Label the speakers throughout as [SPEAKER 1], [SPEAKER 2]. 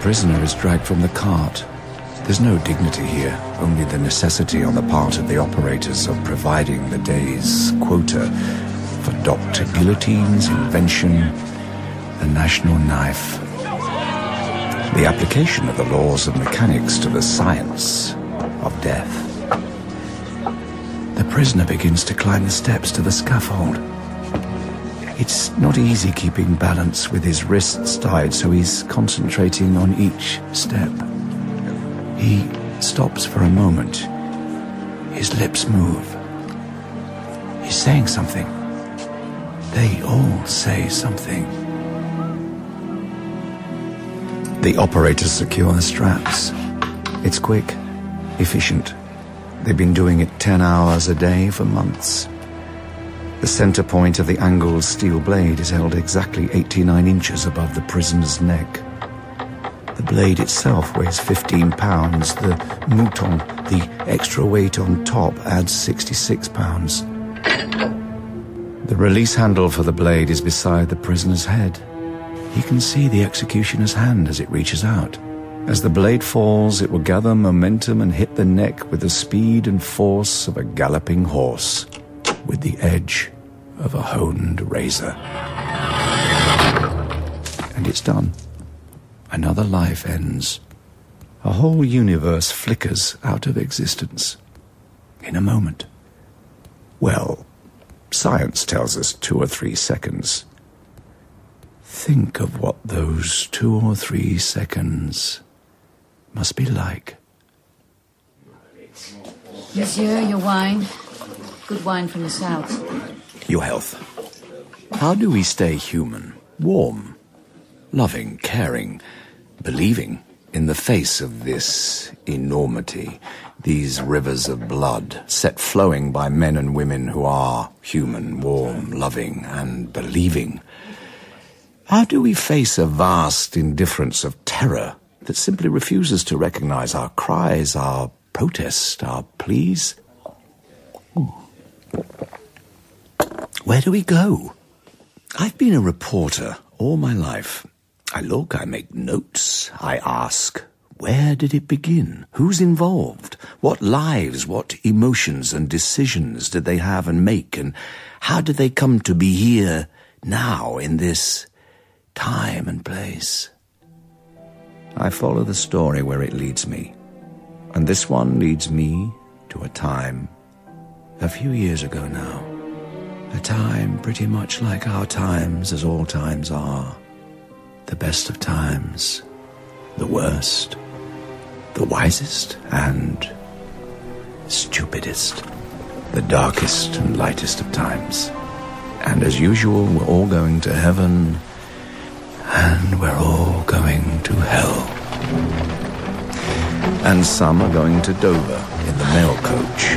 [SPEAKER 1] prisoner is dragged from the cart. There's no dignity here, only the necessity on the part of the operators of providing the day's quota for Dr. Guillotine's invention, the national knife. The application of the laws of mechanics to the science of death. The prisoner begins to climb the steps to the scaffold. It's not easy keeping balance with his wrists tied, so he's concentrating on each step. He stops for a moment. His lips move. He's saying something. They all say something. The operators secure the straps. It's quick, efficient. They've been doing it ten hours a day for months. The center point of the angled steel blade is held exactly 89 inches above the prisoner's neck. The blade itself weighs 15 pounds. The mouton, the extra weight on top, adds 66 pounds. The release handle for the blade is beside the prisoner's head. He can see the executioner's hand as it reaches out. As the blade falls, it will gather momentum and hit the neck with the speed and force of a galloping horse with the edge of a honed razor. And it's done. Another life ends. A whole universe flickers out of existence. In a moment. Well, science tells us two or three seconds. Think of what those two or three seconds must be like.
[SPEAKER 2] Monsieur, your wine. Good wine from the south.
[SPEAKER 1] Your health. How do we stay human, warm, loving, caring, believing in the face of this enormity, these rivers of blood set flowing by men and women who are human, warm, loving, and believing? How do we face a vast indifference of terror that simply refuses to recognize our cries, our protests, our pleas? Where do we go? I've been a reporter all my life. I look, I make notes, I ask, where did it begin? Who's involved? What lives, what emotions and decisions did they have and make? And how did they come to be here now in this time and place? I follow the story where it leads me. And this one leads me to a time a few years ago now. A time pretty much like our times, as all times are. The best of times, the worst, the wisest and stupidest, the darkest and lightest of times. And as usual, we're all going to heaven, and we're all going to hell. And some are going to Dover in the mail coach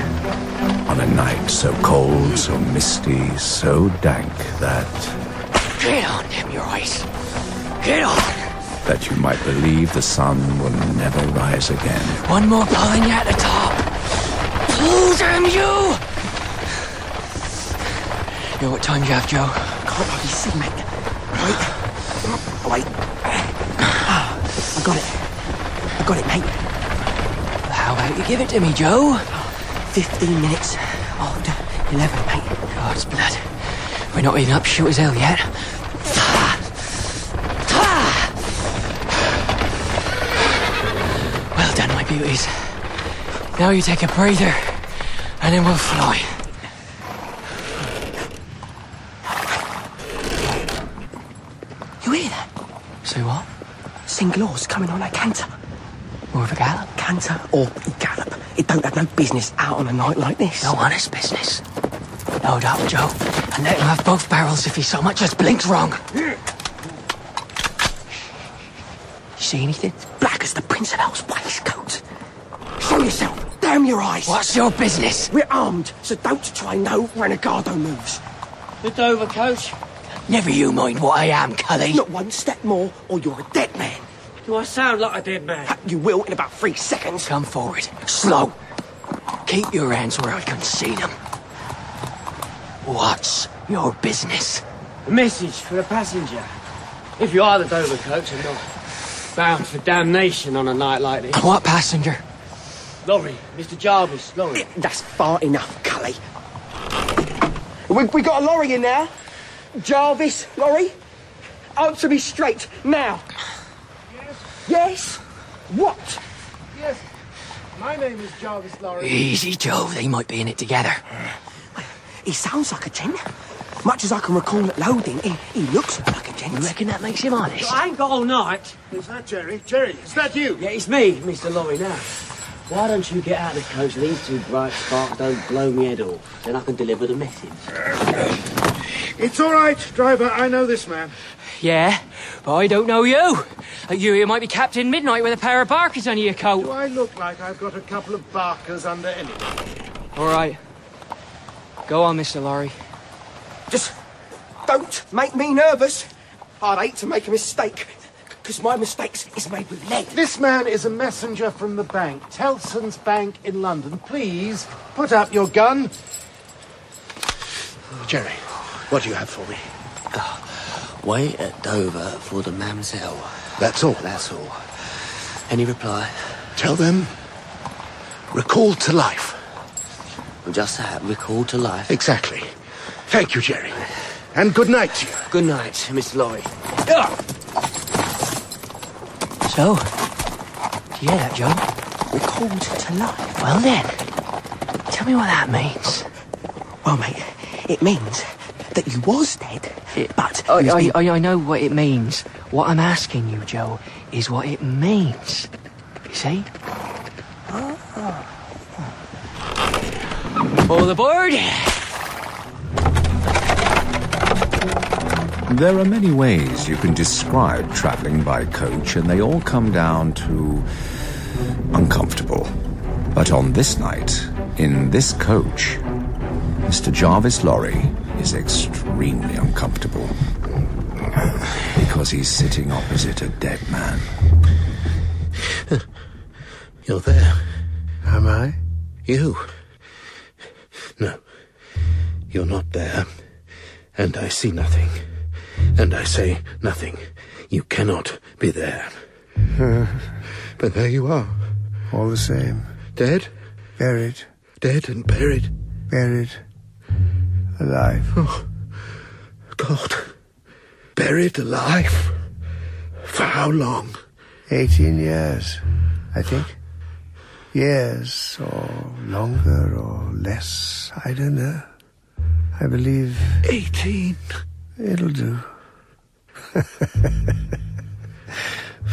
[SPEAKER 1] on a night so cold, so misty, so dank that
[SPEAKER 3] Get on, damn your eyes. Get on.
[SPEAKER 1] that you might believe the sun will never rise again.
[SPEAKER 3] One more pulling you at the top. Pull damn you! You know what time you have, Joe? Can't hardly see, mate. Wait. Wait. I got it. I got it, mate. How about you give it to me, Joe? Fifteen minutes. After eleven, mate. God's Oh, blood. We're not even up shoot as hell yet. Well done, my beauties. Now you take a breather, and then we'll fly.
[SPEAKER 4] You hear that?
[SPEAKER 3] Say what?
[SPEAKER 4] Singlaws coming on a canter.
[SPEAKER 3] More of a gallop?
[SPEAKER 4] Canter or gallop. It don't have no business out on a night like this.
[SPEAKER 3] No honest business. Load up, Joe, and let him have both barrels if he so much as blinks wrong. You see anything?
[SPEAKER 4] Black as the Prince of Wales waistcoat. Show yourself. Damn your eyes.
[SPEAKER 3] What's your business?
[SPEAKER 4] We're armed, so don't try no renegado moves.
[SPEAKER 5] The Dover coach.
[SPEAKER 3] Never you mind what I am, Cully.
[SPEAKER 4] Not one step more, or you're a dead man.
[SPEAKER 5] Do I sound like a dead man?
[SPEAKER 4] You will in about three seconds.
[SPEAKER 3] Come forward. Slow. Keep your hands where I can see them. What's your business?
[SPEAKER 5] A message for the passenger. If you are the Dover coach or not.
[SPEAKER 6] Bound for damnation on a night like this.
[SPEAKER 3] What passenger?
[SPEAKER 6] Lorry, Mr. Jarvis, lorry.
[SPEAKER 4] That's far enough, Cully. We, we got a lorry in there. Jarvis, lorry. Answer me straight now. Yes. What?
[SPEAKER 7] Yes, my name is Jarvis Lorry.
[SPEAKER 3] Easy, Joe. They might be in it together.
[SPEAKER 4] He sounds like a gent. Much as I can recall at loading, he, he looks like a gent.
[SPEAKER 3] You reckon that makes him honest?
[SPEAKER 6] I ain't got all night.
[SPEAKER 7] Is that Jerry? Jerry, is that you?
[SPEAKER 6] Yeah, it's me, Mr. Lorry, now. Why don't you get out of the coach, these two bright sparks don't blow me head off. Then I can deliver the message.
[SPEAKER 7] It's all right, driver. I know this man.
[SPEAKER 3] Yeah, but I don't know you. Like you, you might be Captain Midnight with a pair of barkers under your
[SPEAKER 7] Do
[SPEAKER 8] Oh.
[SPEAKER 3] coat.
[SPEAKER 7] I look like I've got a couple of barkers under anyone?
[SPEAKER 3] All right. Go on, Mr. Lorry.
[SPEAKER 4] Just don't make me nervous. I'd hate to make a mistake, because my mistakes is made with lead.
[SPEAKER 7] This man is a messenger from the bank, Tellson's Bank in London. Please put up your gun. Jerry, what do you have for me?
[SPEAKER 8] Ah, Wait at Dover for the mamselle.
[SPEAKER 7] That's all.
[SPEAKER 8] That's all. Any reply?
[SPEAKER 7] Tell them. Recalled to life.
[SPEAKER 8] Just that, recall to life.
[SPEAKER 7] Exactly. Thank you, Jerry. And good night to you. Ah!
[SPEAKER 8] Good night, Mr. Lorry.
[SPEAKER 3] So, do you hear that, Joe?
[SPEAKER 4] Recalled to life.
[SPEAKER 3] Well then, tell me what that means.
[SPEAKER 4] Well, mate, it means that you was dead, but you's
[SPEAKER 3] I,
[SPEAKER 4] been-
[SPEAKER 3] I, I, I know what it means. What I'm asking you, Joe, is what it means. You see? All aboard!
[SPEAKER 1] There are many ways you can describe traveling by coach, and they all come down to uncomfortable. But on this night, in this coach, Mr. Jarvis Lorry is extremely uncomfortable because he's sitting opposite a dead man.
[SPEAKER 8] You're there.
[SPEAKER 7] Am I?
[SPEAKER 8] You. No. You're not there. And I see nothing. And I say nothing. You cannot be there. but there you are.
[SPEAKER 7] All the same.
[SPEAKER 8] Dead?
[SPEAKER 7] Buried.
[SPEAKER 8] Dead and buried. Oh,
[SPEAKER 7] Buried. Alive.
[SPEAKER 8] God. Buried alive? For how long?
[SPEAKER 7] 18 years, I think. Years, or longer, or less, I don't know. I believe
[SPEAKER 8] 18.
[SPEAKER 7] it'll do.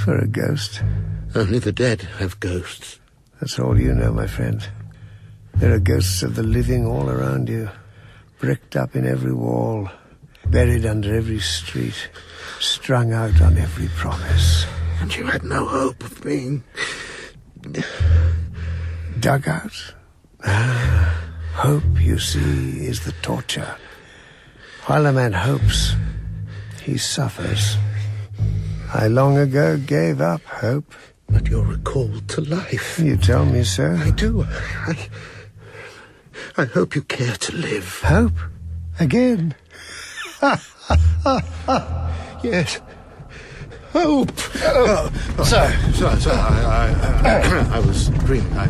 [SPEAKER 7] For a ghost,
[SPEAKER 8] Only the dead have ghosts.
[SPEAKER 7] that's all you know, my friend. There are ghosts of the living all around you, bricked up in every wall, buried under every street, strung out on every promise.
[SPEAKER 8] And you had no hope of being.
[SPEAKER 7] dug out. Ah, hope, you see, is the torture. While a man hopes, he suffers. I long ago gave up hope.
[SPEAKER 8] But you're recalled to life.
[SPEAKER 7] You tell me so.
[SPEAKER 8] I do. I. I hope you care to live.
[SPEAKER 7] Hope? Again?
[SPEAKER 8] Yes. Hope. Oh, oh, sorry, sorry, sorry. I, I, I, I was dreaming. I,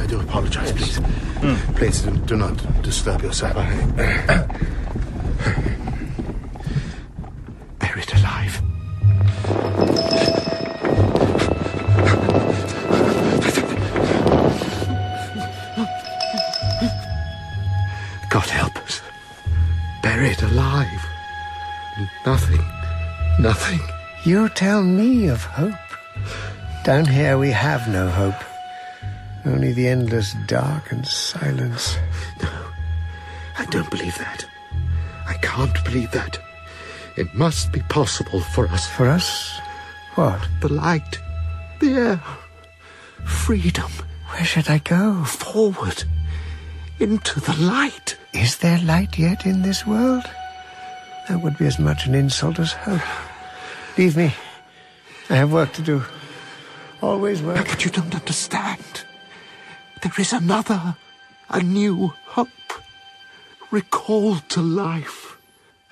[SPEAKER 8] I do apologise. Please, please do, do not disturb yourself. I- buried alive. God help us. Buried alive. Nothing. Nothing.
[SPEAKER 7] You tell me of hope. Down here we have no hope. Only the endless dark and silence.
[SPEAKER 8] I don't believe that. I can't believe that. It must be possible for us.
[SPEAKER 7] For us? What?
[SPEAKER 8] The light, the air, freedom,
[SPEAKER 7] Where should I go?
[SPEAKER 8] forward, into the light.
[SPEAKER 7] Is there light yet in this world? That would be as much an insult as hope. Leave me. I have work to do. Always work.
[SPEAKER 8] But you don't understand. There is another, a new hope. Recalled to life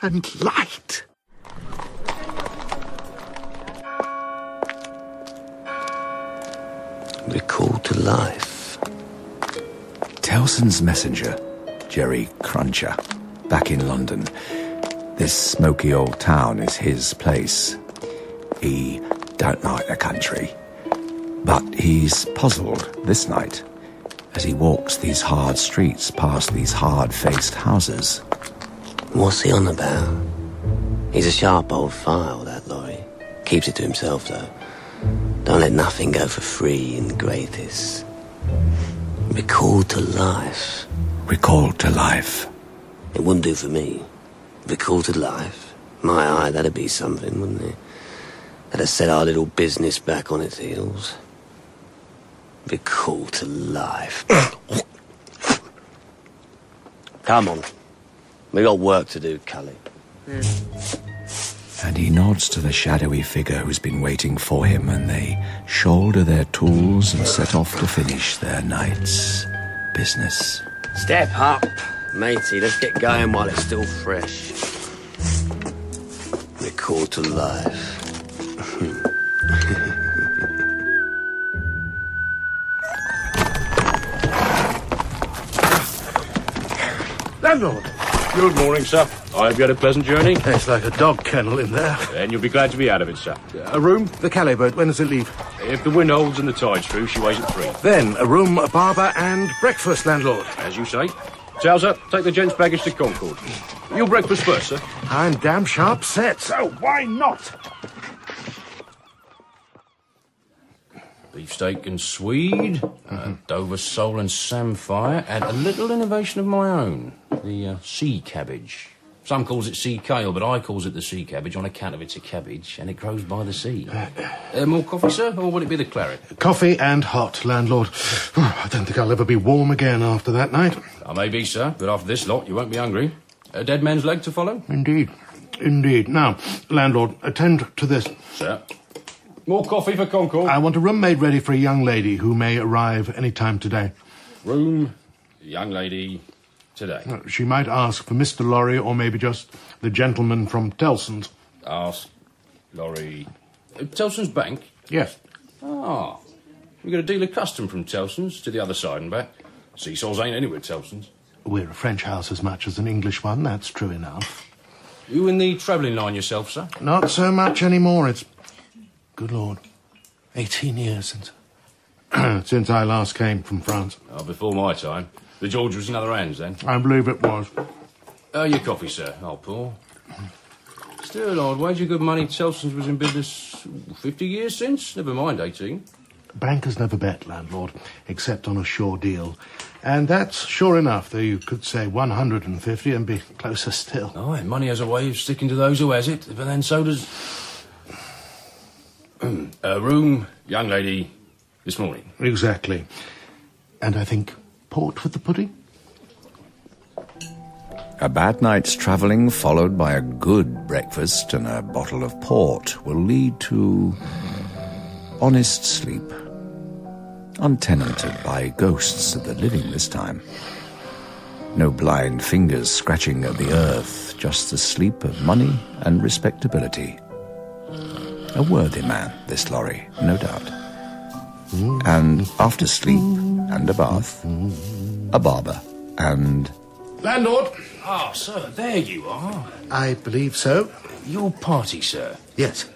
[SPEAKER 8] and light.
[SPEAKER 9] life.
[SPEAKER 1] Tellson's messenger, Jerry Cruncher, back in London. This smoky old town is his place. He don't like the country. But he's puzzled this night as he walks these hard streets past these hard faced houses.
[SPEAKER 6] What's he on about? He's a sharp old file, that Laurie. Keeps it to himself, though. Don't let nothing go for free in gratis. Recalled to life.
[SPEAKER 1] Recalled to life.
[SPEAKER 6] It wouldn't do for me. Recalled to life. My eye, that'd be something, wouldn't it? That'd set our little business back on its heels. Recalled to life. Come on. We got work to do, Cully.
[SPEAKER 1] Hmm. And he nods to the shadowy figure who's been waiting for him, and they shoulder their tools and set off to finish their night's business.
[SPEAKER 6] Step up, matey. Let's get going while it's still fresh. Recalled to life.
[SPEAKER 8] Landlord!
[SPEAKER 10] Good morning, sir. I hope Oh, you had a pleasant journey.
[SPEAKER 8] It's like a dog kennel in there.
[SPEAKER 10] And you'll be glad to be out of it, sir.
[SPEAKER 8] A room, the Calais boat, when does it leave?
[SPEAKER 10] If the wind holds and the tide's through, she weighs at three.
[SPEAKER 8] Then a room, a barber, and breakfast, landlord.
[SPEAKER 10] As you say. Towser, take the gent's baggage to Concord. Your breakfast first, sir.
[SPEAKER 8] I'm damn sharp set. So Oh, why not?
[SPEAKER 10] Beefsteak and Swede, uh, Dover sole and samphire, and a little innovation of my own, the uh, sea cabbage. Some calls it sea kale, but I calls it the sea cabbage on account of it's a cabbage and it grows by the sea. Uh, more coffee, sir, or would it be the claret?
[SPEAKER 8] Coffee and hot, landlord. I don't think I'll ever be warm again after that night.
[SPEAKER 10] I may be, sir, but after this lot, you won't be hungry. A dead man's leg to follow?
[SPEAKER 8] Indeed. Indeed. Now, landlord, attend to this.
[SPEAKER 10] Sir. More coffee for Concord.
[SPEAKER 8] I want a room made ready for a young lady who may arrive any time today.
[SPEAKER 10] Room, young lady, today.
[SPEAKER 8] Uh, She might ask for Mr. Lorry or maybe just the gentleman from Tellson's.
[SPEAKER 10] Ask Laurie. Uh, Tellson's Bank?
[SPEAKER 8] Yes.
[SPEAKER 10] Ah. We've got a deal of custom from Tellson's to the other side and back. Seesaws ain't anywhere, Tellson's.
[SPEAKER 8] We're a French house as much as an English one, that's true enough.
[SPEAKER 10] You in the travelling line yourself, sir?
[SPEAKER 8] Not so much anymore. It's. Good Lord. 18 years since. since I last came from France.
[SPEAKER 10] Oh, before my time. The George was in other hands then.
[SPEAKER 8] I believe it was.
[SPEAKER 10] Uh, your coffee, sir. I'll pour. Still, I'd wager good money Tellson's was in business ooh, 50 years since. Never mind 18.
[SPEAKER 8] Bankers never bet, landlord, except on a sure deal. And that's sure enough, though you could say 150 and be closer still.
[SPEAKER 10] Aye, Oh, money has a way of sticking to those who has it, but then so does. a room, young lady, this morning.
[SPEAKER 8] Exactly. And I think port with the pudding?
[SPEAKER 1] A bad night's travelling, followed by a good breakfast and a bottle of port, will lead to honest sleep. Untenanted by ghosts of the living this time. No blind fingers scratching at the earth, just the sleep of money and respectability. A worthy man, this lorry, no doubt. And after sleep and a bath, a barber and
[SPEAKER 8] Landlord!
[SPEAKER 10] Ah, sir, there you are.
[SPEAKER 8] I believe so.
[SPEAKER 10] Your party, sir,
[SPEAKER 8] Yes.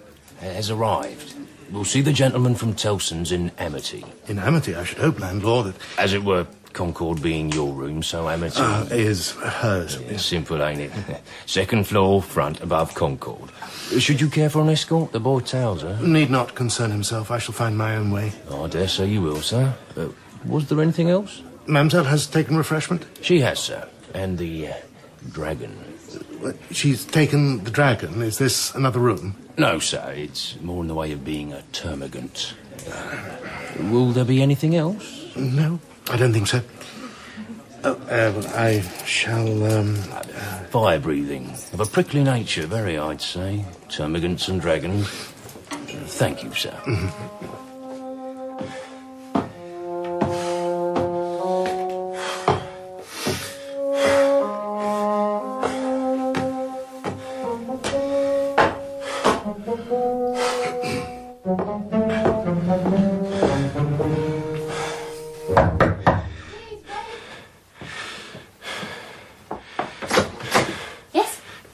[SPEAKER 10] has arrived. We'll see the gentleman from Tellson's in Amity.
[SPEAKER 8] In amity, I should hope, landlord, it
[SPEAKER 10] As it were, Concord being your room, so Amity.
[SPEAKER 8] uh, is hers.
[SPEAKER 10] Simple, ain't it? Second floor, front, above Concord. Should you care for an escort? The boy Towser.
[SPEAKER 8] Need not concern himself. I shall find my own way.
[SPEAKER 10] I dare say you will, sir. Uh, was there anything else?
[SPEAKER 8] Mademoiselle has taken refreshment.
[SPEAKER 10] She has, sir. And the uh, dragon.
[SPEAKER 8] She's taken the dragon. Is this another room?
[SPEAKER 10] No, sir, it's more in the way of being a termagant. Will there be anything else?
[SPEAKER 8] No, I don't think so. Oh, uh, well, I shall. Um,
[SPEAKER 10] Fire breathing. Of a prickly nature, very, I'd say. Termagants and dragons. Thank you, sir.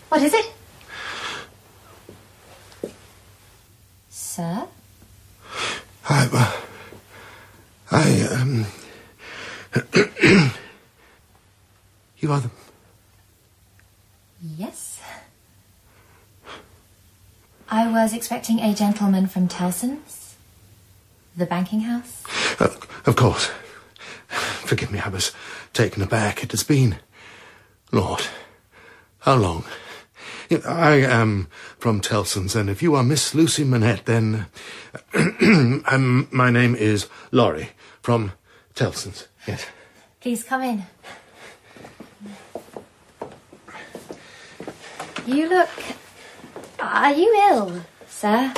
[SPEAKER 11] What is it? Sir?
[SPEAKER 8] I, uh, I, um, you are the
[SPEAKER 2] Yes. I was expecting a gentleman from Tellson's, the banking house.
[SPEAKER 8] Uh, of course. Forgive me, I was taken aback. It has been. Lord, how long? You- I am from Tellson's, and if you are Miss Lucy Manette, then. um, my name is Laurie from Tellson's. Yes.
[SPEAKER 2] Please come in. You look. Are you ill, sir?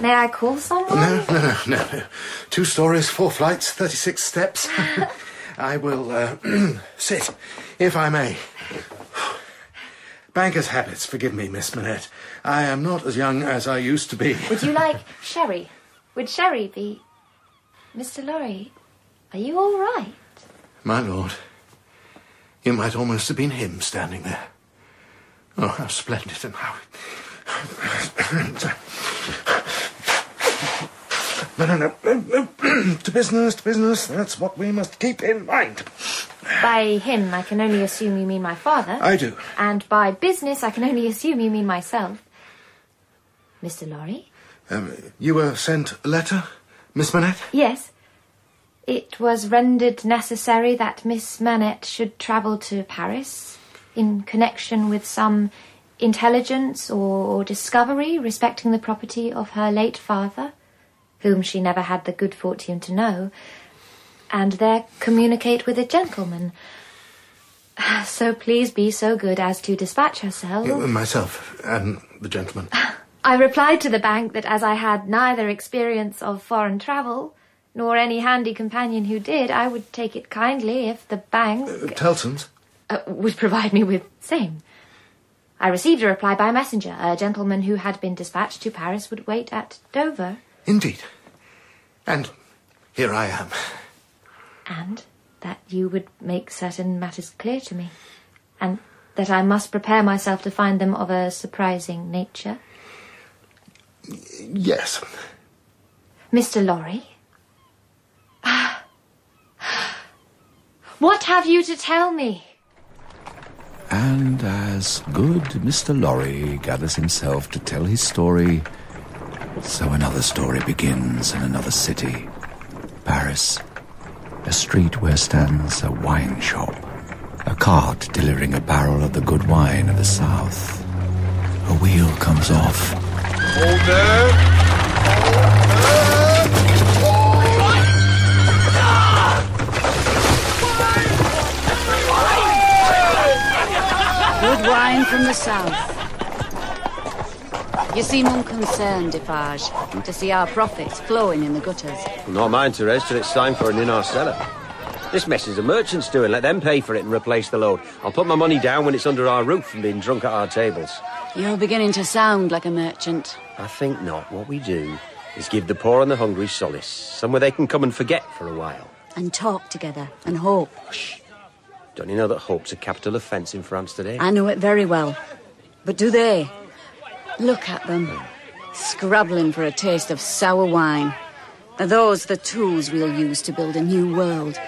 [SPEAKER 2] May I call someone?
[SPEAKER 8] No, no, no, no, no. Two stories, four flights, 36 steps. I will uh, sit, if I may. Banker's habits, forgive me, Miss Manette. I am not as young as I used to be.
[SPEAKER 2] Would you like sherry? Would sherry be. Mr. Lorry, are you all right?
[SPEAKER 8] My lord, you might almost have been him standing there. Oh, how splendid and how. No, no, no. to business, to business. That's what we must keep in mind.
[SPEAKER 2] By him, I can only assume you mean my father.
[SPEAKER 8] I do.
[SPEAKER 2] And by business, I can only assume you mean myself. Mr. Lorry?
[SPEAKER 8] Um, you were sent a letter, Miss Manette?
[SPEAKER 2] Yes. It was rendered necessary that Miss Manette should travel to Paris in connection with some intelligence or discovery respecting the property of her late father, whom she never had the good fortune to know, and there communicate with a gentleman. So please be so good as to dispatch herself.
[SPEAKER 8] Uh, Myself and the gentleman.
[SPEAKER 2] I replied to the bank that as I had neither experience of foreign travel nor any handy companion who did, I would take it kindly if the bank
[SPEAKER 8] Tellson's?
[SPEAKER 2] uh, would provide me with same. I received a reply by messenger. A gentleman who had been dispatched to Paris would wait at Dover.
[SPEAKER 8] Indeed. And here I am.
[SPEAKER 2] and that you would make certain matters clear to me, and that I must prepare myself to find them of a surprising nature.
[SPEAKER 8] Yes.
[SPEAKER 2] Mr. Lorry? Ah. what have you to tell me?
[SPEAKER 1] And as good Mr. Lorry gathers himself to tell his story, so another story begins in another city, Paris. A street where stands a wine shop, a cart delivering a barrel of the good wine of the south. A wheel comes off.
[SPEAKER 11] Good wine from the south. You seem unconcerned, Defarge, to see our profits flowing in the gutters.
[SPEAKER 12] Not mine to rest till it's time for an in our cellar. This mess is the merchants doing. Let them pay for it and replace the load. I'll put my money down when it's under our roof from being drunk at our tables.
[SPEAKER 11] You're beginning to sound like a merchant.
[SPEAKER 12] I think not. What we do is give the poor and the hungry solace, somewhere they can come and forget for a while.
[SPEAKER 11] And talk together and hope.
[SPEAKER 12] Don't you know that hope's a capital offence in France today?
[SPEAKER 11] I know it very well. But do they? Look at them, scrabbling for a taste of sour wine. Are those the tools we'll use to build a new world?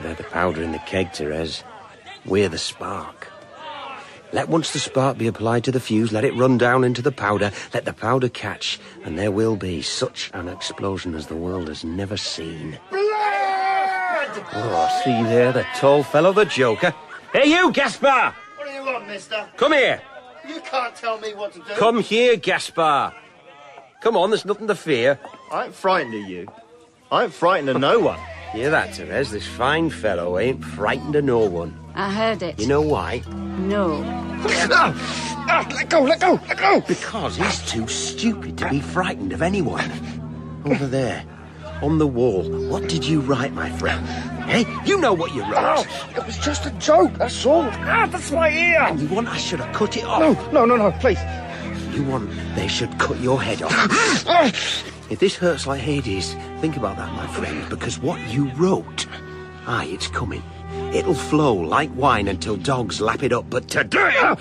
[SPEAKER 12] They're the powder in the keg, Therese. We're the spark. Let once the spark be applied to the fuse, let it run down into the powder, let the powder catch, and there will be such an explosion as the world has never seen. Oh, see there, the tall fellow, the joker. Hey, you, Gaspar!
[SPEAKER 13] What do you want, mister?
[SPEAKER 12] Come here!
[SPEAKER 13] You can't tell me what to do.
[SPEAKER 12] Come here, Gaspar! Come on, there's nothing to fear.
[SPEAKER 13] I ain't frightened of you. I ain't frightened of no one.
[SPEAKER 12] Hear that, Therese? This fine fellow ain't frightened of no one.
[SPEAKER 11] I heard it.
[SPEAKER 12] You know why?
[SPEAKER 11] No.
[SPEAKER 12] Ah, let go, let go, let go! Because he's too stupid to be frightened of anyone. Over there, on the wall, what did you write, my friend? Hey, you know what you wrote.
[SPEAKER 4] It was Oh, just a joke, that's all. Ah, that's my ear!
[SPEAKER 12] And you want I should have cut it
[SPEAKER 4] No,
[SPEAKER 12] off.
[SPEAKER 4] no, no, no, please.
[SPEAKER 12] You want they should cut your head off. if this hurts like Hades, think about that, my friend, because what you wrote, aye, it's coming. It'll flow like wine until dogs lap it up, but today, uh,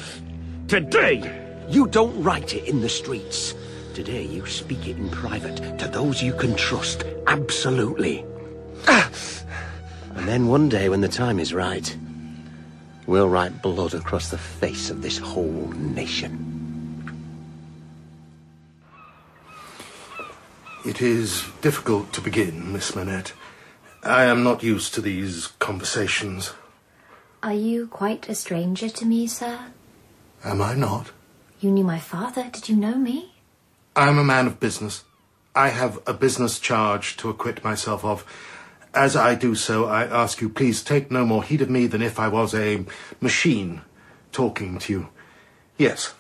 [SPEAKER 12] Today! You don't write it in the streets. Today you speak it in private to those you can trust. Absolutely. And then one day, when the time is right, we'll write blood across the face of this whole nation.
[SPEAKER 8] It is difficult to begin, Miss Manette. I am not used to these conversations.
[SPEAKER 2] Are you quite a stranger to me, sir?
[SPEAKER 8] Am I not?
[SPEAKER 2] You knew my father. Did you know me?
[SPEAKER 8] I am a man of business. I have a business charge to acquit myself of. As I do so, I ask you, please take no more heed of me than if I was a machine talking to you. Yes,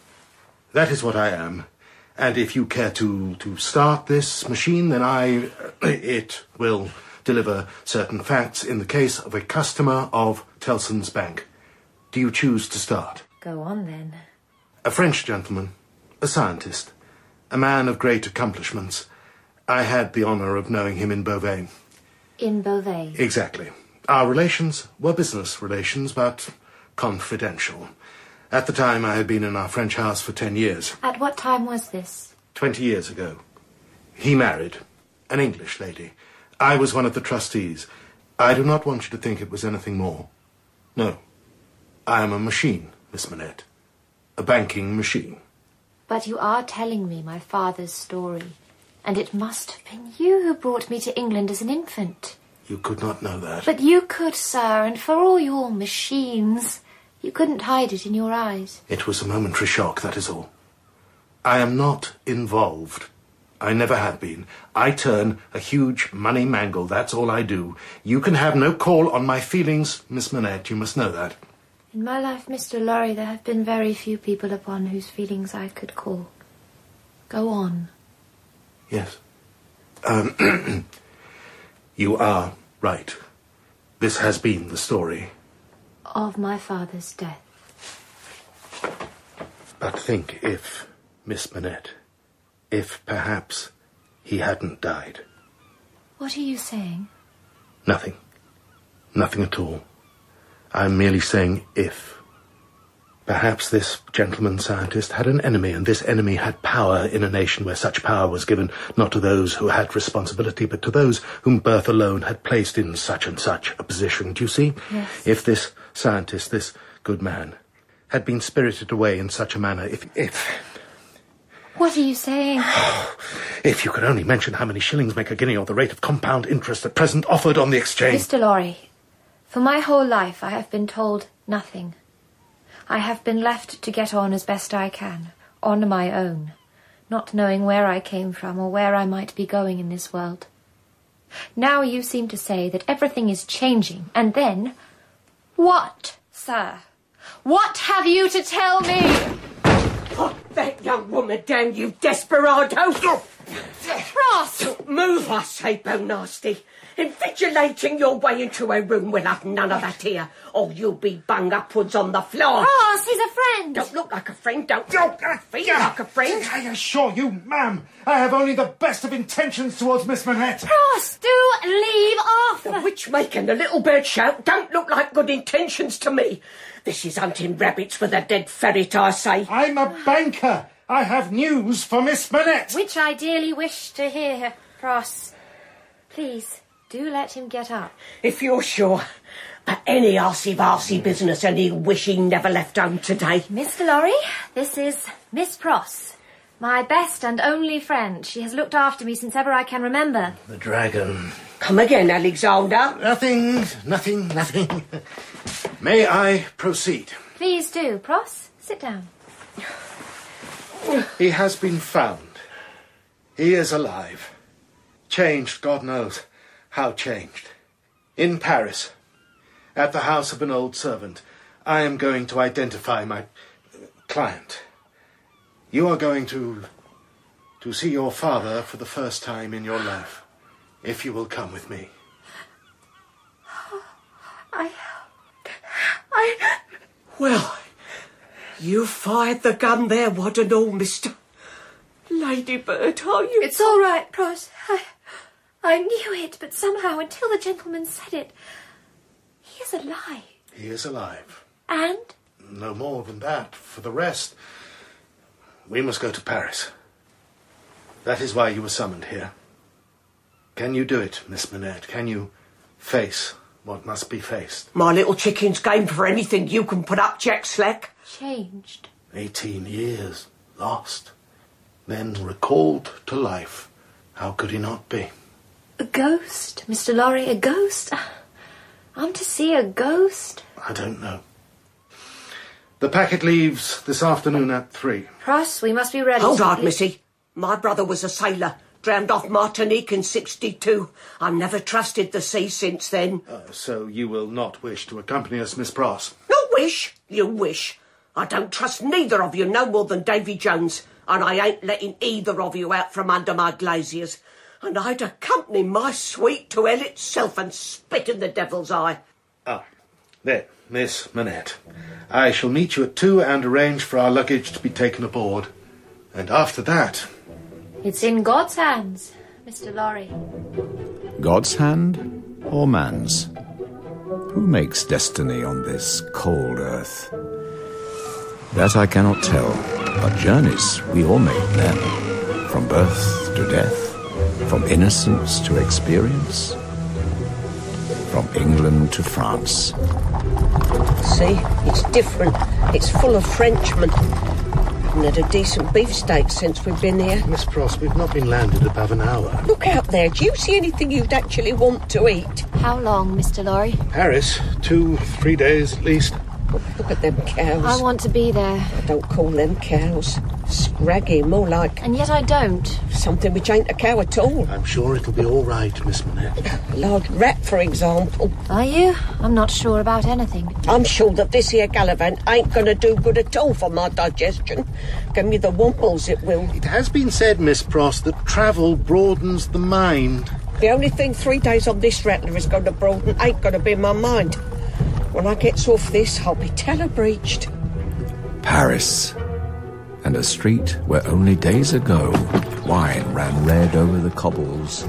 [SPEAKER 8] that is what I am. And if you care to, to start this machine, then I. It will deliver certain facts in the case of a customer of Telson's Bank. Do you choose to start?
[SPEAKER 2] Go on then.
[SPEAKER 8] A French gentleman, a scientist, a man of great accomplishments. I had the honor of knowing him in Beauvais.
[SPEAKER 2] In Beauvais.
[SPEAKER 8] Exactly. Our relations were business relations, but confidential. At the time, I had been in our French house for ten years.
[SPEAKER 2] At what time was this?
[SPEAKER 8] Twenty years ago. He married an English lady. I was one of the trustees. I do not want you to think it was anything more. No. I am a machine, Miss Manette. A banking machine.
[SPEAKER 2] But you are telling me my father's story, and it must have been you who brought me to England as an infant.
[SPEAKER 8] You could not know that.
[SPEAKER 2] But you could, sir, and for all your machines, you couldn't hide it in your eyes.
[SPEAKER 8] It was a momentary shock, that is all. I am not involved. I never have been. I turn a huge money mangle, that's all I do. You can have no call on my feelings, Miss Manette, you must know that.
[SPEAKER 2] In my life, Mr. Lorry, there have been very few people upon whose feelings I could call. Go on.
[SPEAKER 8] Yes. Um, you are right. This has been the story.
[SPEAKER 2] Of my father's death.
[SPEAKER 8] But think if, Miss Manette, if perhaps he hadn't died.
[SPEAKER 2] What are you saying?
[SPEAKER 8] Nothing. Nothing at all. I'm merely saying if. Perhaps this gentleman scientist had an enemy, and this enemy had power in a nation where such power was given not to those who had responsibility, but to those whom birth alone had placed in such and such a position. Do you see?
[SPEAKER 2] Yes.
[SPEAKER 8] If this scientist, this good man, had been spirited away in such a manner, if, if,
[SPEAKER 2] What are you saying?
[SPEAKER 8] if you could only mention how many shillings make a guinea or the rate of compound interest at present offered on the exchange.
[SPEAKER 2] Mr. Lorry, for my whole life I have been told nothing. I have been left to get on as best I can, on my own, not knowing where I came from or where I might be going in this world. Now you seem to say that everything is changing, and then. What, sir? What have you to tell me?
[SPEAKER 3] That young woman down, you desperado!
[SPEAKER 2] Ross!
[SPEAKER 3] Move, I say, Bo Nasty. Invigilating your way into a room will have none of that here, or you'll be bung upwards on the floor.
[SPEAKER 2] Ross, he's a friend!
[SPEAKER 3] Don't look like a friend, don't look like a friend, like a friend.
[SPEAKER 4] I assure you, ma'am, I have only the best of intentions towards Miss Manette.
[SPEAKER 2] Ross, do leave off!
[SPEAKER 3] The witch making the little bird shout don't look like good intentions to me. This is hunting rabbits with a dead ferret, I say.
[SPEAKER 4] I'm a banker. I have news for Miss Manette.
[SPEAKER 2] Which I dearly wish to hear, Ross. Please, do let him get up.
[SPEAKER 3] If you're sure that any arsey-varsey business and he wish he never left home today.
[SPEAKER 2] Mr. Lorry, this is Miss Pross, my best and only friend. She has looked after me since ever I can remember.
[SPEAKER 12] The dragon.
[SPEAKER 3] Come again, Alexander.
[SPEAKER 8] Nothing, nothing, nothing. May I proceed?
[SPEAKER 2] Please do, Pross. Sit down.
[SPEAKER 8] He has been found. He is alive. Changed, God knows how changed. In Paris, at the house of an old servant, I am going to identify my uh, client. You are going to. to see your father for the first time in your life, if you will come with me.
[SPEAKER 2] I.
[SPEAKER 3] I. Well, you fired the gun there, what and all, mister. Ladybird, are you?
[SPEAKER 2] It's all right, Pross. I, I knew it, but somehow, until the gentleman said it, he is alive.
[SPEAKER 8] He is alive.
[SPEAKER 2] And
[SPEAKER 8] no more than that. For the rest, we must go to Paris. That is why you were summoned here. Can you do it, Miss Manette? Can you face what must be faced?
[SPEAKER 14] My little chicken's game for anything you can put up, Jack Slack.
[SPEAKER 2] Changed.
[SPEAKER 8] Eighteen years lost, then recalled to life. How could he not be?
[SPEAKER 2] A ghost, Mr. Lorry, a ghost? Ah, I'm to see a ghost?
[SPEAKER 8] I don't know. The packet leaves this afternoon at three.
[SPEAKER 2] Press, we must be ready.
[SPEAKER 14] Hold on, Missy. My brother was a sailor, drowned off Martinique in 62. I've never trusted the sea since then.
[SPEAKER 8] Uh, so you will not wish to accompany us, Miss Pross.
[SPEAKER 14] No wish, you wish. I don't trust neither of you no more than Davy Jones, and I ain't letting either of you out from under my glaziers. And I'd accompany my sweet to hell itself and spit in the devil's eye.
[SPEAKER 8] Ah, there, Miss Manette. I shall meet you at two and arrange for our luggage to be taken aboard. And after that,
[SPEAKER 2] It's in God's hands, Mr. Lorry.
[SPEAKER 1] God's hand or man's? Who makes destiny on this cold earth? That I cannot tell, but journeys we all make then, from birth to death, from innocence to experience, from England to France.
[SPEAKER 3] See, it's different. It's full of Frenchmen. Haven't had a decent beefsteak since we've been here.
[SPEAKER 12] Miss Pross, we've not been landed above an hour.
[SPEAKER 3] Look out there. Do you see anything you'd actually want to eat?
[SPEAKER 2] How long, Mr. Lorry?
[SPEAKER 12] Paris, two, three days at least.
[SPEAKER 3] Look at them cows.
[SPEAKER 2] I want to be there.
[SPEAKER 3] I don't call them cows. Scraggy, more like.
[SPEAKER 2] And yet I don't.
[SPEAKER 3] Something which ain't a cow at all.
[SPEAKER 12] I'm sure it'll be all right, Miss Manette.
[SPEAKER 3] A large rat, for example.
[SPEAKER 2] Are you? I'm not sure about anything.
[SPEAKER 3] I'm sure that this here gallivant ain't going to do good at all for my digestion. Give me the wombles, it will.
[SPEAKER 12] It has been said, Miss Pross, that travel broadens the mind.
[SPEAKER 3] The only thing three days on this rattler is going to broaden ain't going to be my mind. When I gets off this, I'll be telebreached.
[SPEAKER 1] Paris, and a street where only days ago wine ran red over the cobbles.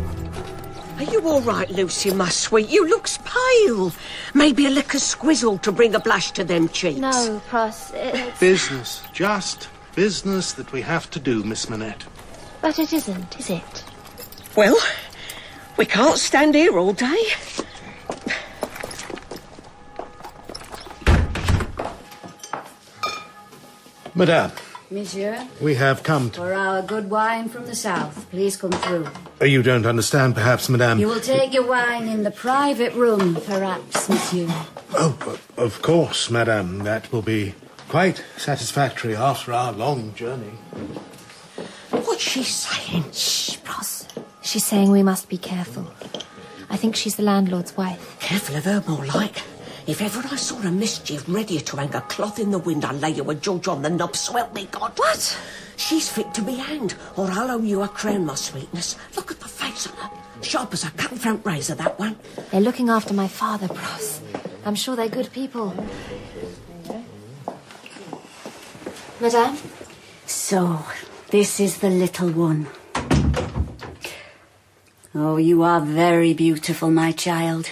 [SPEAKER 3] Are you all right, Lucy, my sweet? You looks pale. Maybe a lick of squizzle to bring a blush to them cheeks.
[SPEAKER 2] No, Pross. It's...
[SPEAKER 8] business, just business that we have to do, Miss Manette.
[SPEAKER 2] But it isn't, is it?
[SPEAKER 3] Well, we can't stand here all day.
[SPEAKER 8] Madame,
[SPEAKER 11] Monsieur,
[SPEAKER 8] we have come to.
[SPEAKER 11] for our good wine from the south, please come through.
[SPEAKER 8] Uh, You don't understand, perhaps,
[SPEAKER 12] Um,
[SPEAKER 8] Madame.
[SPEAKER 11] You will take your wine in the private room, perhaps, monsieur.
[SPEAKER 8] Oh, o- of course, Madame. That will be quite satisfactory after our long journey.
[SPEAKER 3] What's she saying?
[SPEAKER 2] Shh, Pross. She's saying we must be careful. I think she's the landlord's wife.
[SPEAKER 3] Careful of her, more like.
[SPEAKER 14] If ever I saw a mischief ready to hang a cloth in the wind, I'll lay you a George on the knob, swell me God. What? She's fit to be hanged, or I'll owe you a crown, my sweetness. Look at the face on her. Sharp as a cutthroat razor, that one.
[SPEAKER 2] They're looking after my father, Pross. I'm sure they're good people. Madame?
[SPEAKER 11] So, this is the little one. Oh, you are very beautiful, my child.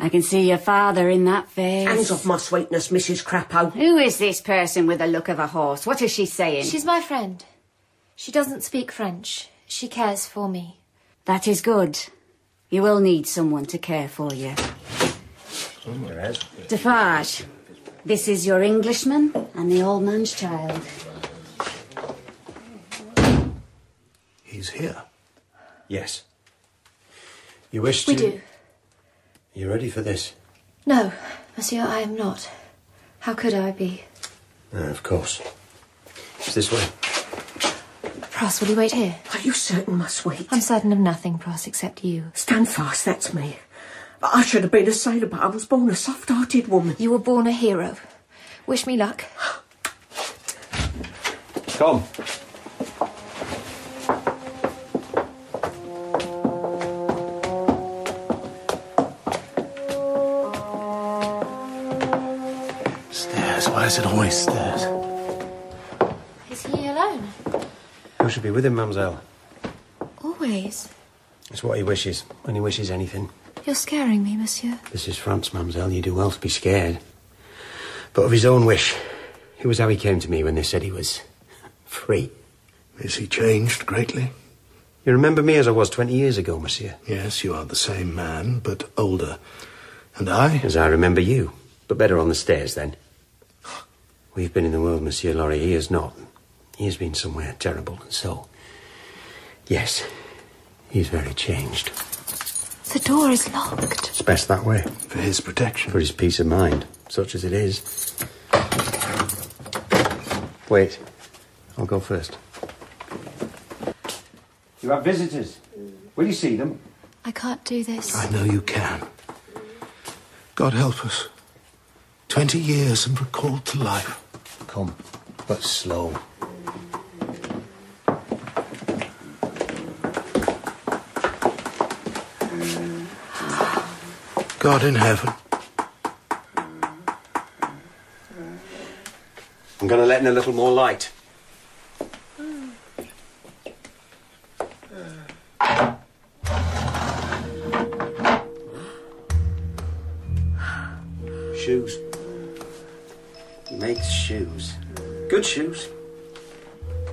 [SPEAKER 11] I can see your father in that face.
[SPEAKER 14] Hands off my sweetness, Mrs. Crapo.
[SPEAKER 11] Who is this person with the look of a horse? What is she saying?
[SPEAKER 2] She's my friend. She doesn't speak French. She cares for me.
[SPEAKER 11] That is good. You will need someone to care for you. Defarge, this is your Englishman and the old man's child.
[SPEAKER 12] He's here. Yes. You wish to.
[SPEAKER 2] We do.
[SPEAKER 12] You ready for this?
[SPEAKER 2] No, Monsieur, I am not. How could I be?
[SPEAKER 12] Ah, of course. It's this way.
[SPEAKER 2] Pross, will you wait here?
[SPEAKER 14] Are you certain, my sweet?
[SPEAKER 2] I'm certain of nothing, Pross, except you.
[SPEAKER 14] Stand fast, that's me. I should have been a sailor, but I was born a soft hearted woman.
[SPEAKER 2] You were born a hero. Wish me luck.
[SPEAKER 12] Come. Stairs. Why is it always stairs?
[SPEAKER 2] Is he alone?
[SPEAKER 12] Who should be with him, mademoiselle?
[SPEAKER 2] Always.
[SPEAKER 12] It's what he wishes, when he wishes anything.
[SPEAKER 2] You're scaring me, Monsieur.
[SPEAKER 12] This is France, mademoiselle. You do well to be scared. but of his own wish. It was how he came to me when they said he was free.
[SPEAKER 8] Is he changed greatly?
[SPEAKER 12] You remember me as I was 20 years ago, monsieur?
[SPEAKER 8] Yes, you are the same man, but older. And I?
[SPEAKER 12] As I remember you, but better on the stairs then. We've been in the world, monsieur Lorry. He has not. He has been somewhere terrible, and so. Yes, he's very changed.
[SPEAKER 2] The door is locked.
[SPEAKER 12] It's best that way.
[SPEAKER 8] For his protection.
[SPEAKER 12] For his peace of mind, such as it is. Wait. I'll go first.
[SPEAKER 5] You have visitors. Will you see them?
[SPEAKER 2] I can't do this.
[SPEAKER 8] I know you can. God help us. Twenty years and recalled to life.
[SPEAKER 12] Come, but slow.
[SPEAKER 8] God in heaven.
[SPEAKER 12] I'm going to let in a little more light. Shoes. He makes shoes. Good shoes.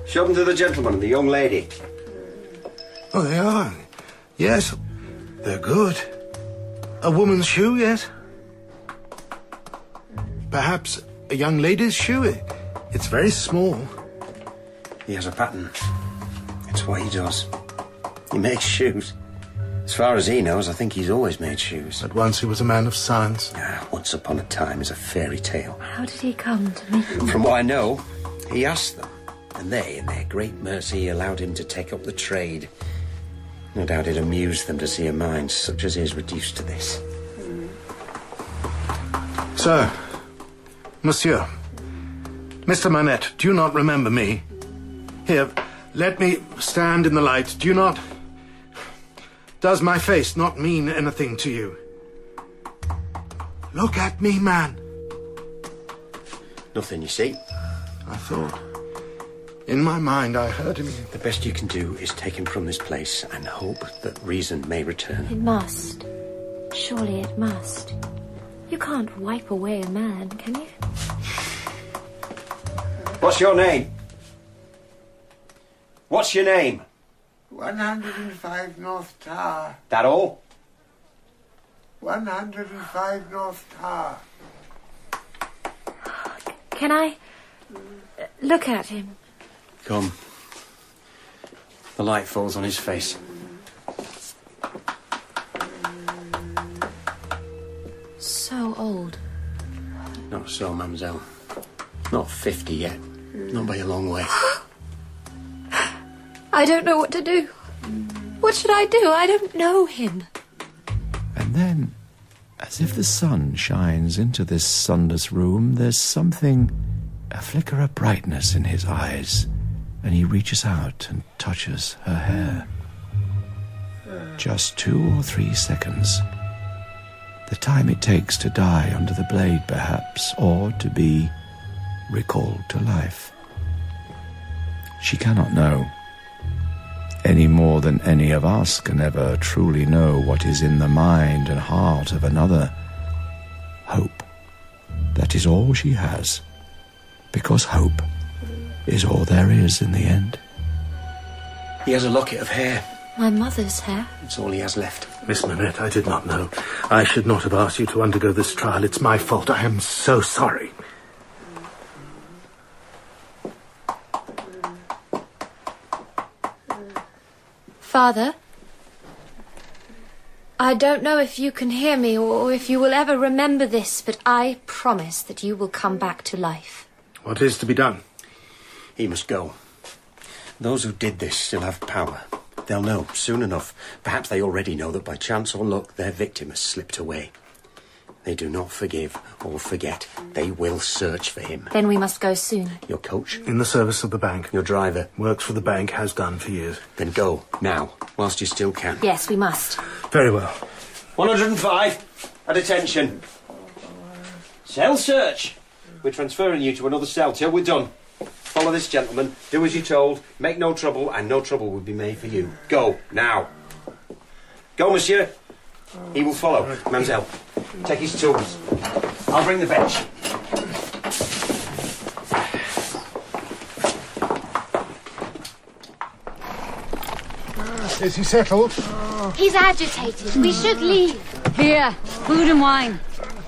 [SPEAKER 12] Show them to the gentleman and the young lady.
[SPEAKER 8] Oh, they are. Yes, they're good. A woman's shoe, yes. Perhaps a young lady's shoe. It- It's very small.
[SPEAKER 12] He has a pattern. It's what he does. He makes shoes. As far as he knows, I think he's always made shoes. Ah,
[SPEAKER 8] But once he was a man of science.
[SPEAKER 12] Once upon a time is a fairy tale.
[SPEAKER 2] How did he come to me?
[SPEAKER 12] From what I know, he asked them, and they, in their great mercy, allowed him to take up the trade. No doubt it amused them to see a mind such as his reduced to this.
[SPEAKER 8] Sir, Monsieur, Mr. Manette, do you not remember me? Here, let me stand in the light. Do you not. Does my face not mean anything to you? Look at me, man.
[SPEAKER 12] Nothing, you see.
[SPEAKER 8] I thought. In my mind, I heard him.
[SPEAKER 12] The best you can do is take him from this place and hope that reason may return.
[SPEAKER 2] It must. Surely it must. You can't wipe away a man, can you?
[SPEAKER 5] What's your name? What's your name?
[SPEAKER 7] 105 North Tower.
[SPEAKER 5] That all?
[SPEAKER 7] 105 North Tower.
[SPEAKER 2] Can I uh, look at him?
[SPEAKER 12] Come. The light falls on his face.
[SPEAKER 2] So old.
[SPEAKER 12] Not so, mademoiselle. Not 50 yet. Not by a long way.
[SPEAKER 2] I don't know what to do. What should I do? I don't know him.
[SPEAKER 1] And then, as if the sun shines into this sunless room, there's something, a flicker of brightness in his eyes, and he reaches out and touches her hair. Just two or three seconds. The time it takes to die under the blade, perhaps, or to be recalled to life. She cannot know any more than any of us can ever truly know what is in the mind and heart of another. Hope. That is all she has, because hope is all there is in the end.
[SPEAKER 12] He has a locket of hair.
[SPEAKER 2] My mother's hair.
[SPEAKER 12] That's all he has left.
[SPEAKER 8] Miss Manette, I did not know. I should not have asked you to undergo this trial. It's my fault. I am so sorry.
[SPEAKER 2] Father, I don't know if you can hear me or if you will ever remember this, but I promise that you will come back to life.
[SPEAKER 8] What is to be done?
[SPEAKER 12] He must go. Those who did this still have power. They'll know soon enough. Perhaps they already know that by chance or luck their victim has slipped away. They do not forgive or forget. They will search for him.
[SPEAKER 2] Then we must go soon.
[SPEAKER 12] Your coach?
[SPEAKER 8] In the service of the bank.
[SPEAKER 12] Your driver?
[SPEAKER 8] Works for the bank, has done for years.
[SPEAKER 12] Then go, now, whilst you still can.
[SPEAKER 2] Yes, we must.
[SPEAKER 8] Very well.
[SPEAKER 5] 105 at attention. Cell search. We're transferring you to another cell till we're done.
[SPEAKER 12] Follow this gentleman, do as you're told, make no trouble, and no trouble will be made for you. Go, now. Go, monsieur. He will follow. Mademoiselle, take his tools. I'll bring the bench.
[SPEAKER 15] Is he settled?
[SPEAKER 11] He's agitated. We should leave. Here, food and wine.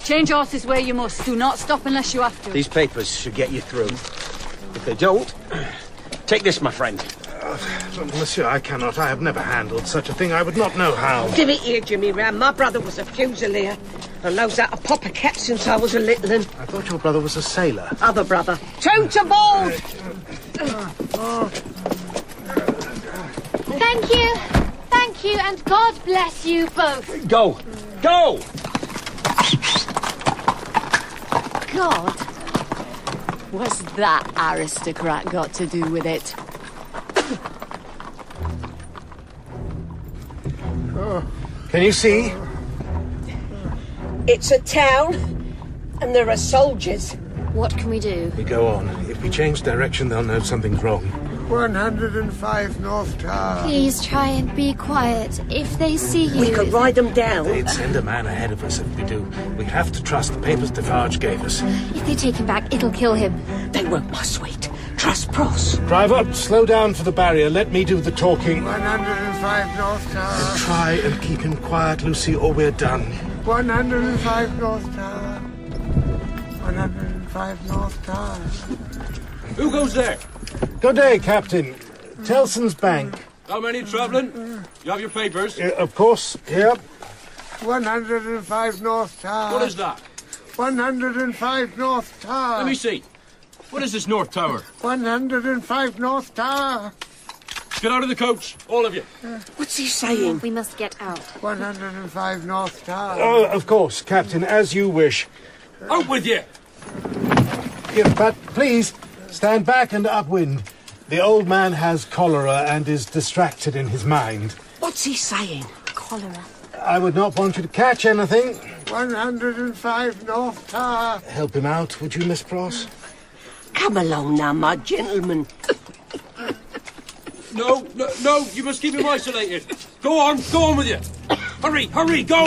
[SPEAKER 11] Change horses where you must. Do not stop unless you have to.
[SPEAKER 5] These papers should get you through. If they don't, take this, my friend.
[SPEAKER 8] Oh, Monsieur, I cannot. I have never handled such a thing. I would not know how.
[SPEAKER 3] Give it here, Jimmy Ram. My brother was a fusilier and knows how to pop a cap since I was a little un.
[SPEAKER 8] I thought your brother was a sailor.
[SPEAKER 3] Other brother. Two to board!
[SPEAKER 2] Thank you. Thank you, and God bless you both.
[SPEAKER 5] Go! Go!
[SPEAKER 11] God. What's that aristocrat got to do with it?
[SPEAKER 8] Oh. Can you see?
[SPEAKER 3] It's a town, and there are soldiers.
[SPEAKER 2] What can we do?
[SPEAKER 8] We go on. If we change direction, they'll know something's wrong.
[SPEAKER 7] 105 North Tower.
[SPEAKER 2] Please try and be quiet. If they see you.
[SPEAKER 3] We could ride them down.
[SPEAKER 8] They'd send a man ahead of us if we do. We have to trust the papers Defarge gave us.
[SPEAKER 2] If they take him back, it'll kill him.
[SPEAKER 3] They won't, my sweet. Trust Pross.
[SPEAKER 8] Drive up, slow down for the barrier. Let me do the talking.
[SPEAKER 7] 105 North Tower.
[SPEAKER 8] Try and keep him quiet, Lucy, or we're done.
[SPEAKER 7] 105 North Tower. 105 North Tower.
[SPEAKER 5] Who goes there?
[SPEAKER 8] Good day, Captain. Telson's Bank.
[SPEAKER 5] How many travelling? You have your papers?
[SPEAKER 8] Uh, of course, here.
[SPEAKER 7] 105 North Tower.
[SPEAKER 5] What is that?
[SPEAKER 7] 105 North Tower.
[SPEAKER 5] Let me see. What is this North Tower?
[SPEAKER 7] 105 North Tower.
[SPEAKER 5] Get out of the coach, all of you.
[SPEAKER 3] What's he saying?
[SPEAKER 2] We must get out.
[SPEAKER 7] 105 North Tower.
[SPEAKER 8] Oh, of course, Captain, as you wish.
[SPEAKER 5] Out with you!
[SPEAKER 8] Yeah, but please, stand back and upwind. The old man has cholera and is distracted in his mind.
[SPEAKER 3] What's he saying?
[SPEAKER 2] Cholera.
[SPEAKER 8] I would not want you to catch anything.
[SPEAKER 7] 105 North Tower.
[SPEAKER 8] Help him out, would you, Miss Pross?
[SPEAKER 3] Come along now, my gentleman.
[SPEAKER 5] No, no, no, you must keep him isolated. Go on, go on with you. Hurry, hurry, go!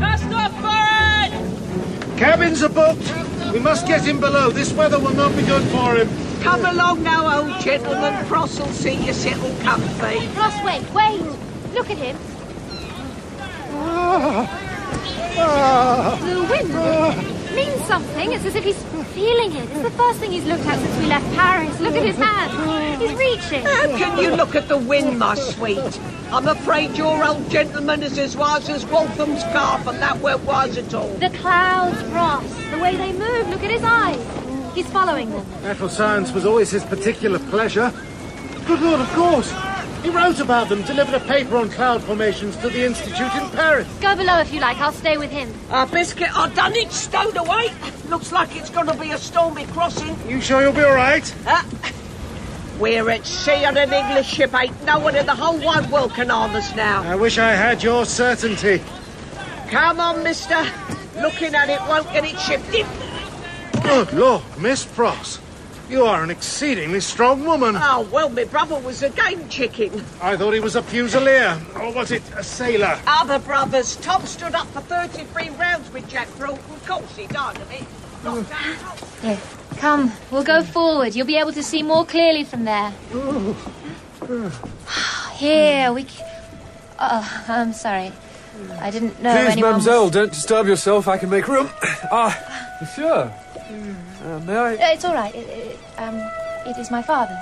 [SPEAKER 16] Cast off, Farron!
[SPEAKER 8] Cabins are booked. We must get him below. This weather will not be good for him.
[SPEAKER 3] Come along now, old gentleman. Pross will see you settle comfy.
[SPEAKER 2] Ross, wait, wait. Look at him. The wind means something. It's as if he's feeling it. It's the first thing he's looked at since we left Paris. Look at his hand. He's reaching.
[SPEAKER 3] How can you look at the wind, my sweet? I'm afraid your old gentleman is as wise as Waltham's calf, and that weren't wise at all.
[SPEAKER 2] The clouds, Ross. The way they move. Look at his eyes. He's following them.
[SPEAKER 8] Natural science was always his particular pleasure. Good Lord, of course. He wrote about them, delivered a paper on cloud formations to the Institute in Paris.
[SPEAKER 2] Go below if you like. I'll stay with him.
[SPEAKER 3] Our biscuit, I done it, stowed away. Looks like it's going to be a stormy crossing.
[SPEAKER 8] You sure you'll be all right?
[SPEAKER 3] Ah, we're at sea on an English ship. Ain't no one in the whole wide world can harm us now.
[SPEAKER 8] I wish I had your certainty.
[SPEAKER 3] Come on, mister. Looking at it won't get it shifted.
[SPEAKER 8] Good Lord, Miss Pross. You are an exceedingly strong woman.
[SPEAKER 3] Oh, well, my brother was a game chicken.
[SPEAKER 8] I thought he was a fusilier. Or was it a sailor?
[SPEAKER 3] Other brothers, Tom stood up for 33 rounds with Jack Brooke. Of course, he died of it. Knocked out.
[SPEAKER 2] Here, come. We'll go forward. You'll be able to see more clearly from there. Here, we. c- Oh, I'm sorry. I didn't know
[SPEAKER 17] Please,
[SPEAKER 2] anyone. was-
[SPEAKER 17] mademoiselle, don't disturb yourself. I can make room. Ah, monsieur. Uh, may I?
[SPEAKER 2] Uh, It's all right. It, it, um, it is my father.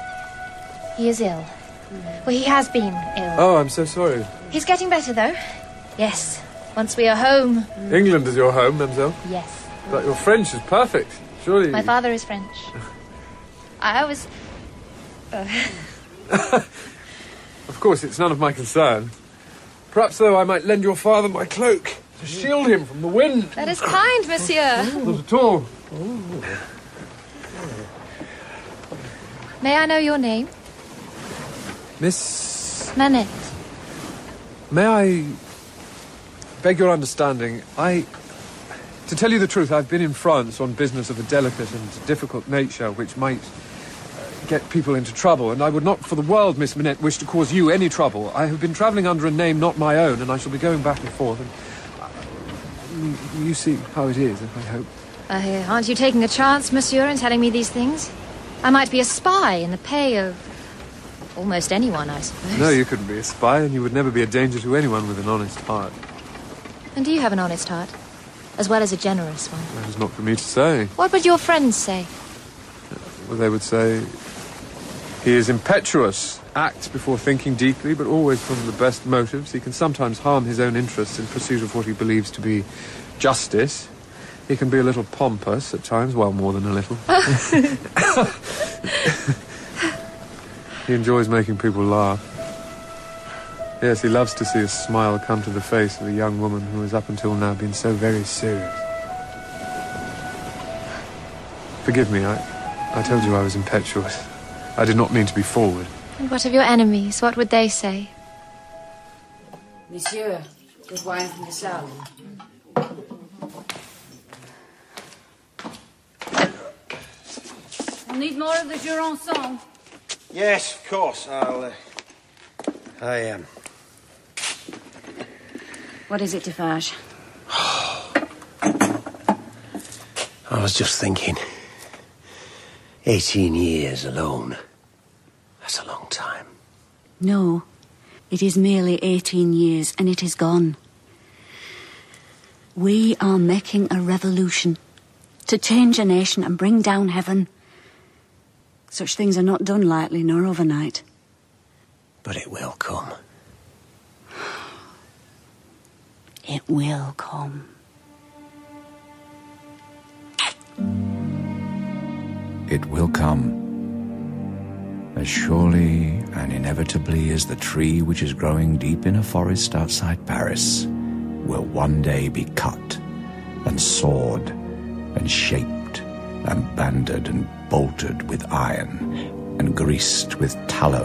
[SPEAKER 2] He is ill. Well, he has been ill.
[SPEAKER 17] Oh, I'm so sorry.
[SPEAKER 2] He's getting better, though. Yes. Once we are home.
[SPEAKER 17] England is your home, mademoiselle.
[SPEAKER 2] Mm. Yes.
[SPEAKER 17] But your French is perfect. Surely.
[SPEAKER 2] My father is French. I was. Uh,
[SPEAKER 17] Of course, it's none of my concern. Perhaps, though, I might lend your father my cloak to shield him from the wind.
[SPEAKER 2] that is kind, monsieur.
[SPEAKER 17] Not at all.
[SPEAKER 2] May I know your name?
[SPEAKER 17] Miss.
[SPEAKER 2] Manette.
[SPEAKER 17] May I beg your understanding? I. To tell you the truth, I've been in France on business of a delicate and difficult nature which might uh, get people into trouble, and I would not for the world, Miss Minette, wish to cause you any trouble. I have been travelling under a name not my own, and I shall be going back and forth. And uh, you, you see how it is, I hope.
[SPEAKER 2] Uh, aren't you taking a chance, monsieur, in telling me these things? I might be a spy in the pay of. Almost anyone, I suppose.
[SPEAKER 17] No, you couldn't be a spy, and you would never be a danger to anyone with an honest heart.
[SPEAKER 2] And do you have an honest heart? As well as a generous one.
[SPEAKER 17] That is not for me to say.
[SPEAKER 2] What would your friends say?
[SPEAKER 17] Well, they would say he is impetuous, acts before thinking deeply, but always from the best motives. He can sometimes harm his own interests in pursuit of what he believes to be justice. He can be a little pompous at times, well, more than a little. he enjoys making people laugh. Yes, he loves to see a smile come to the face of a young woman who has up until now been so very serious. Forgive me, I, I told you I was impetuous. I did not mean to be forward.
[SPEAKER 2] And what of your enemies? What would they say?
[SPEAKER 11] Monsieur, good wine from the south.
[SPEAKER 18] I'll need more of the Jurançon.
[SPEAKER 6] Yes, of course. I'll. Uh... I am.
[SPEAKER 11] What is it, Defarge?
[SPEAKER 12] I was just thinking. 18 years alone. That's a long time.
[SPEAKER 11] No, it is merely 18 years and it is gone. We are making a revolution to change a nation and bring down heaven. Such things are not done lightly nor overnight.
[SPEAKER 12] But it will come.
[SPEAKER 11] It will come.
[SPEAKER 1] It will come. As surely and inevitably as the tree which is growing deep in a forest outside Paris will one day be cut and sawed and shaped and banded and bolted with iron and greased with tallow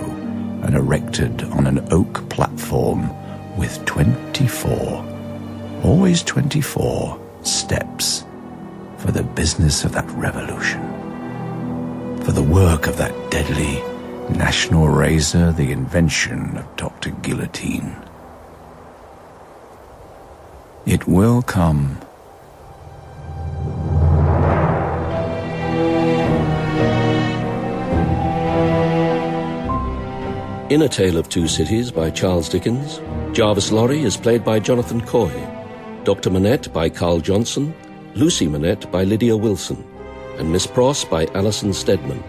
[SPEAKER 1] and erected on an oak platform with 24, always 24 steps for the business of that revolution, for the work of that deadly national razor, the invention of Dr. Guillotine. It will come.
[SPEAKER 19] In A Tale of Two Cities by Charles Dickens, Jarvis Lorry is played by Jonathan Coy, Dr. Manette by Carl Johnson, Lucy Manette by Lydia Wilson, and Miss Pross by Alison Stedman.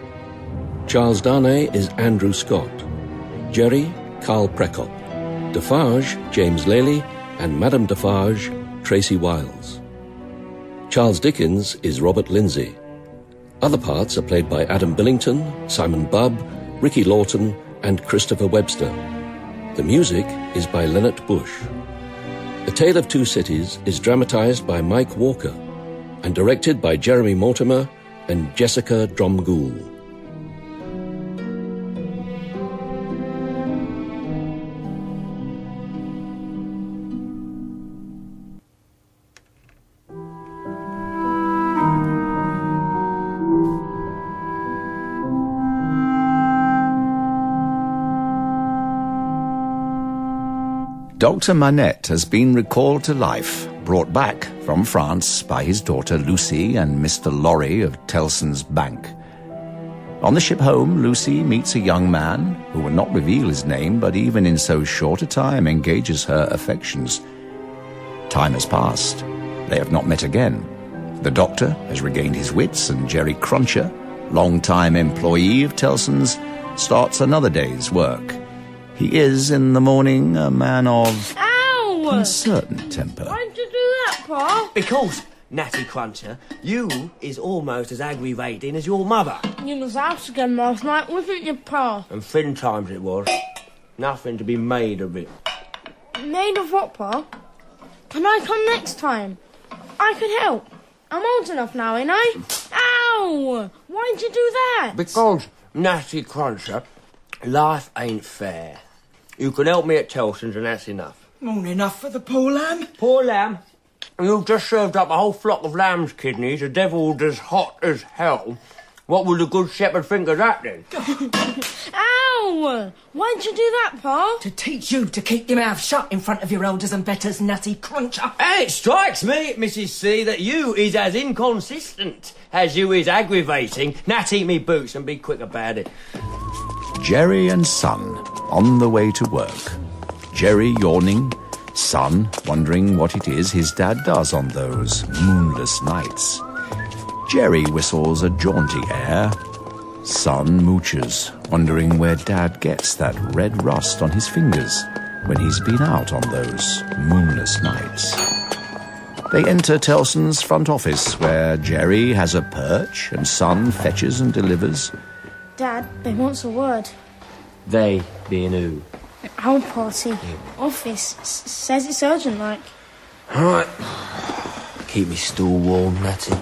[SPEAKER 19] Charles Darnay is Andrew Scott, Jerry, Carl Prekop, Defarge, James Lely, and Madame Defarge, Tracy Wiles. Charles Dickens is Robert Lindsay. Other parts are played by Adam Billington, Simon Bubb, Ricky Lawton, and Christopher Webster. The music is by Leonard Bush. A Tale of Two Cities is dramatized by Mike Walker and directed by Jeremy Mortimer and Jessica Dromgoole.
[SPEAKER 1] Dr. Manette has been recalled to life, brought back from France by his daughter Lucy and Mr. Lorry of Tellson's Bank. On the ship home, Lucy meets a young man who will not reveal his name, but even in so short a time engages her affections. Time has passed. They have not met again. The doctor has regained his wits, and Jerry Cruncher, long-time employee of Tellson's, starts another day's work. He is, in the morning, a man of
[SPEAKER 4] Ow!
[SPEAKER 1] uncertain temper.
[SPEAKER 4] Why'd you do that, Pa?
[SPEAKER 6] Because, Natty Cruncher, you is almost as aggravating as your mother.
[SPEAKER 4] You was out again last night, wasn't you, Pa?
[SPEAKER 6] And thin times it was. Nothing to be made of it.
[SPEAKER 4] Made of what, Pa? Can I come next time? I can help. I'm old enough now, ain't I? Ow! Why'd you do that?
[SPEAKER 6] Because, Natty Cruncher, life ain't fair. You can help me at Telson's and that's enough.
[SPEAKER 4] Morning enough for the poor lamb.
[SPEAKER 6] Poor lamb. You've just served up a whole flock of lamb's kidneys, a deviled as hot as hell. What will the good shepherd think of that then?
[SPEAKER 4] Ow! Why'd you do that, Pa?
[SPEAKER 20] To teach you to keep your mouth shut in front of your elders and betters, Natty Cruncher.
[SPEAKER 6] And it strikes me, Mrs. C, that you is as inconsistent as you is aggravating. Nat, eat me boots and be quick about it.
[SPEAKER 1] Jerry and Son on the way to work. Jerry yawning, Son wondering what it is his dad does on those moonless nights. Jerry whistles a jaunty air. Son mooches, wondering where Dad gets that red rust on his fingers when he's been out on those moonless nights. They enter Tellson's front office, where Jerry has a perch and Son fetches and delivers.
[SPEAKER 4] Dad, they wants a word.
[SPEAKER 6] They being who?
[SPEAKER 4] Our party, office, s- says it's urgent, like.
[SPEAKER 6] Alright. Keep me stool warm, Natty.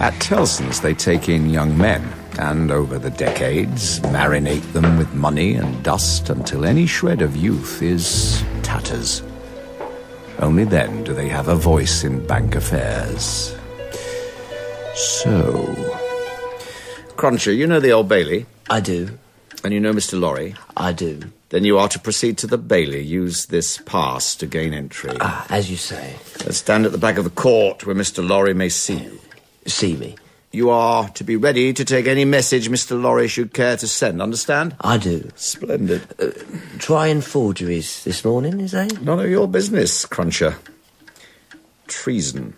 [SPEAKER 1] At Tellson's, they take in young men and, over the decades, marinate them with money and dust until any shred of youth is tatters. Only then do they have a voice in bank affairs. So. Cruncher, you know the old Bailey?
[SPEAKER 6] I do.
[SPEAKER 1] And you know Mr. Lorry?
[SPEAKER 6] I do.
[SPEAKER 1] Then you are to proceed to the Bailey. Use this pass to gain entry.
[SPEAKER 6] Ah, as you say.
[SPEAKER 1] And stand at the back of the court where Mr. Lorry may see you.
[SPEAKER 6] See me.
[SPEAKER 1] You are to be ready to take any message Mr. Lorry should care to send, understand?
[SPEAKER 6] I do.
[SPEAKER 1] Splendid.
[SPEAKER 6] Uh, trying forgeries this morning, is they?
[SPEAKER 1] None of your business, Cruncher. Treason.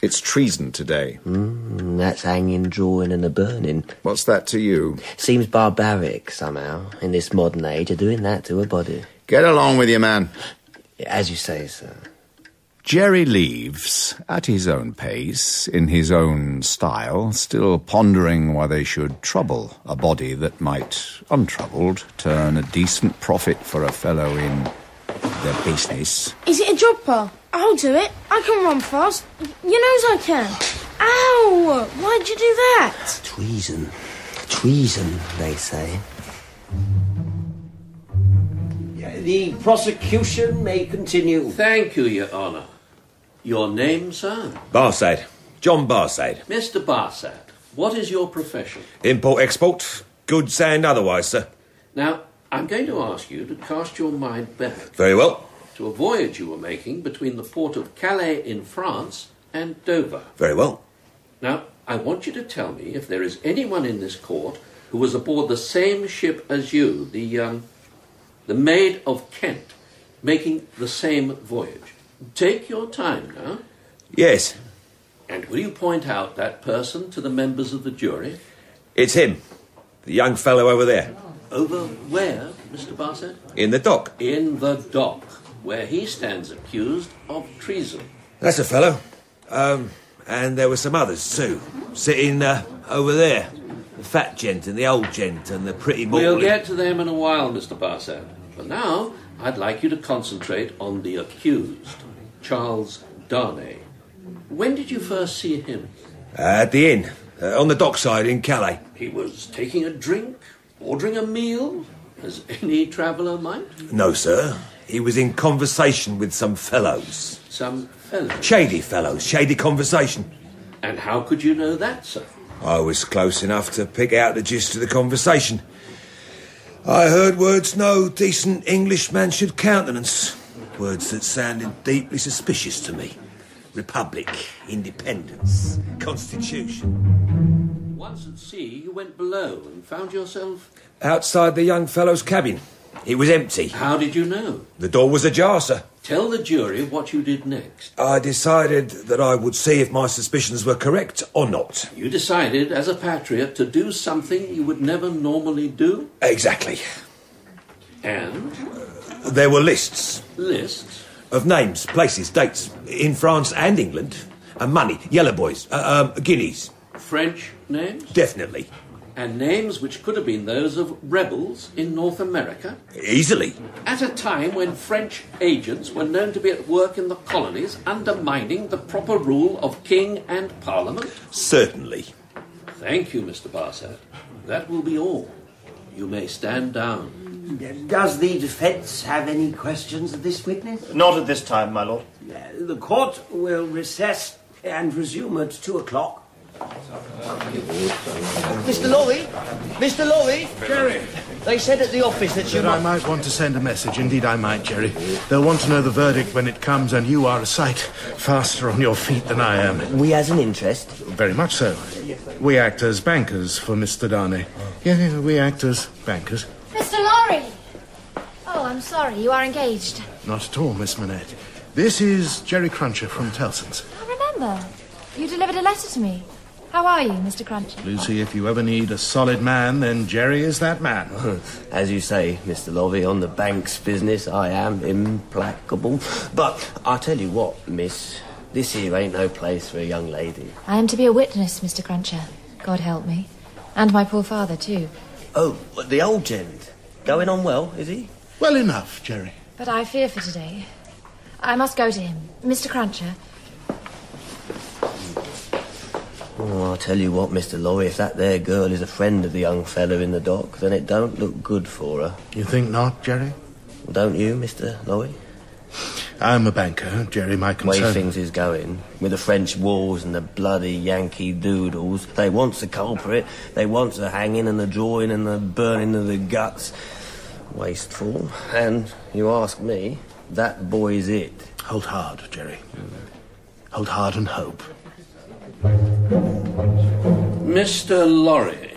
[SPEAKER 1] It's treason today.
[SPEAKER 6] Mm, that's hanging, drawing, and a burning.
[SPEAKER 1] What's that to you?
[SPEAKER 6] Seems barbaric somehow in this modern age of doing that to a body.
[SPEAKER 1] Get along with you, man.
[SPEAKER 6] As you say, sir.
[SPEAKER 1] Jerry leaves at his own pace, in his own style, still pondering why they should trouble a body that might, untroubled, turn a decent profit for a fellow in their business.
[SPEAKER 4] Is it a job, Pa? I'll do it. I can run fast. Y- You knows I can. Ow! Why'd you do that?
[SPEAKER 6] Treason. Treason, they say.
[SPEAKER 21] The prosecution may continue.
[SPEAKER 19] Thank you, Your Honour. Your name, sir?
[SPEAKER 22] Barside. John Barside.
[SPEAKER 19] Mr. Barsad, what is your profession?
[SPEAKER 22] Import export, goods and otherwise, sir.
[SPEAKER 19] Now, I'm going to ask you to cast your mind back
[SPEAKER 22] Very well.
[SPEAKER 19] to a voyage you were making between the port of Calais in France and Dover.
[SPEAKER 22] Very well.
[SPEAKER 19] Now, I want you to tell me if there is anyone in this court who was aboard the same ship as you, the, um, the Maid of Kent, making the same voyage. Take your time now.
[SPEAKER 22] Yes,
[SPEAKER 19] And will you point out that person to the members of the jury?
[SPEAKER 22] it's him. The young fellow over there.
[SPEAKER 19] Over where, Mr. Barsett?
[SPEAKER 22] In the dock.
[SPEAKER 19] In the dock, where he stands accused of treason.
[SPEAKER 22] That's a fellow. Um, and there were some others too. Sitting uh, over there. The fat gent and the old gent and the pretty mortal.
[SPEAKER 19] We'll get to them in a while, Mr. Barsett. But now, I'd like you to concentrate on the accused, Charles Darnay. When did you first see him?
[SPEAKER 22] At the inn. Uh, on the dockside in Calais.
[SPEAKER 19] He was taking a drink, ordering a meal, as any traveller might.
[SPEAKER 22] No, sir. He was in conversation with some fellows.
[SPEAKER 19] Some fellows?
[SPEAKER 22] Shady fellows. Shady conversation.
[SPEAKER 19] And how could you know that, sir?
[SPEAKER 22] I was close enough to pick out the gist of the conversation. I heard words no decent Englishman should countenance. Words that sounded deeply suspicious to me. Republic, independence, constitution.
[SPEAKER 19] Once at sea, you went below and found yourself.
[SPEAKER 22] Outside the young fellow's cabin. It was empty.
[SPEAKER 19] How did you know?
[SPEAKER 22] The door was ajar, sir.
[SPEAKER 19] Tell the jury what you did next.
[SPEAKER 22] I decided that I would see if my suspicions were correct or not.
[SPEAKER 19] You decided, as a patriot, to do something you would never normally do?
[SPEAKER 22] Exactly.
[SPEAKER 19] And?
[SPEAKER 22] There were lists.
[SPEAKER 19] Lists?
[SPEAKER 22] of names, places, dates in France and England, and money, yellow boys, uh, um, guineas,
[SPEAKER 19] French names?
[SPEAKER 22] definitely,
[SPEAKER 19] And names which could have been those of rebels in North America?
[SPEAKER 22] easily.
[SPEAKER 19] At a time when French agents were known to be at work in the colonies undermining the proper rule of king and parliament?
[SPEAKER 22] Certainly.
[SPEAKER 19] Thank you, Mr. Barsad. That will be all. You may stand down.
[SPEAKER 12] Does the defence have any questions of this witness?
[SPEAKER 23] Not at this time, my lord.
[SPEAKER 12] The court will recess and resume at two o'clock.
[SPEAKER 24] Mr. Lorry? Mr. Lorry? Jerry! They said at the office that you
[SPEAKER 8] That I might want to send a message. Indeed, I might, Jerry. They'll want to know the verdict when it comes, and you are a sight faster on your feet than I am.
[SPEAKER 12] We has an interest?
[SPEAKER 8] Very much so. We act as bankers for Mr. Darnay.
[SPEAKER 13] Yeah, we act as bankers.
[SPEAKER 2] Mr. Lorry! Oh, I'm sorry. You are engaged.
[SPEAKER 13] Not at all, Miss Manette. This is Jerry Cruncher from Tellson's.
[SPEAKER 2] I remember. You delivered a letter to me. How are you, Mr. Crunch?
[SPEAKER 13] Lucy, if you ever need a solid man, then Jerry is that man.
[SPEAKER 6] As you say, Mr. Lovey, on the bank's business, I am implacable. But I tell you what, miss, this here ain't no place for a young lady.
[SPEAKER 2] I am to be a witness, Mr. Cruncher. God help me. And my poor father, too.
[SPEAKER 6] Oh, the old gent. Going on well, is he?
[SPEAKER 13] Well enough, Jerry.
[SPEAKER 2] But I fear for today. I must go to him. Mr. Cruncher,
[SPEAKER 6] Oh, I tell you what, Mr. Lorry, if that there girl is a friend of the young fellow in the dock, then it don't look good for her.
[SPEAKER 13] You think not, Jerry?
[SPEAKER 6] Don't you, Mr. Lorry?
[SPEAKER 13] I'm a banker, Jerry, my concern.
[SPEAKER 6] Way things is going, with the French wars and the bloody Yankee doodles, they wants the culprit, they wants the hanging and the drawing and the burning of the guts. Wasteful. And, you ask me, that boy's it.
[SPEAKER 13] Hold hard, Jerry. Hold hard and hope.
[SPEAKER 19] Mr. Lorry,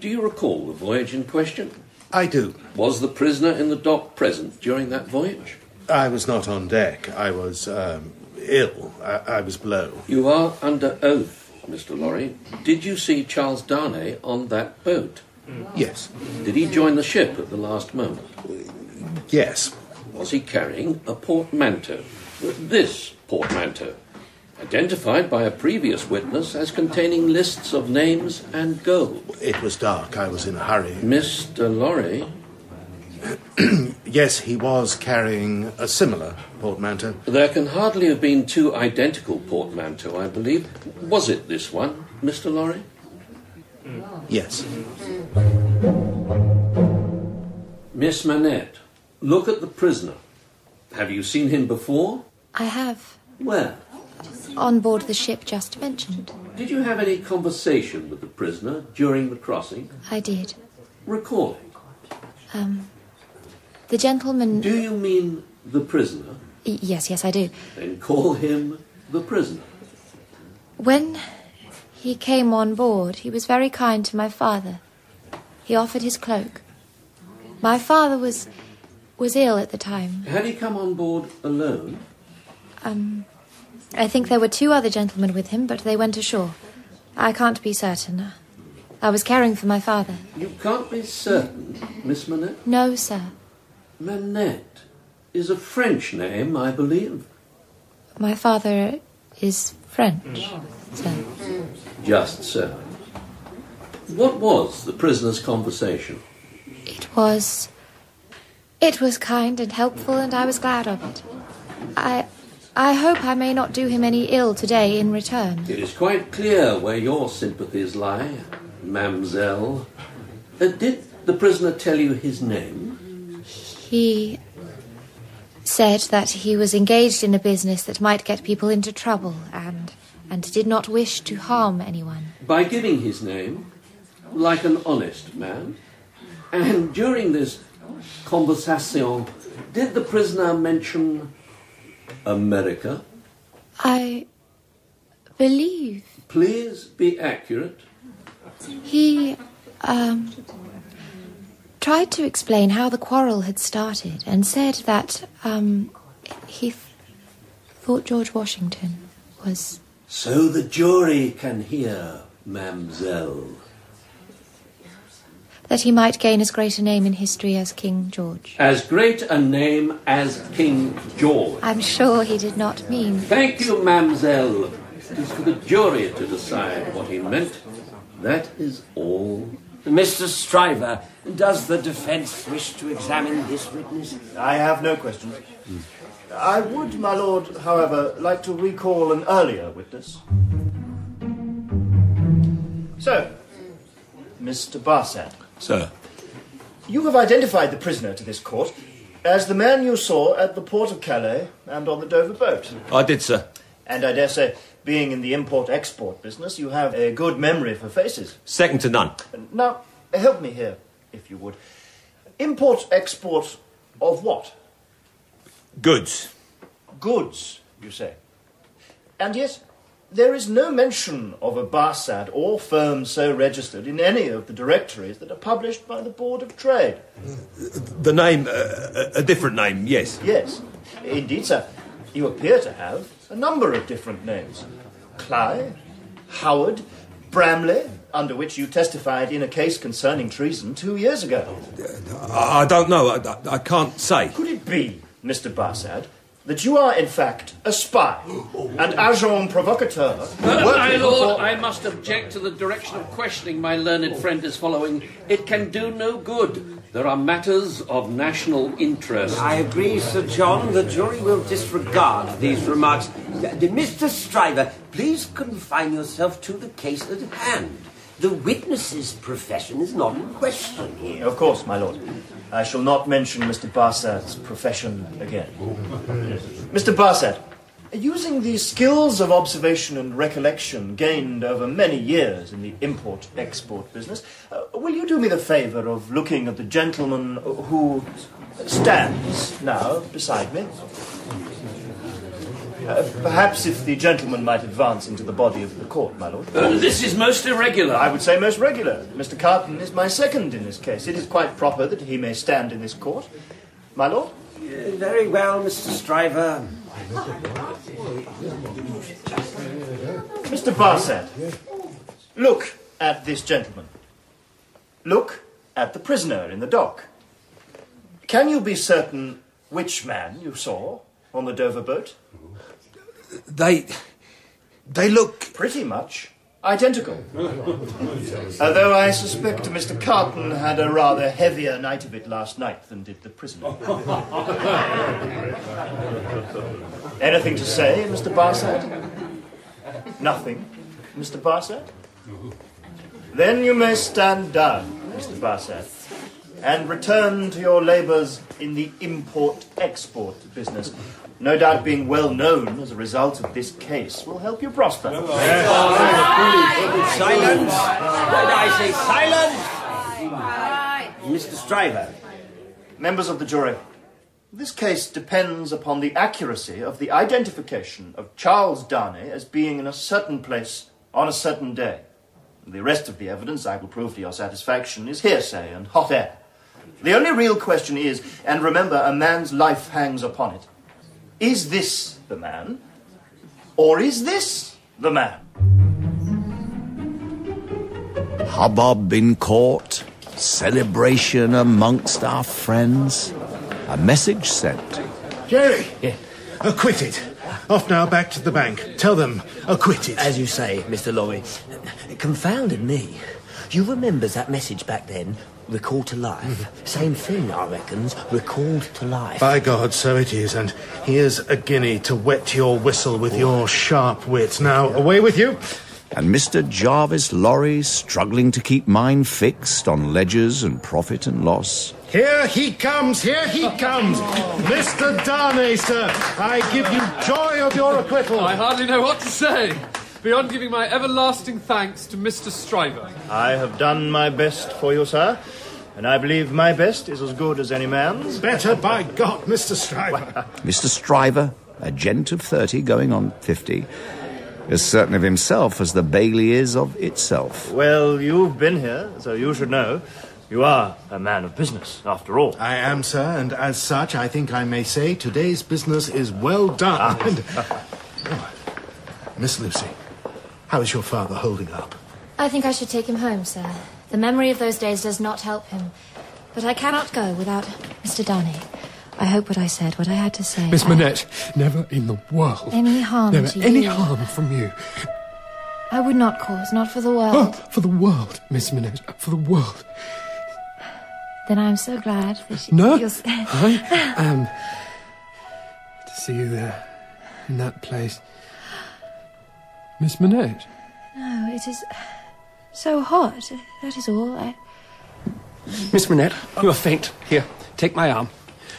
[SPEAKER 19] do you recall the voyage in question?
[SPEAKER 8] I do.
[SPEAKER 19] Was the prisoner in the dock present during that voyage?
[SPEAKER 8] I was not on deck. I was um, ill. I, I was below.
[SPEAKER 19] You are under oath, Mr. Lorry. Did you see Charles Darnay on that boat?
[SPEAKER 8] Yes.
[SPEAKER 19] Did he join the ship at the last moment?
[SPEAKER 8] Yes.
[SPEAKER 19] Was he carrying a portmanteau? This portmanteau, identified by a previous witness as containing lists of names and gold.
[SPEAKER 8] It was dark. I was in a hurry.
[SPEAKER 19] Mr. Lorry,
[SPEAKER 8] yes, he was carrying a similar portmanteau.
[SPEAKER 19] there can hardly have been two identical portmanteaux, I believe. Was it this one, Mr. Lorry?
[SPEAKER 8] Yes.
[SPEAKER 19] Miss Manette, look at the prisoner. Have you seen him before?
[SPEAKER 2] I have
[SPEAKER 19] Where?
[SPEAKER 2] on board the ship just mentioned.
[SPEAKER 19] Did you have any conversation with the prisoner during the crossing?
[SPEAKER 2] I did.
[SPEAKER 19] Recall it.
[SPEAKER 2] Um, the gentleman.
[SPEAKER 19] Do you mean the prisoner?
[SPEAKER 2] Y- yes, yes, I do.
[SPEAKER 19] Then call him the prisoner.
[SPEAKER 2] When he came on board, he was very kind to my father. He offered his cloak. My father was was ill at the time.
[SPEAKER 19] Had he come on board alone?
[SPEAKER 2] Um, I think there were two other gentlemen with him, but they went ashore. I can't be certain. I was caring for my father.
[SPEAKER 19] You can't be certain, Miss Manette.
[SPEAKER 2] No, sir.
[SPEAKER 19] Manette is a French name, I believe.
[SPEAKER 2] My father is French, sir.
[SPEAKER 19] Just so. What was the prisoner's conversation?
[SPEAKER 2] It was. It was kind and helpful, and I was glad of it. I. I hope I may not do him any ill today in return.
[SPEAKER 19] It is quite clear where your sympathies lie, mademoiselle. Uh, did the prisoner tell you his name?
[SPEAKER 2] He said that he was engaged in a business that might get people into trouble and and did not wish to harm anyone.
[SPEAKER 19] By giving his name, like an honest man. And during this conversation, did the prisoner mention America?
[SPEAKER 2] I believe
[SPEAKER 19] Please be accurate.
[SPEAKER 2] he um tried to explain how the quarrel had started and said that um he th- thought George Washington was
[SPEAKER 19] So the jury can hear, mademoiselle.
[SPEAKER 2] that he might gain as great a name in history as King George.
[SPEAKER 19] As great a name as King George.
[SPEAKER 2] I'm sure he did not mean.
[SPEAKER 19] Thank you, mademoiselle. It is for the jury to decide what he meant. That is all.
[SPEAKER 25] Mr. Stryver, does the defense wish to examine this witness?
[SPEAKER 13] I have no questions. I would, my lord, however, like to recall an earlier witness. So, Mr. Barsad,
[SPEAKER 22] Sir,
[SPEAKER 13] you have identified the prisoner to this court as the man you saw at the port of Calais and on the Dover boat.
[SPEAKER 22] I did, sir.
[SPEAKER 13] And I dare say, being in the import export business, you have a good memory for faces.
[SPEAKER 22] Second to none.
[SPEAKER 13] Now, help me here, if you would. Import export of what?
[SPEAKER 22] Goods.
[SPEAKER 13] Goods, you say. And yet, There is no mention of a Barsad or firm so registered in any of the directories that are published by the Board of Trade.
[SPEAKER 22] The name, uh, a- a different name, yes.
[SPEAKER 13] Yes, indeed, sir. You appear to have a number of different names Cly, Howard, Bramley, under which you testified in a case concerning treason two years ago.
[SPEAKER 22] I, I don't know. I, I- I can't say.
[SPEAKER 13] Could it be, Mr. Barsad, that you are in fact a spy, an agent provocateur?
[SPEAKER 16] My
[SPEAKER 13] working
[SPEAKER 16] lord,
[SPEAKER 13] for-
[SPEAKER 16] I must object to the direction of questioning my learned friend is following. It can do no good. There are matters of national interest.
[SPEAKER 4] I agree, Sir John. The jury will disregard these remarks.
[SPEAKER 16] Uh,
[SPEAKER 4] The- Mr. Stryver, please confine yourself to the case at hand. The witness's profession is not in question here.
[SPEAKER 13] Of course, my lord. I shall not mention Mr. Barsad's profession again. Mr. Barsad, using the skills of observation and recollection gained over many years in the import export business, uh, will you do me the favour of looking at the gentleman who stands now beside me? Uh, perhaps if the gentleman might advance into the body of the court, my lord.
[SPEAKER 16] Uh, this is most irregular.
[SPEAKER 13] I would say most regular. Mr. Carton is my second in this case. It is quite proper that he may stand in this court. My lord?
[SPEAKER 4] Very well, Mr. Stryver.
[SPEAKER 13] Mr. Barsad, look at this gentleman. Look at the prisoner in the dock. Can you be certain which man you saw on the Dover boat?
[SPEAKER 22] They. they look.
[SPEAKER 13] Pretty much identical. Although I suspect Mr. Carton had a rather heavier night of it last night than did the prisoner. Anything to say, Mr. Barsad? Nothing, Mr. Barsad? Then you may stand down, Mr. Barsad, and return to your labours in the import export business. No doubt being well known as a result of this case will help you prosper.
[SPEAKER 4] Silence! Did I say silence?
[SPEAKER 13] Mr. Stryver. Members of the jury, this case depends upon the accuracy of the identification of Charles Darnay as being in a certain place on a certain day. The rest of the evidence, I will prove to your satisfaction, is hearsay and hot air. The only real question is, and remember, a man's life hangs upon it, is this the man? Or is this the man?
[SPEAKER 1] Hubbub in court, celebration amongst our friends, a message sent.
[SPEAKER 8] Jerry! Acquitted. Off now, back to the bank. Tell them, acquitted.
[SPEAKER 6] As you say, Mr. Lorry. It confounded me. You remembers that message back then? Recalled to life.
[SPEAKER 26] Mm-hmm.
[SPEAKER 6] Same thing, I reckons. Recalled to life.
[SPEAKER 8] By God, so it is, and here's a guinea to wet your whistle with your sharp wit. Now, away with you.
[SPEAKER 1] And Mr. Jarvis Lorry struggling to keep mind fixed on ledgers and profit and loss.
[SPEAKER 8] Here he comes, here he comes. Mr. Darnay, sir, I give you joy of your acquittal.
[SPEAKER 17] I hardly know what to say, beyond giving my everlasting thanks to Mr. Stryver.
[SPEAKER 13] I have done my best for you, sir, and I believe my best is as good as any man's.
[SPEAKER 8] Better, by God, Mr. Stryver.
[SPEAKER 1] Mr. Stryver, a gent of 30 going on 50, as certain of himself as the Bailey is of itself.
[SPEAKER 13] Well, you've been here, so you should know. You are a man of business, after all.
[SPEAKER 8] I am, sir, and as such, I think I may say today's business is well done. And- Oh, Miss Lucy, how is your father holding up?
[SPEAKER 2] I think I should take him home, sir. The memory of those days does not help him. But I cannot go without Mr. Darnay. I hope what I said, what I had to say.
[SPEAKER 27] Miss
[SPEAKER 2] I-
[SPEAKER 27] Manette, never in the world.
[SPEAKER 2] Any harm
[SPEAKER 27] never
[SPEAKER 2] to
[SPEAKER 27] any
[SPEAKER 2] you.
[SPEAKER 27] harm from you.
[SPEAKER 2] I would not cause, not for the
[SPEAKER 17] Oh,
[SPEAKER 2] world.
[SPEAKER 27] For the world, Miss Manette, for the world.
[SPEAKER 2] Then I am so glad that you.
[SPEAKER 27] No,
[SPEAKER 2] you're s-
[SPEAKER 27] I am
[SPEAKER 17] um,
[SPEAKER 27] to see you there, in that place. Miss Manette,
[SPEAKER 2] No, it is so hot. That is all. I...
[SPEAKER 27] Miss Manette, you are faint. Here, take my arm.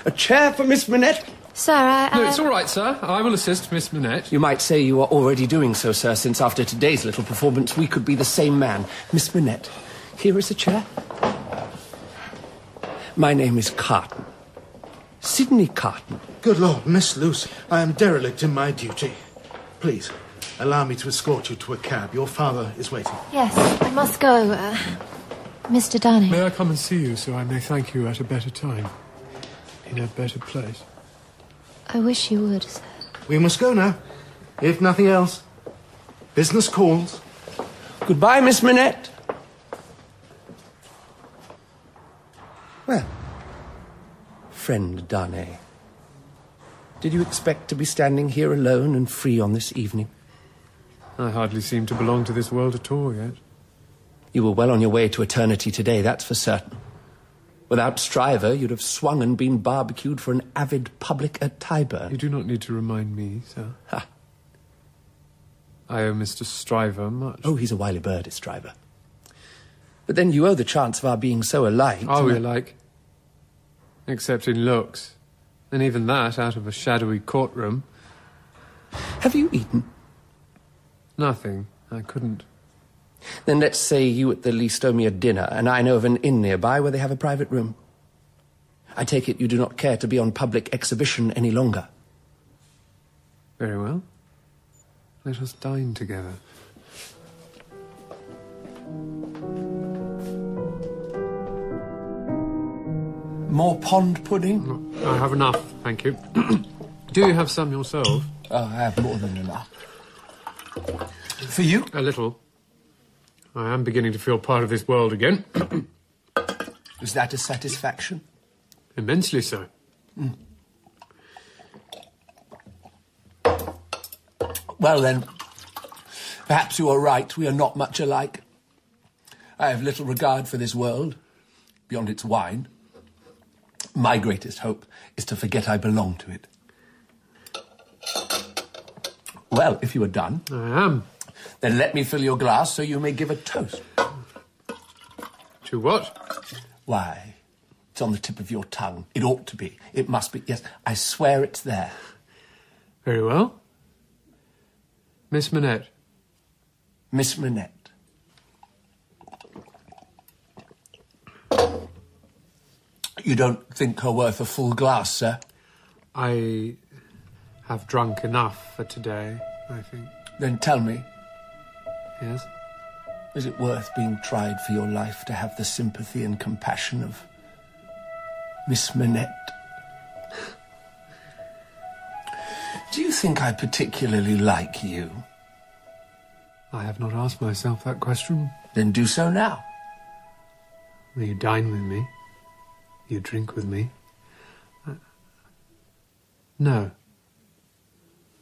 [SPEAKER 27] A chair for Miss Manette.
[SPEAKER 2] Sir, I. I... um,
[SPEAKER 27] No, it's all right, sir. I will assist Miss Manette.
[SPEAKER 6] You might say you are already doing so, sir, since after today's little performance we could be the same man. Miss Minette, here is a chair. My name is Carton. Sydney Carton.
[SPEAKER 8] Good Lord, Miss Lucy, I am derelict in my duty. Please, Allow me to escort you to a cab. Your father is waiting.
[SPEAKER 2] Yes, I must go. Uh, Mr. Darnay.
[SPEAKER 17] May I come and see you so I may thank you at a better time? In a better place?
[SPEAKER 2] I wish you would, sir.
[SPEAKER 8] We must go now. If nothing else, business calls.
[SPEAKER 28] Goodbye, Miss Minette.
[SPEAKER 27] Well, friend Darnay, did you expect to be standing here alone and free on this evening?
[SPEAKER 17] I hardly seem to belong to this world at all yet.
[SPEAKER 27] You were well on your way to eternity today, that's for certain. Without Stryver, you'd have swung and been barbecued for an avid public at Tyburn.
[SPEAKER 17] You do not need to remind me, sir.
[SPEAKER 27] Ha.
[SPEAKER 17] I owe Mr. Stryver much.
[SPEAKER 27] Oh, he's a wily bird, is Stryver. But then you owe the chance of our being so alike.
[SPEAKER 17] Are we
[SPEAKER 27] and I-
[SPEAKER 17] alike? Except in looks. And even that out of a shadowy courtroom.
[SPEAKER 27] Have you eaten?
[SPEAKER 17] Nothing. I couldn't.
[SPEAKER 27] Then let's say you at the least owe me a dinner, and I know of an inn nearby where they have a private room. I take it you do not care to be on public exhibition any longer.
[SPEAKER 17] Very well. Let us dine together.
[SPEAKER 27] More pond pudding?
[SPEAKER 17] I have enough, thank you. do you have some yourself?
[SPEAKER 27] Oh, I have more than enough. For you?
[SPEAKER 17] A little. I am beginning to feel part of this world again.
[SPEAKER 27] Is that a satisfaction?
[SPEAKER 17] Immensely so.
[SPEAKER 27] Well, then, perhaps you are right. We are not much alike. I have little regard for this world beyond its wine. My greatest hope is to forget I belong to it. Well, if you are done,
[SPEAKER 17] I am.
[SPEAKER 27] Then let me fill your glass so you may give a toast.
[SPEAKER 17] To what?
[SPEAKER 27] Why, it's on the tip of your tongue. It ought to be. It must be. Yes, I swear it's there.
[SPEAKER 17] Very well. Miss Minette.
[SPEAKER 27] Miss Minette. You don't think her worth a full glass, sir?
[SPEAKER 17] I have drunk enough for today, I think.
[SPEAKER 27] Then tell me,
[SPEAKER 17] Yes?
[SPEAKER 27] is it worth being tried for your life to have the sympathy and compassion of Miss Minette? Do you think I particularly like you?
[SPEAKER 17] I have not asked myself that question.
[SPEAKER 27] Then do so now.
[SPEAKER 17] Will you dine with me? You drink with me? Uh, No.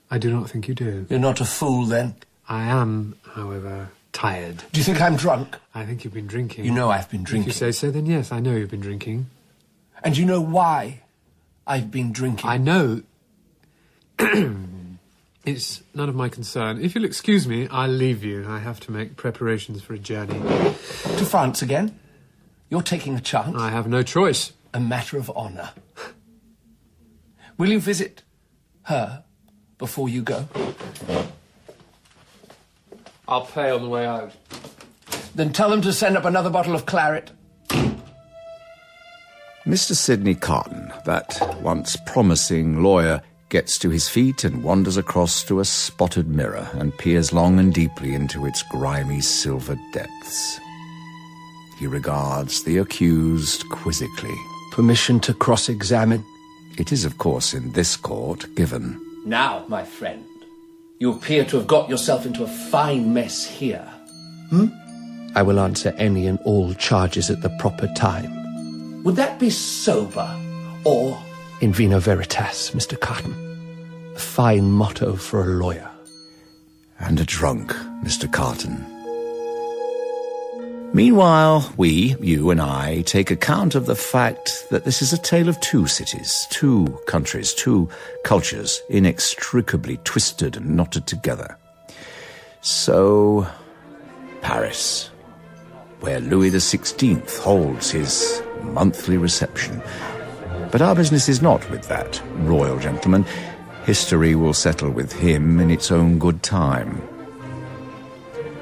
[SPEAKER 17] I do not think you do.
[SPEAKER 27] You're not a fool, then.
[SPEAKER 17] I am, however, tired.
[SPEAKER 27] Do you think I'm drunk?
[SPEAKER 17] I think you've been drinking.
[SPEAKER 27] You know I've been
[SPEAKER 17] If you
[SPEAKER 27] drinking.
[SPEAKER 17] say so, then yes, I know you've been drinking.
[SPEAKER 27] And you know why I've been drinking?
[SPEAKER 17] I know. it's none of my concern. If you'll excuse me, I'll leave you. I have to make preparations for a journey.
[SPEAKER 27] To France again? You're taking a chance?
[SPEAKER 17] I have no choice.
[SPEAKER 27] A matter of honour. Will you visit her before you go?
[SPEAKER 17] I'll pay on the way out.
[SPEAKER 27] Then tell them to send up another bottle of claret.
[SPEAKER 1] Mr. Sidney Cotton, that once promising lawyer, gets to his feet and wanders across to a spotted mirror and peers long and deeply into its grimy silver depths. He regards the accused quizzically.
[SPEAKER 27] Permission to cross examine?
[SPEAKER 1] It is, of course, in this court given.
[SPEAKER 27] Now, my friend, you appear to have got yourself into a fine mess here. Hmm? I will answer any and all charges at the proper time. Would that be sober or in vino veritas, Mr. Carton? A fine motto for a lawyer.
[SPEAKER 1] and a drunk Mr. Carton. Meanwhile, we, you and I, take account of the fact that this is a tale of two cities, two countries, two cultures inextricably twisted and knotted together. So, Paris, where Louis XVI holds his monthly reception. But our business is not with that royal gentleman. History will settle with him in its own good time.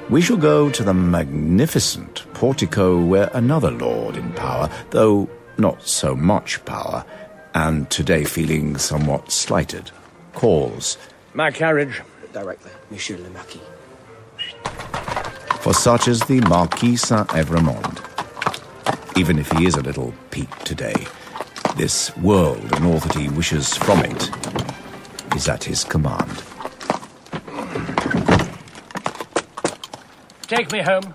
[SPEAKER 1] We shall go to the magnificent portico where another lord in power, though not so much power, and today feeling somewhat slighted, calls.
[SPEAKER 27] My carriage.
[SPEAKER 7] directly, Monsieur le Marquis.
[SPEAKER 1] For such is the Marquis Saint-Evremond. Even if he is a little peaked today, this world and all that he wishes from it is at his command.
[SPEAKER 29] Take me home.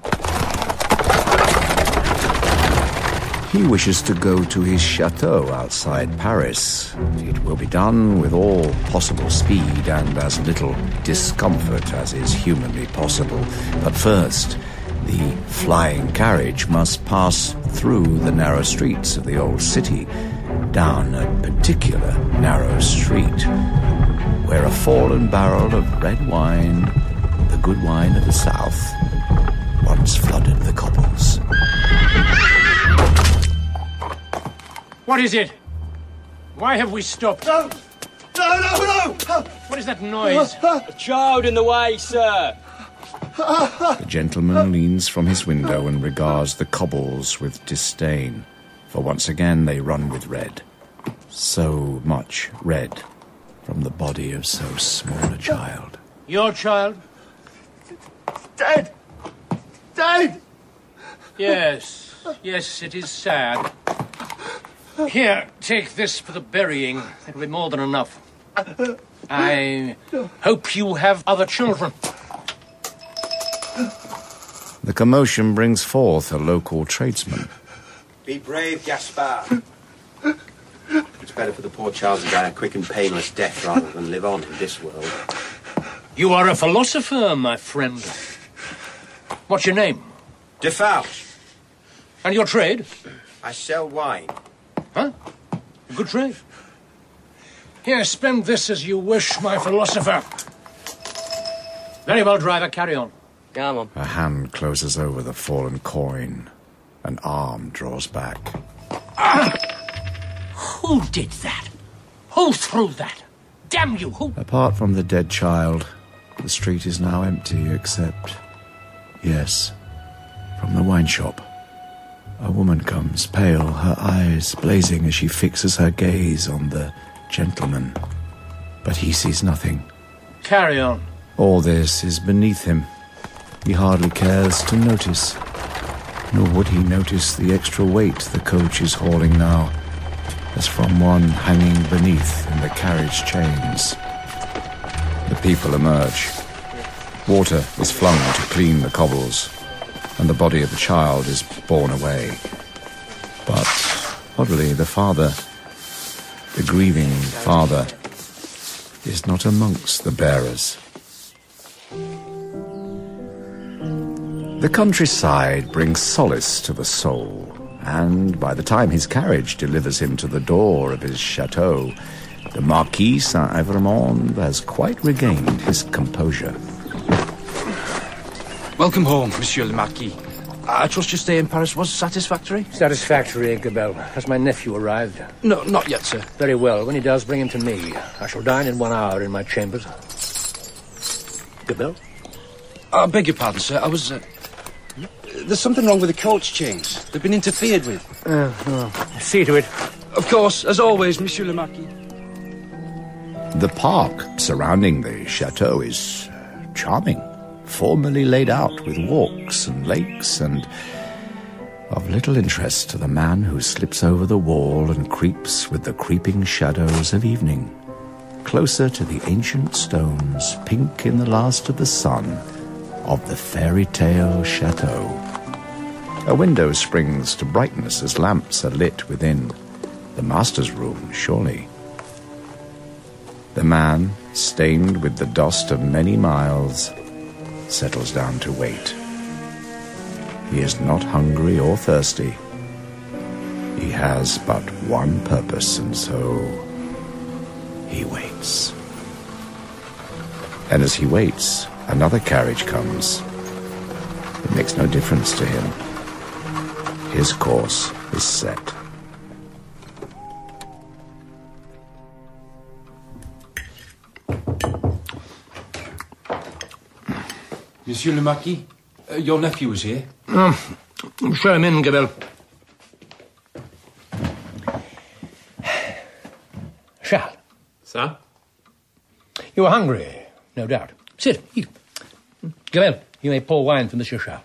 [SPEAKER 1] He wishes to go to his chateau outside Paris. It will be done with all possible speed and as little discomfort as is humanly possible. But first, the flying carriage must pass through the narrow streets of the old city, down a particular narrow street, where a fallen barrel of red wine, the good wine of the south, once flooded the cobbles.
[SPEAKER 29] What is it? Why have we stopped? No! No, no, no! What is that noise?
[SPEAKER 27] A child in the way, sir.
[SPEAKER 1] The gentleman leans from his window and regards the cobbles with disdain, for once again they run with red. So much red from the body of so small a child.
[SPEAKER 29] Your child?
[SPEAKER 8] Dead! Dead!
[SPEAKER 29] Yes, yes, it is sad. Here, take this for the burying. It'll be more than enough. I hope you have other children.
[SPEAKER 1] The commotion brings forth a local tradesman.
[SPEAKER 7] Be brave, Gaspar. it's better for the poor child to die a quick and painless death rather than live on in this world.
[SPEAKER 29] You are a philosopher, my friend. What's your name?
[SPEAKER 7] Defarge.
[SPEAKER 29] And your trade?
[SPEAKER 7] I sell wine.
[SPEAKER 29] Huh? Good trade. Here, spend this as you wish, my philosopher. Very well, driver, carry on. Come on.
[SPEAKER 1] A hand closes over the fallen coin. An arm draws back.
[SPEAKER 29] Ah! Who did that? Who threw that? Damn you, who?
[SPEAKER 1] Apart from the dead child, the street is now empty except. Yes, from the wine shop. A woman comes, pale, her eyes blazing as she fixes her gaze on the gentleman. But he sees nothing.
[SPEAKER 29] Carry on.
[SPEAKER 1] All this is beneath him. He hardly cares to notice. Nor would he notice the extra weight the coach is hauling now, as from one hanging beneath in the carriage chains. The people emerge. Water is flung to clean the cobbles, and the body of the child is borne away. But oddly, the father, the grieving father, is not amongst the bearers. The countryside brings solace to the soul, and by the time his carriage delivers him to the door of his chateau, the Marquis Saint Evremond has quite regained his composure.
[SPEAKER 30] Welcome home, Monsieur le Marquis. I trust your stay in Paris was satisfactory?
[SPEAKER 31] Satisfactory, Gabelle. Has my nephew arrived?
[SPEAKER 30] No, not yet, sir.
[SPEAKER 31] Very well. When he does, bring him to me. I shall dine in one hour in my chambers. Gabelle?
[SPEAKER 30] I beg your pardon, sir. I was. Uh... There's something wrong with the coach chains. They've been interfered with.
[SPEAKER 31] Uh, well, see to it.
[SPEAKER 30] Of course, as always, Monsieur le Marquis.
[SPEAKER 1] The park surrounding the chateau is uh, charming, formally laid out with walks and lakes and of little interest to the man who slips over the wall and creeps with the creeping shadows of evening. Closer to the ancient stones, pink in the last of the sun, of the fairy tale chateau. A window springs to brightness as lamps are lit within. The master's room, surely. The man, stained with the dust of many miles, settles down to wait. He is not hungry or thirsty. He has but one purpose, and so he waits. And as he waits, another carriage comes. It makes no difference to him. His course is set.
[SPEAKER 30] Monsieur le Marquis, uh, your nephew is here.
[SPEAKER 31] Mm,
[SPEAKER 29] show him in, Gabelle. Charles,
[SPEAKER 30] Sir?
[SPEAKER 29] you are hungry, no doubt. Sit, eat. Gabelle, you may pour wine for Monsieur Charles.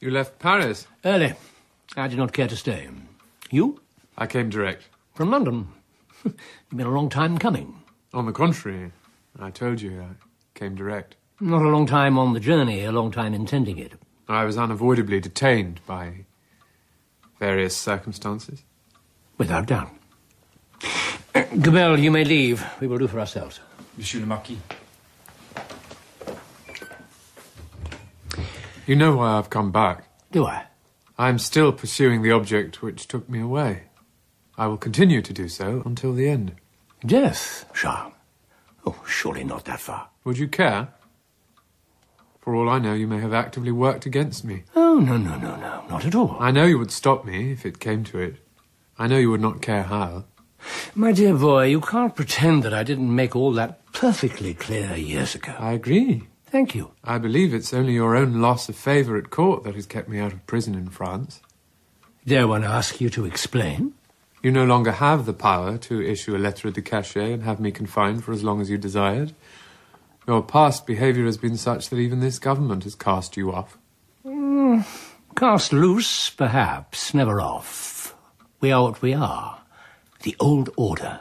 [SPEAKER 17] You left Paris?
[SPEAKER 29] Early. I did not care to stay. You?
[SPEAKER 17] I came direct.
[SPEAKER 29] From London. You've been a long time coming.
[SPEAKER 17] On the contrary, I told you I came direct.
[SPEAKER 29] Not a long time on the journey, a long time intending it.
[SPEAKER 17] I was unavoidably detained by various circumstances.
[SPEAKER 29] Without doubt. Gabelle, you may leave. We will do for ourselves.
[SPEAKER 30] Monsieur le Marquis.
[SPEAKER 17] You know why I've come back.
[SPEAKER 29] Do I?
[SPEAKER 17] I'm still pursuing the object which took me away. I will continue to do so until the end.
[SPEAKER 29] Death, Charles. Oh, surely not that far.
[SPEAKER 17] Would you care? For all I know, you may have actively worked against me.
[SPEAKER 29] Oh, no, no, no, no, not at all.
[SPEAKER 17] I know you would stop me if it came to it. I know you would not care how.
[SPEAKER 29] My dear boy, you can't pretend that I didn't make all that perfectly clear years ago.
[SPEAKER 17] I agree.
[SPEAKER 29] Thank you.
[SPEAKER 17] I believe it's only your own loss of favour at court that has kept me out of prison in France.
[SPEAKER 29] Dare one ask you to explain?
[SPEAKER 17] You no longer have the power to issue a letter de cachet and have me confined for as long as you desired. Your past behaviour has been such that even this government has cast you off.
[SPEAKER 29] Mm, cast loose, perhaps, never off. We are what we are. The old order.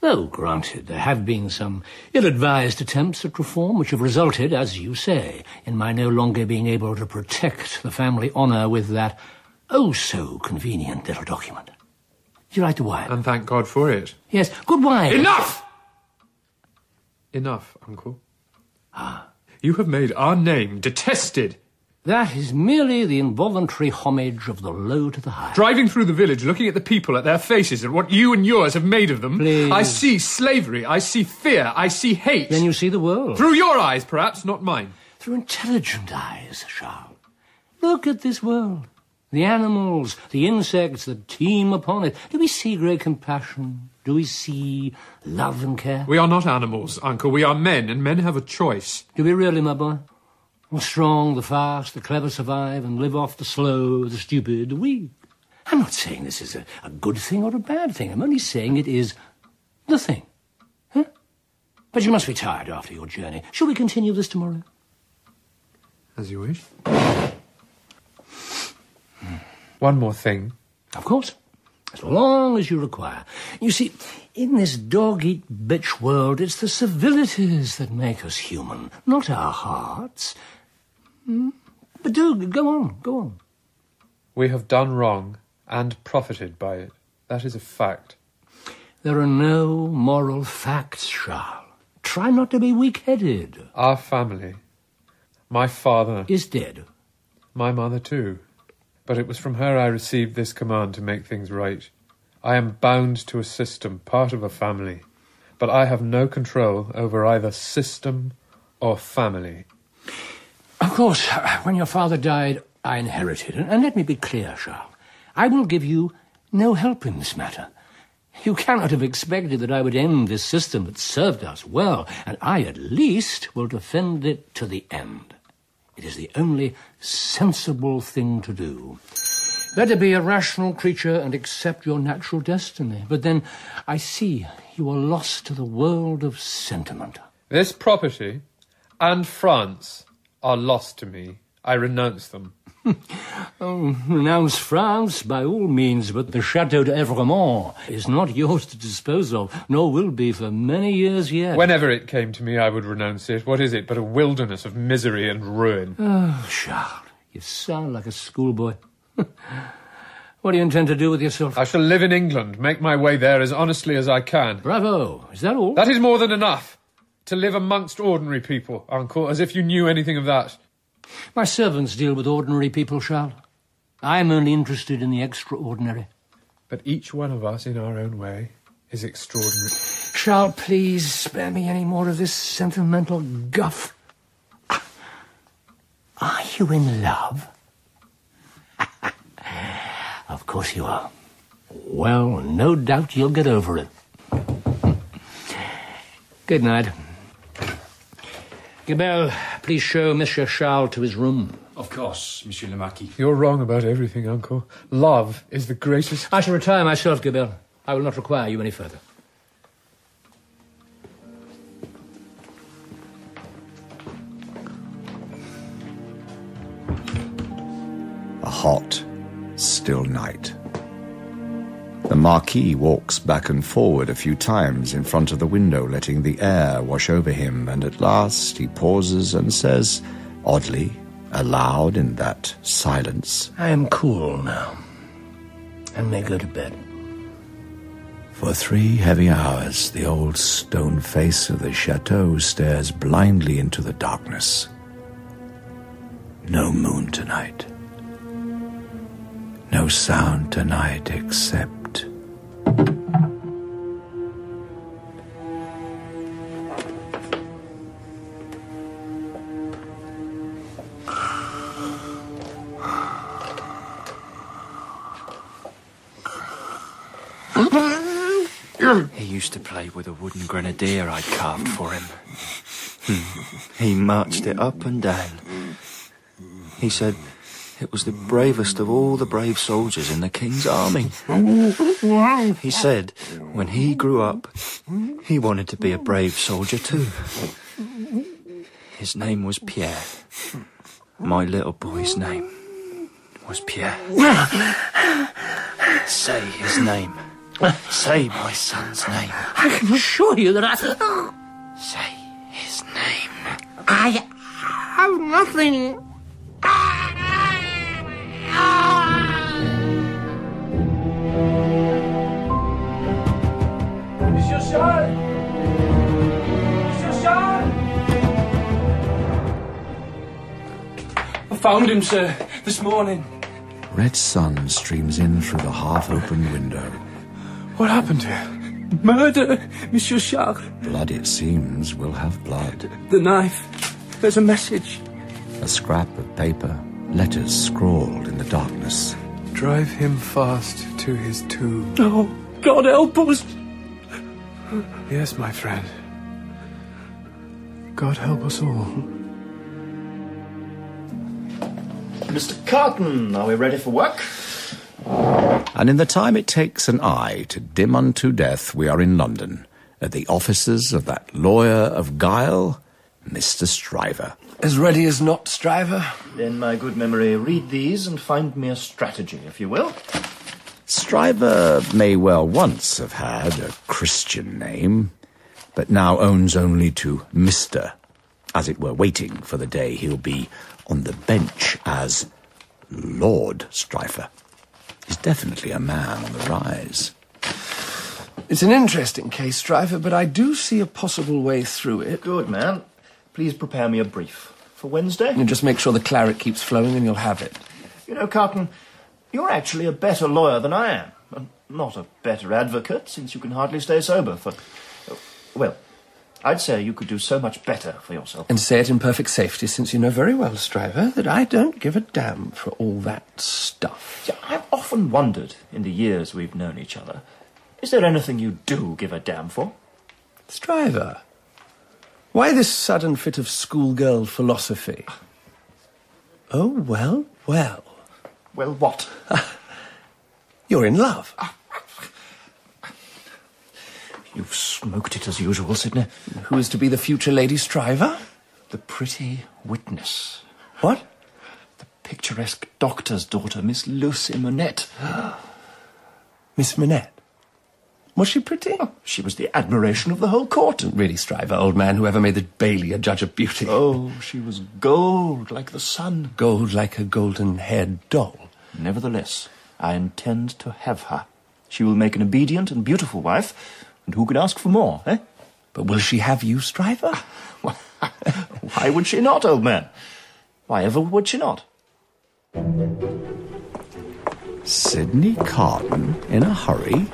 [SPEAKER 29] Though, granted, there have been some ill advised attempts at reform which have resulted, as you say, in my no longer being able to protect the family honour with that oh so convenient little document. Did you like the wine?
[SPEAKER 17] And thank God for it.
[SPEAKER 29] Yes, good wine.
[SPEAKER 17] Enough! Enough, Uncle. Ah. You have made our name detested.
[SPEAKER 29] That is merely the involuntary homage of the low to the high.
[SPEAKER 17] Driving through the village, looking at the people, at their faces, at what you and yours have made of them,
[SPEAKER 29] Please.
[SPEAKER 17] I see slavery, I see fear, I see hate.
[SPEAKER 29] Then you see the world.
[SPEAKER 17] Through your eyes, perhaps, not mine.
[SPEAKER 29] Through intelligent eyes, Charles. Look at this world. The animals, the insects that teem upon it. Do we see great compassion? Do we see love and care?
[SPEAKER 17] We are not animals, Uncle. We are men, and men have a choice.
[SPEAKER 29] Do we really, my boy? The strong, the fast, the clever survive and live off the slow, the stupid, the weak. I'm not saying this is a, a good thing or a bad thing. I'm only saying it is the thing. Huh? But you must be tired after your journey. Shall we continue this tomorrow?
[SPEAKER 17] As you wish. One more thing.
[SPEAKER 29] Of course. As long as you require. You see, in this dog eat bitch world, it's the civilities that make us human, not our hearts. Hmm? But do go on, go on.
[SPEAKER 17] We have done wrong and profited by it. That is a fact.
[SPEAKER 29] There are no moral facts, Charles. Try not to be weak headed.
[SPEAKER 17] Our family. My father.
[SPEAKER 29] Is dead.
[SPEAKER 17] My mother, too. But it was from her I received this command to make things right. I am bound to a system, part of a family. But I have no control over either system or family.
[SPEAKER 29] Of course, when your father died, I inherited. And, and let me be clear, Charles. I will give you no help in this matter. You cannot have expected that I would end this system that served us well, and I at least will defend it to the end. It is the only sensible thing to do. Better be a rational creature and accept your natural destiny. But then I see you are lost to the world of sentiment.
[SPEAKER 17] This property and France are lost to me. I renounce them.
[SPEAKER 29] Oh, renounce France by all means, but the Chateau d'Evremont is not yours to dispose of, nor will be for many years yet.
[SPEAKER 17] Whenever it came to me, I would renounce it. What is it but a wilderness of misery and ruin?
[SPEAKER 29] Oh, Charles, you sound like a schoolboy. what do you intend to do with yourself?
[SPEAKER 17] I shall live in England, make my way there as honestly as I can.
[SPEAKER 29] Bravo! Is that all?
[SPEAKER 17] That is more than enough. To live amongst ordinary people, Uncle, as if you knew anything of that.
[SPEAKER 29] My servants deal with ordinary people, Charles. I am only interested in the extraordinary.
[SPEAKER 17] But each one of us, in our own way, is extraordinary.
[SPEAKER 29] Charles, please spare me any more of this sentimental guff. Are you in love? of course you are. Well, no doubt you'll get over it. Good night. Gabelle, please show Monsieur Charles to his room.
[SPEAKER 30] Of course, Monsieur le Marquis.
[SPEAKER 17] You're wrong about everything, Uncle. Love is the greatest.
[SPEAKER 29] I shall retire myself, Gabelle. I will not require you any further.
[SPEAKER 1] hot, still night. The Marquis walks back and forward a few times in front of the window, letting the air wash over him, and at last he pauses and says, oddly, aloud in that silence,
[SPEAKER 32] I am cool now. I may go to bed.
[SPEAKER 1] For three heavy hours, the old stone face of the chateau stares blindly into the darkness. No moon tonight. No sound tonight except.
[SPEAKER 4] He used to play with a wooden grenadier I'd carved for him. Hmm. He marched it up and down. He said it was the bravest of all the brave soldiers in the king's army. He said when he grew up, he wanted to be a brave soldier too. His name was Pierre. My little boy's name was Pierre. Say his name. Say my son's name.
[SPEAKER 32] I can assure you that I.
[SPEAKER 4] Say his name.
[SPEAKER 32] I have nothing.
[SPEAKER 29] Monsieur Charles! Monsieur Charles! I found him, sir, this morning.
[SPEAKER 1] Red sun streams in through the half open window.
[SPEAKER 29] What happened here? Murder, Monsieur Charles.
[SPEAKER 1] Blood, it seems, will have blood.
[SPEAKER 29] The knife. There's a message.
[SPEAKER 1] A scrap of paper, letters scrawled in the darkness.
[SPEAKER 17] Drive him fast to his tomb.
[SPEAKER 29] Oh, God help us.
[SPEAKER 17] Yes, my friend. God help us all.
[SPEAKER 13] Mr. Carton, are we ready for work?
[SPEAKER 1] And in the time it takes an eye to dim unto death, we are in London, at the offices of that lawyer of guile, Mr. Stryver.
[SPEAKER 13] As ready as not, Stryver. In my good memory, read these and find me a strategy, if you will.
[SPEAKER 1] Stryver may well once have had a Christian name, but now owns only to Mr., as it were waiting for the day he'll be on the bench as Lord Stryver. He's definitely a man on the rise.
[SPEAKER 27] It's an interesting case, Driver, but I do see a possible way through it.
[SPEAKER 13] Good man. Please prepare me a brief for Wednesday.
[SPEAKER 27] You just make sure the claret keeps flowing and you'll have it.
[SPEAKER 13] You know, Carton, you're actually a better lawyer than I am. And not a better advocate, since you can hardly stay sober for. uh, Well, I'd say you could do so much better for yourself.
[SPEAKER 27] And say it in perfect safety, since you know very well, Stryver, that I don't give a damn for all that stuff.
[SPEAKER 13] Yeah, I've often wondered, in the years we've known each other, is there anything you do give a damn for?
[SPEAKER 27] Stryver, why this sudden fit of schoolgirl philosophy? Oh, well, well.
[SPEAKER 13] Well, what?
[SPEAKER 27] You're in love.
[SPEAKER 13] You've smoked it as usual, Sidney.
[SPEAKER 27] Who is to be the future Lady Stryver?
[SPEAKER 13] The pretty witness.
[SPEAKER 27] What?
[SPEAKER 13] The picturesque doctor's daughter, Miss Lucy Monette.
[SPEAKER 27] Miss Manette. Was she pretty?
[SPEAKER 13] she was the admiration of the whole court.
[SPEAKER 27] Really, Stryver, old man, whoever made the Bailey a judge of beauty.
[SPEAKER 13] Oh, she was gold like the sun.
[SPEAKER 27] Gold like a golden haired doll.
[SPEAKER 13] Nevertheless, I intend to have her. She will make an obedient and beautiful wife, and who could ask for more, eh?
[SPEAKER 27] But will she have you, Stryver?
[SPEAKER 13] Why would she not, old man? Why ever would she not?
[SPEAKER 1] Sydney Carton in a hurry?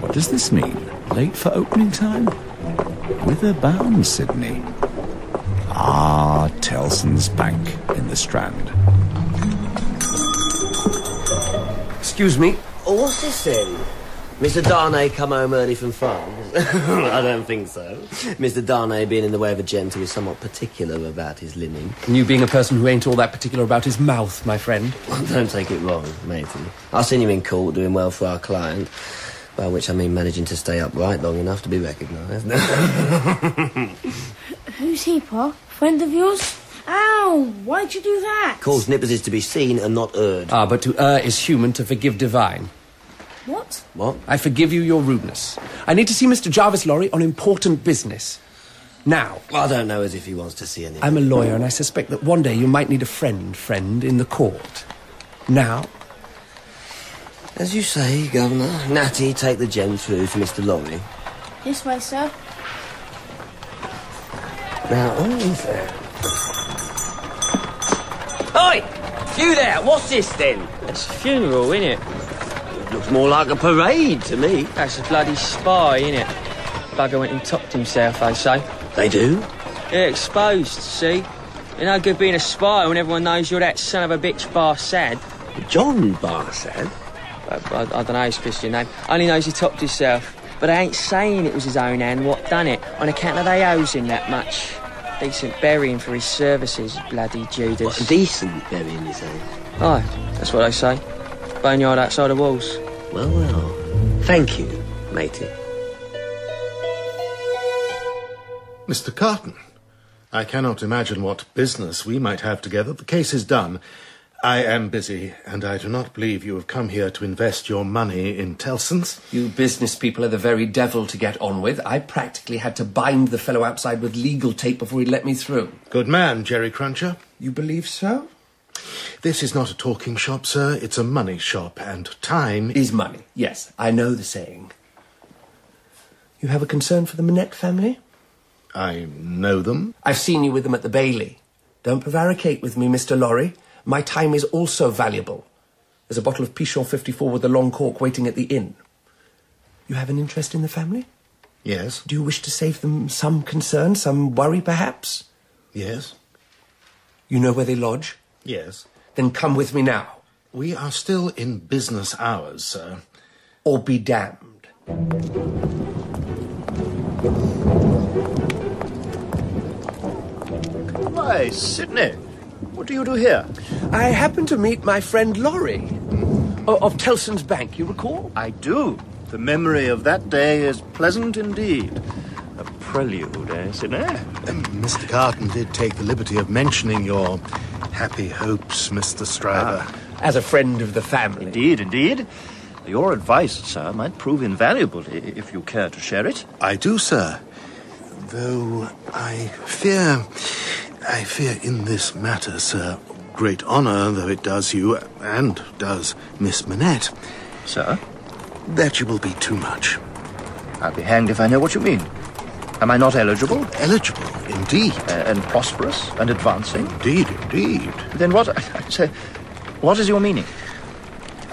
[SPEAKER 1] What does this mean? Late for opening time? Whither bound, Sydney? Ah, Tellson's Bank in the Strand.
[SPEAKER 26] Excuse me.
[SPEAKER 6] Oh, what's this then? Mr. Darnay come home early from farm? I don't think so. Mr. Darnay, being in the way of a gent who is somewhat particular about his linen.
[SPEAKER 33] And you being a person who ain't all that particular about his mouth, my friend.
[SPEAKER 6] Don't take it wrong, matey. I've seen him in court doing well for our client, by which I mean managing to stay upright long enough to be recognised.
[SPEAKER 34] Who's he, Pa? Friend of yours?
[SPEAKER 35] Ow! Why'd you do that?
[SPEAKER 6] Calls nippers is to be seen and not heard.
[SPEAKER 27] Ah, but to err is human, to forgive divine.
[SPEAKER 35] What?
[SPEAKER 6] What?
[SPEAKER 27] I forgive you your rudeness. I need to see Mr. Jarvis Lorry on important business. Now.
[SPEAKER 6] I don't know as if he wants to see anything.
[SPEAKER 27] I'm a lawyer, and I suspect that one day you might need a friend, friend, in the court. Now,
[SPEAKER 6] As you say, Governor, Natty, take the gem through for Mr. Lorry.
[SPEAKER 35] This way, sir.
[SPEAKER 6] Now, all in fair.
[SPEAKER 4] Oi! You there, what's this then? It's a funeral, innit? It looks more like a parade to me. That's a bloody spy, innit? Bugger went and topped himself, they say.
[SPEAKER 6] They do?
[SPEAKER 4] Yeah, exposed, see? You no good being a spy when everyone knows you're that son of a bitch Barsad.
[SPEAKER 6] John Barsad?
[SPEAKER 4] I, I, I don't know his Christian name. Only knows he topped himself. But I ain't saying it was his own hand what done it, on account of they owes him that much. Decent burying for his services, bloody Judas.
[SPEAKER 6] What, decent burying, you say?
[SPEAKER 4] Aye, that's what they say. Boneyard outside the walls.
[SPEAKER 6] Well, well. Thank you, matey.
[SPEAKER 8] Mr. Carton, I cannot imagine what business we might have together. The case is done. I am busy, and I do not believe you have come here to invest your money in Tellson's.
[SPEAKER 27] You business people are the very devil to get on with. I practically had to bind the fellow outside with legal tape before he let me through.
[SPEAKER 8] Good man, Jerry Cruncher.
[SPEAKER 27] You believe so?
[SPEAKER 8] This is not a talking shop, sir. It's a money shop, and time
[SPEAKER 27] is money. Yes, I know the saying. You have a concern for the Minette family?
[SPEAKER 8] I know them.
[SPEAKER 27] I've seen you with them at the Bailey. Don't prevaricate with me, Mr. Lorry. My time is also valuable. There's a bottle of Pichon 54 with a long cork waiting at the inn. You have an interest in the family?
[SPEAKER 8] Yes.
[SPEAKER 27] Do you wish to save them some concern, some worry, perhaps?
[SPEAKER 8] Yes.
[SPEAKER 27] You know where they lodge?
[SPEAKER 8] Yes.
[SPEAKER 27] Then come with me now.
[SPEAKER 8] We are still in business hours, sir.
[SPEAKER 27] Or be damned.
[SPEAKER 13] Why, Sydney, what do you do here?
[SPEAKER 27] I happened to meet my friend Lorry o- of Tellson's Bank, you recall?
[SPEAKER 13] I do. The memory of that day is pleasant indeed. A prelude, eh, Sydney?
[SPEAKER 8] Mr. Carton Um, did take the liberty of mentioning your happy hopes, Mr. Stryver.
[SPEAKER 27] as a friend of the family.
[SPEAKER 13] Indeed, indeed. Your advice, sir, might prove invaluable i- if you care to share it.
[SPEAKER 8] I do, sir. Though I fear. I fear in this matter, sir, great honour though it does you, and does Miss Manette.
[SPEAKER 13] Sir?
[SPEAKER 8] That you will be too much.
[SPEAKER 13] I'll be hanged if I know what you mean. Am I not eligible?
[SPEAKER 8] Eligible, indeed.
[SPEAKER 13] and prosperous and advancing?
[SPEAKER 8] Indeed, indeed.
[SPEAKER 13] Then what, I say, what is your meaning?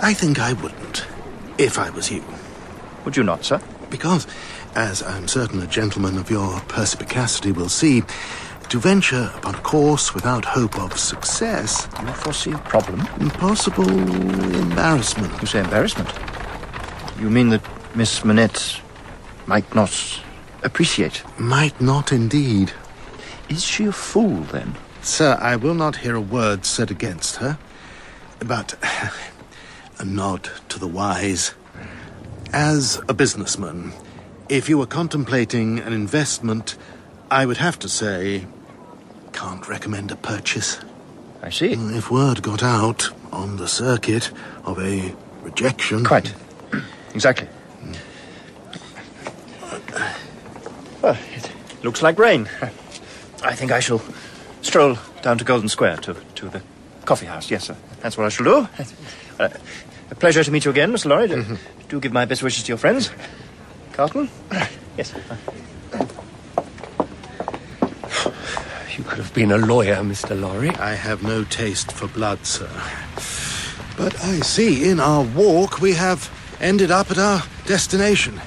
[SPEAKER 8] I think I wouldn't, if I was you.
[SPEAKER 13] Would you not, sir?
[SPEAKER 8] Because, as I'm certain a gentleman of your perspicacity will see, to venture upon a course without hope of success.
[SPEAKER 13] You foresee a problem?
[SPEAKER 8] Impossible embarrassment.
[SPEAKER 13] You say embarrassment? You mean that Miss Manette might not appreciate?
[SPEAKER 8] Might not indeed.
[SPEAKER 13] Is she a fool, then?
[SPEAKER 8] Sir, I will not hear a word said against her, but a nod to the wise. As a businessman, if you were contemplating an investment, I would have to say, can't recommend a purchase.
[SPEAKER 13] I see.
[SPEAKER 8] If word got out on the circuit of a rejection. Quite.
[SPEAKER 13] Exactly. Well, it looks like rain. I think I shall stroll down to Golden Square to, to the coffee house. Yes, sir. That's what I shall do. Uh, a pleasure to meet you again, Miss Lorry. Do- Do give my best wishes to your friends. Carlton? Yes.
[SPEAKER 27] You could have been a lawyer, Mr. Lorry.
[SPEAKER 8] I have no taste for blood, sir. But I see in our walk we have ended up at our destination.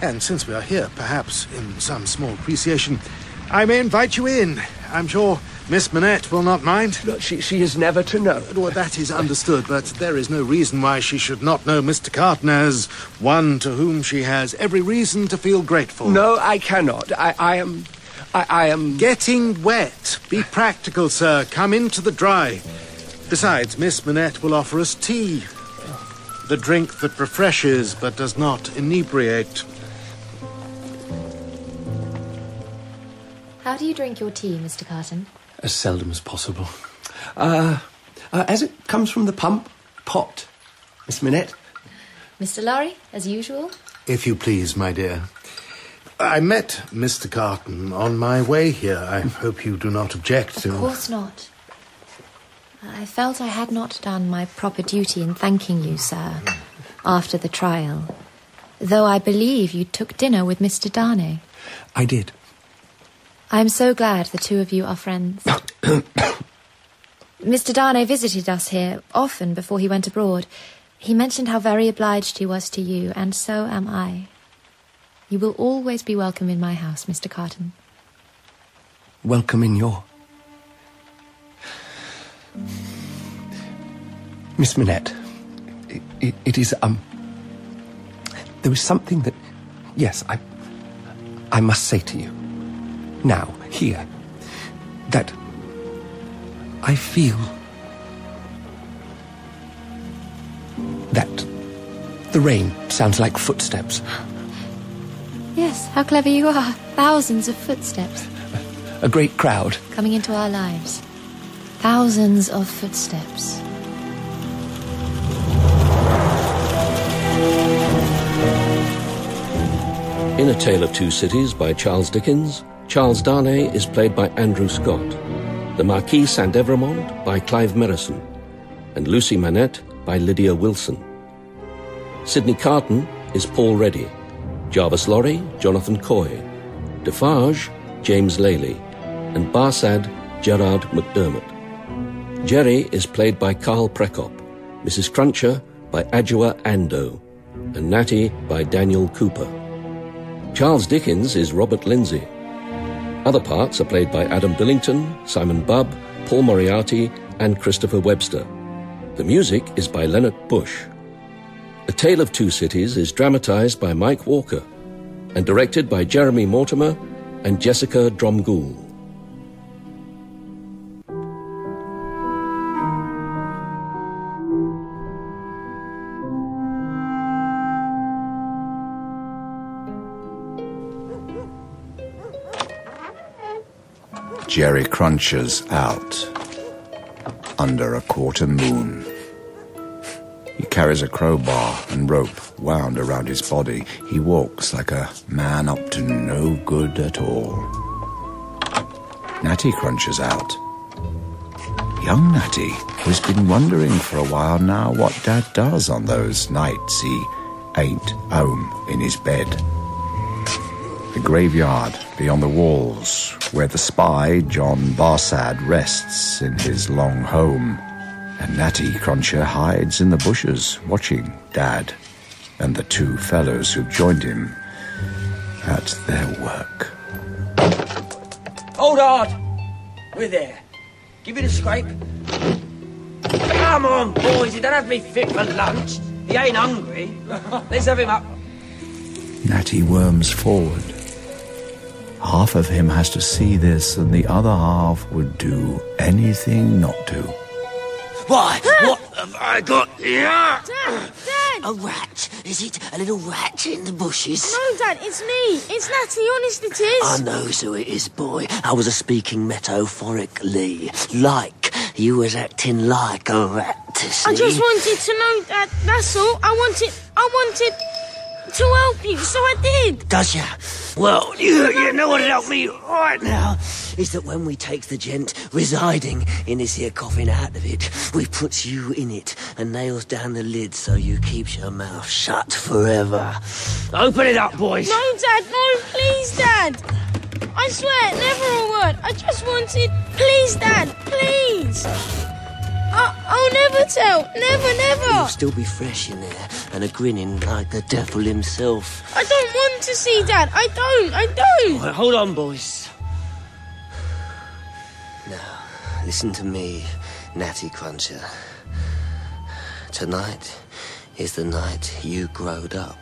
[SPEAKER 8] And since we are here, perhaps in some small appreciation, I may invite you in. I'm sure Miss Manette will not mind.
[SPEAKER 27] she, she is never to know.
[SPEAKER 8] Well, that is understood, but there is no reason why she should not know Mr. Carton as one to whom she has every reason to feel grateful.
[SPEAKER 27] No, I cannot. I, I am. I, I am.
[SPEAKER 8] Getting wet. Be practical, sir. Come into the dry. Besides, Miss Manette will offer us tea. The drink that refreshes but does not inebriate.
[SPEAKER 2] How do you drink your tea, Mr. Carton?
[SPEAKER 27] as seldom as possible. Uh, uh, as it comes from the pump, pot. Miss Minette?
[SPEAKER 36] Mr. Lorry, as usual.
[SPEAKER 8] If you please, my dear. I met Mr. Carton on my way here. I hope you do not object
[SPEAKER 2] Of
[SPEAKER 8] to.
[SPEAKER 2] course not. I felt I had not done my proper duty in thanking you, sir, after the trial. Though I believe you took dinner with Mr. Darnay.
[SPEAKER 27] I did.
[SPEAKER 2] I'm so glad the two of you are friends. Mr. Darnay visited us here often before he went abroad. He mentioned how very obliged he was to you, and so am I. You will always be welcome in my house, Mr. Carton.
[SPEAKER 27] welcome in your. Miss Minette, it, it, it is, um. There was something that. Yes, I. I must say to you. Now, here. That. I feel. That. The rain sounds like footsteps.
[SPEAKER 2] Yes, how clever you are. Thousands of footsteps
[SPEAKER 27] A great crowd.
[SPEAKER 2] coming into our lives. Thousands of footsteps.
[SPEAKER 19] In A Tale of Two Cities by Charles Dickens, Charles Darnay is played by Andrew Scott, the Marquis Saint Evremond by Clive Merrison, and Lucy Manette by Lydia Wilson. Sidney Carton is Paul Reddy, Jarvis Lorry, Jonathan Coy, Defarge, James Lely, and Barsad, Gerard McDermott. Jerry is played by Carl Prekop, Mrs. Cruncher by Adjua Ando, and Natty by Daniel Cooper. Charles Dickens is Robert Lindsay. Other parts are played by Adam Billington, Simon Bubb, Paul Moriarty, and Christopher Webster. The music is by Leonard Bush. A Tale of Two Cities is dramatized by Mike Walker and directed by Jeremy Mortimer and Jessica Dromgoole.
[SPEAKER 1] Jerry Cruncher's out. Under a quarter moon. He carries a crowbar and rope wound around his body. He walks like a man up to no good at all. Natty Cruncher's out. Young Natty, who's been wondering for a while now what Dad does on those nights he ain't home in his bed. The graveyard beyond the walls, where the spy, John Barsad, rests in his long home. And Natty Cruncher hides in the bushes, watching Dad and the two fellows who've joined him at their work.
[SPEAKER 6] Hold on! We're there. Give it a scrape. Come on, boys, he don't have to be fit for lunch. He ain't hungry. Let's have him up.
[SPEAKER 1] Natty worms forward. Half of him has to see this, and the other half would do anything not to.
[SPEAKER 6] Why? What have I got here? Dad! Dad! A rat. Is it a little rat in the bushes?
[SPEAKER 4] No, Dad, it's me. It's Natty. Honest, it is.
[SPEAKER 6] I knows who it is, boy. I was a speaking metaphorically. Like. You was acting like a rat, see?
[SPEAKER 4] I just wanted to know that. That's all. I wanted. I wanted to help you, so I did.
[SPEAKER 6] Does ya? Well, you, you know what helped me right now is that when we takes the gent residing in this here coffin out of it, we puts you in it and nails down the lid so you keeps your mouth shut forever. Open it up, boys.
[SPEAKER 4] No, Dad. No, please, Dad. I swear, never a word. I just wanted. Please, Dad. Please. I, I'll never tell. Never,
[SPEAKER 6] You'll
[SPEAKER 4] never.
[SPEAKER 6] still be fresh in there and a grinning like the devil himself.
[SPEAKER 4] I don't want to see Dad. I don't. I don't.
[SPEAKER 6] Right, hold on, boys. Now, listen to me, Natty Cruncher. Tonight is the night you growed up.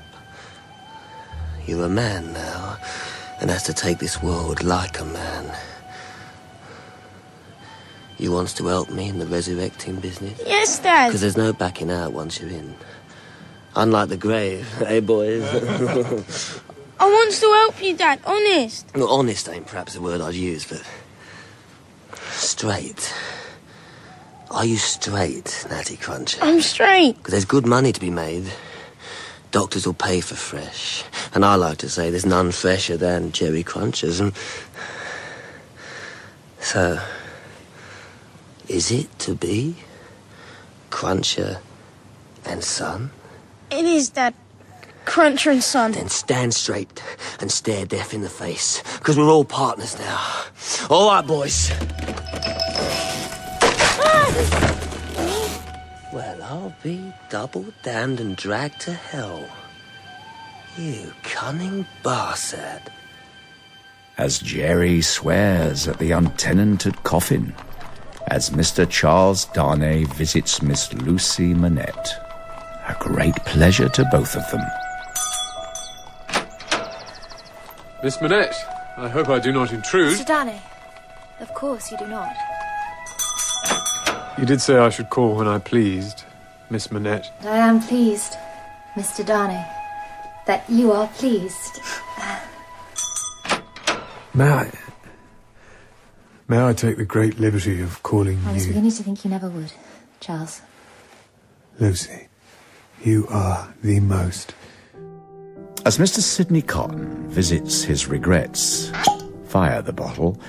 [SPEAKER 6] You're a man now, and has to take this world like a man. You wants to help me in the resurrecting business?
[SPEAKER 4] Yes, Dad.
[SPEAKER 6] Because there's no backing out once you're in. Unlike the grave, eh, boys?
[SPEAKER 4] I want to help you, Dad. Honest.
[SPEAKER 6] Well, honest ain't perhaps the word I'd use, but Straight. Are you straight, Natty Cruncher?
[SPEAKER 37] I'm straight.
[SPEAKER 6] 'Cause there's good money to be made. Doctors will pay for fresh. And I like to say there's none fresher than Jerry Crunchers. And so, is it to be Cruncher and Son?
[SPEAKER 37] It is that Cruncher and Son.
[SPEAKER 6] Stand straight and stare death in the face, because we're all partners now. All right, boys. Well, I'll be double damned and dragged to hell. You cunning bastard.
[SPEAKER 1] as Jerry swears at the untenanted coffin, as Mr. Charles Darnay visits Miss Lucy Manette. A great pleasure to both of them.
[SPEAKER 17] Miss Manette, I hope I do not intrude.
[SPEAKER 4] Mr. Darnay, of course you do not.
[SPEAKER 17] You did say I should call when I pleased, Miss Manette.
[SPEAKER 4] I am pleased, Mr. Darnay, that you are pleased.
[SPEAKER 16] May I, may I take the great liberty of calling
[SPEAKER 4] I was
[SPEAKER 16] you
[SPEAKER 4] beginning to think you never would, Charles.
[SPEAKER 16] Lucy? You are the most.
[SPEAKER 1] As Mr. Sidney Cotton visits his regrets via the bottle,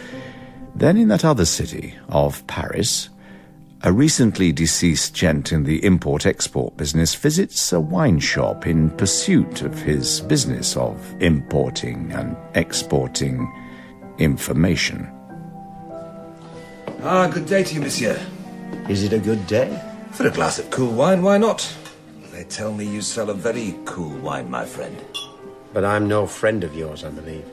[SPEAKER 1] then in that other city of Paris, a recently deceased gent in the import export business visits a wine shop in pursuit of his business of importing and exporting information.
[SPEAKER 38] Ah, good day to you, monsieur. Is it a good day? For a glass of cool wine, why not? They tell me you sell a very cool wine, my friend.
[SPEAKER 12] But I'm no friend of yours, I believe.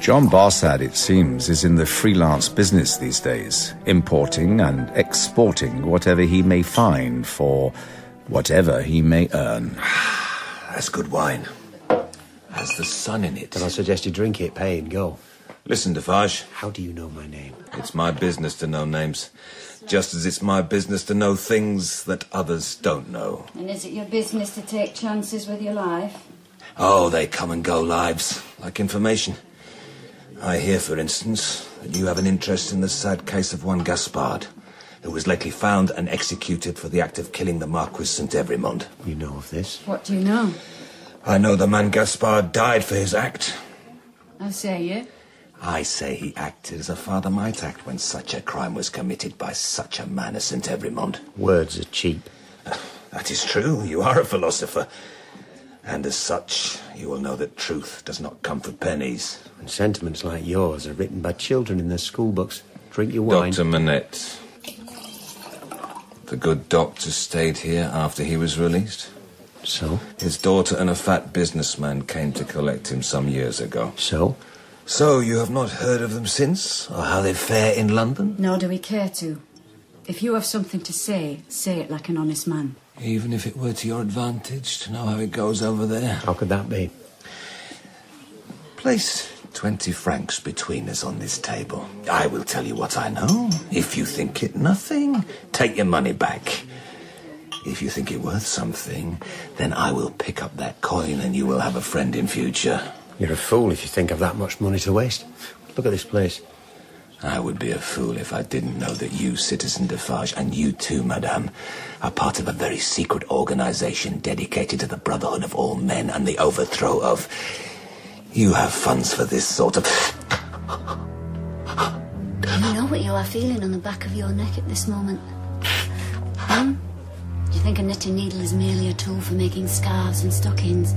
[SPEAKER 1] John Barsad, it seems, is in the freelance business these days, importing and exporting whatever he may find for whatever he may earn.
[SPEAKER 38] That's good wine. Has the sun in it. Then I suggest you drink it, pay, and go. Listen, Defarge. How do you know my name? It's my business to know names, just as it's my business to know things that others don't know.
[SPEAKER 11] And is it your business to take chances with your life?
[SPEAKER 38] Oh, they come and go lives, like information. I hear, for instance, that you have an interest in the sad case of one Gaspard, who was lately found and executed for the act of killing the Marquis St. Evremond. You know of this?
[SPEAKER 11] What do you know?
[SPEAKER 38] I know the man Gaspard died for his act.
[SPEAKER 11] I say you.
[SPEAKER 38] I say he acted as a father might act when such a crime was committed by such a man as St. Evremond. Words are cheap. That is true. You are a philosopher. And as such, you will know that truth does not come for pennies.
[SPEAKER 12] And sentiments like yours are written by children in their school books. Drink your wine.
[SPEAKER 38] Dr. Manette. The good doctor stayed here after he was released. So? His daughter and a fat businessman came to collect him some years ago. So? So you have not heard of them since, or how they fare in London?
[SPEAKER 11] Nor do we care to. If you have something to say, say it like an honest man.
[SPEAKER 38] Even if it were to your advantage to know how it goes over there. How could that be? Place 20 francs between us on this table. I will tell you what I know. If you think it nothing, take your money back. If you think it worth something, then I will pick up that coin and you will have a friend in future.
[SPEAKER 12] You're a fool if you think I've that much money to waste. Look at this place.
[SPEAKER 38] I would be a fool if I didn't know that you, Citizen Defarge, and you too, Madame, are part of a very secret organization dedicated to the brotherhood of all men and the overthrow of. You have funds for this sort of.
[SPEAKER 39] You know what you are feeling on the back of your neck at this moment. Um, do you think a knitting needle is merely a tool for making scarves and stockings?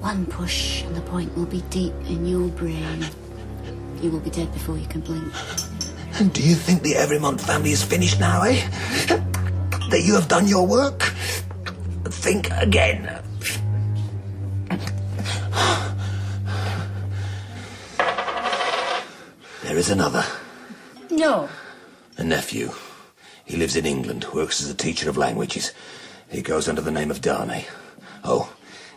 [SPEAKER 39] One push and the point will be deep in your brain. You will be dead before you can blink.
[SPEAKER 38] And do you think the Everymont family is finished now, eh? That you have done your work? Think again. There is another.
[SPEAKER 11] No.
[SPEAKER 38] A nephew. He lives in England, works as a teacher of languages. He goes under the name of Darnay. Oh,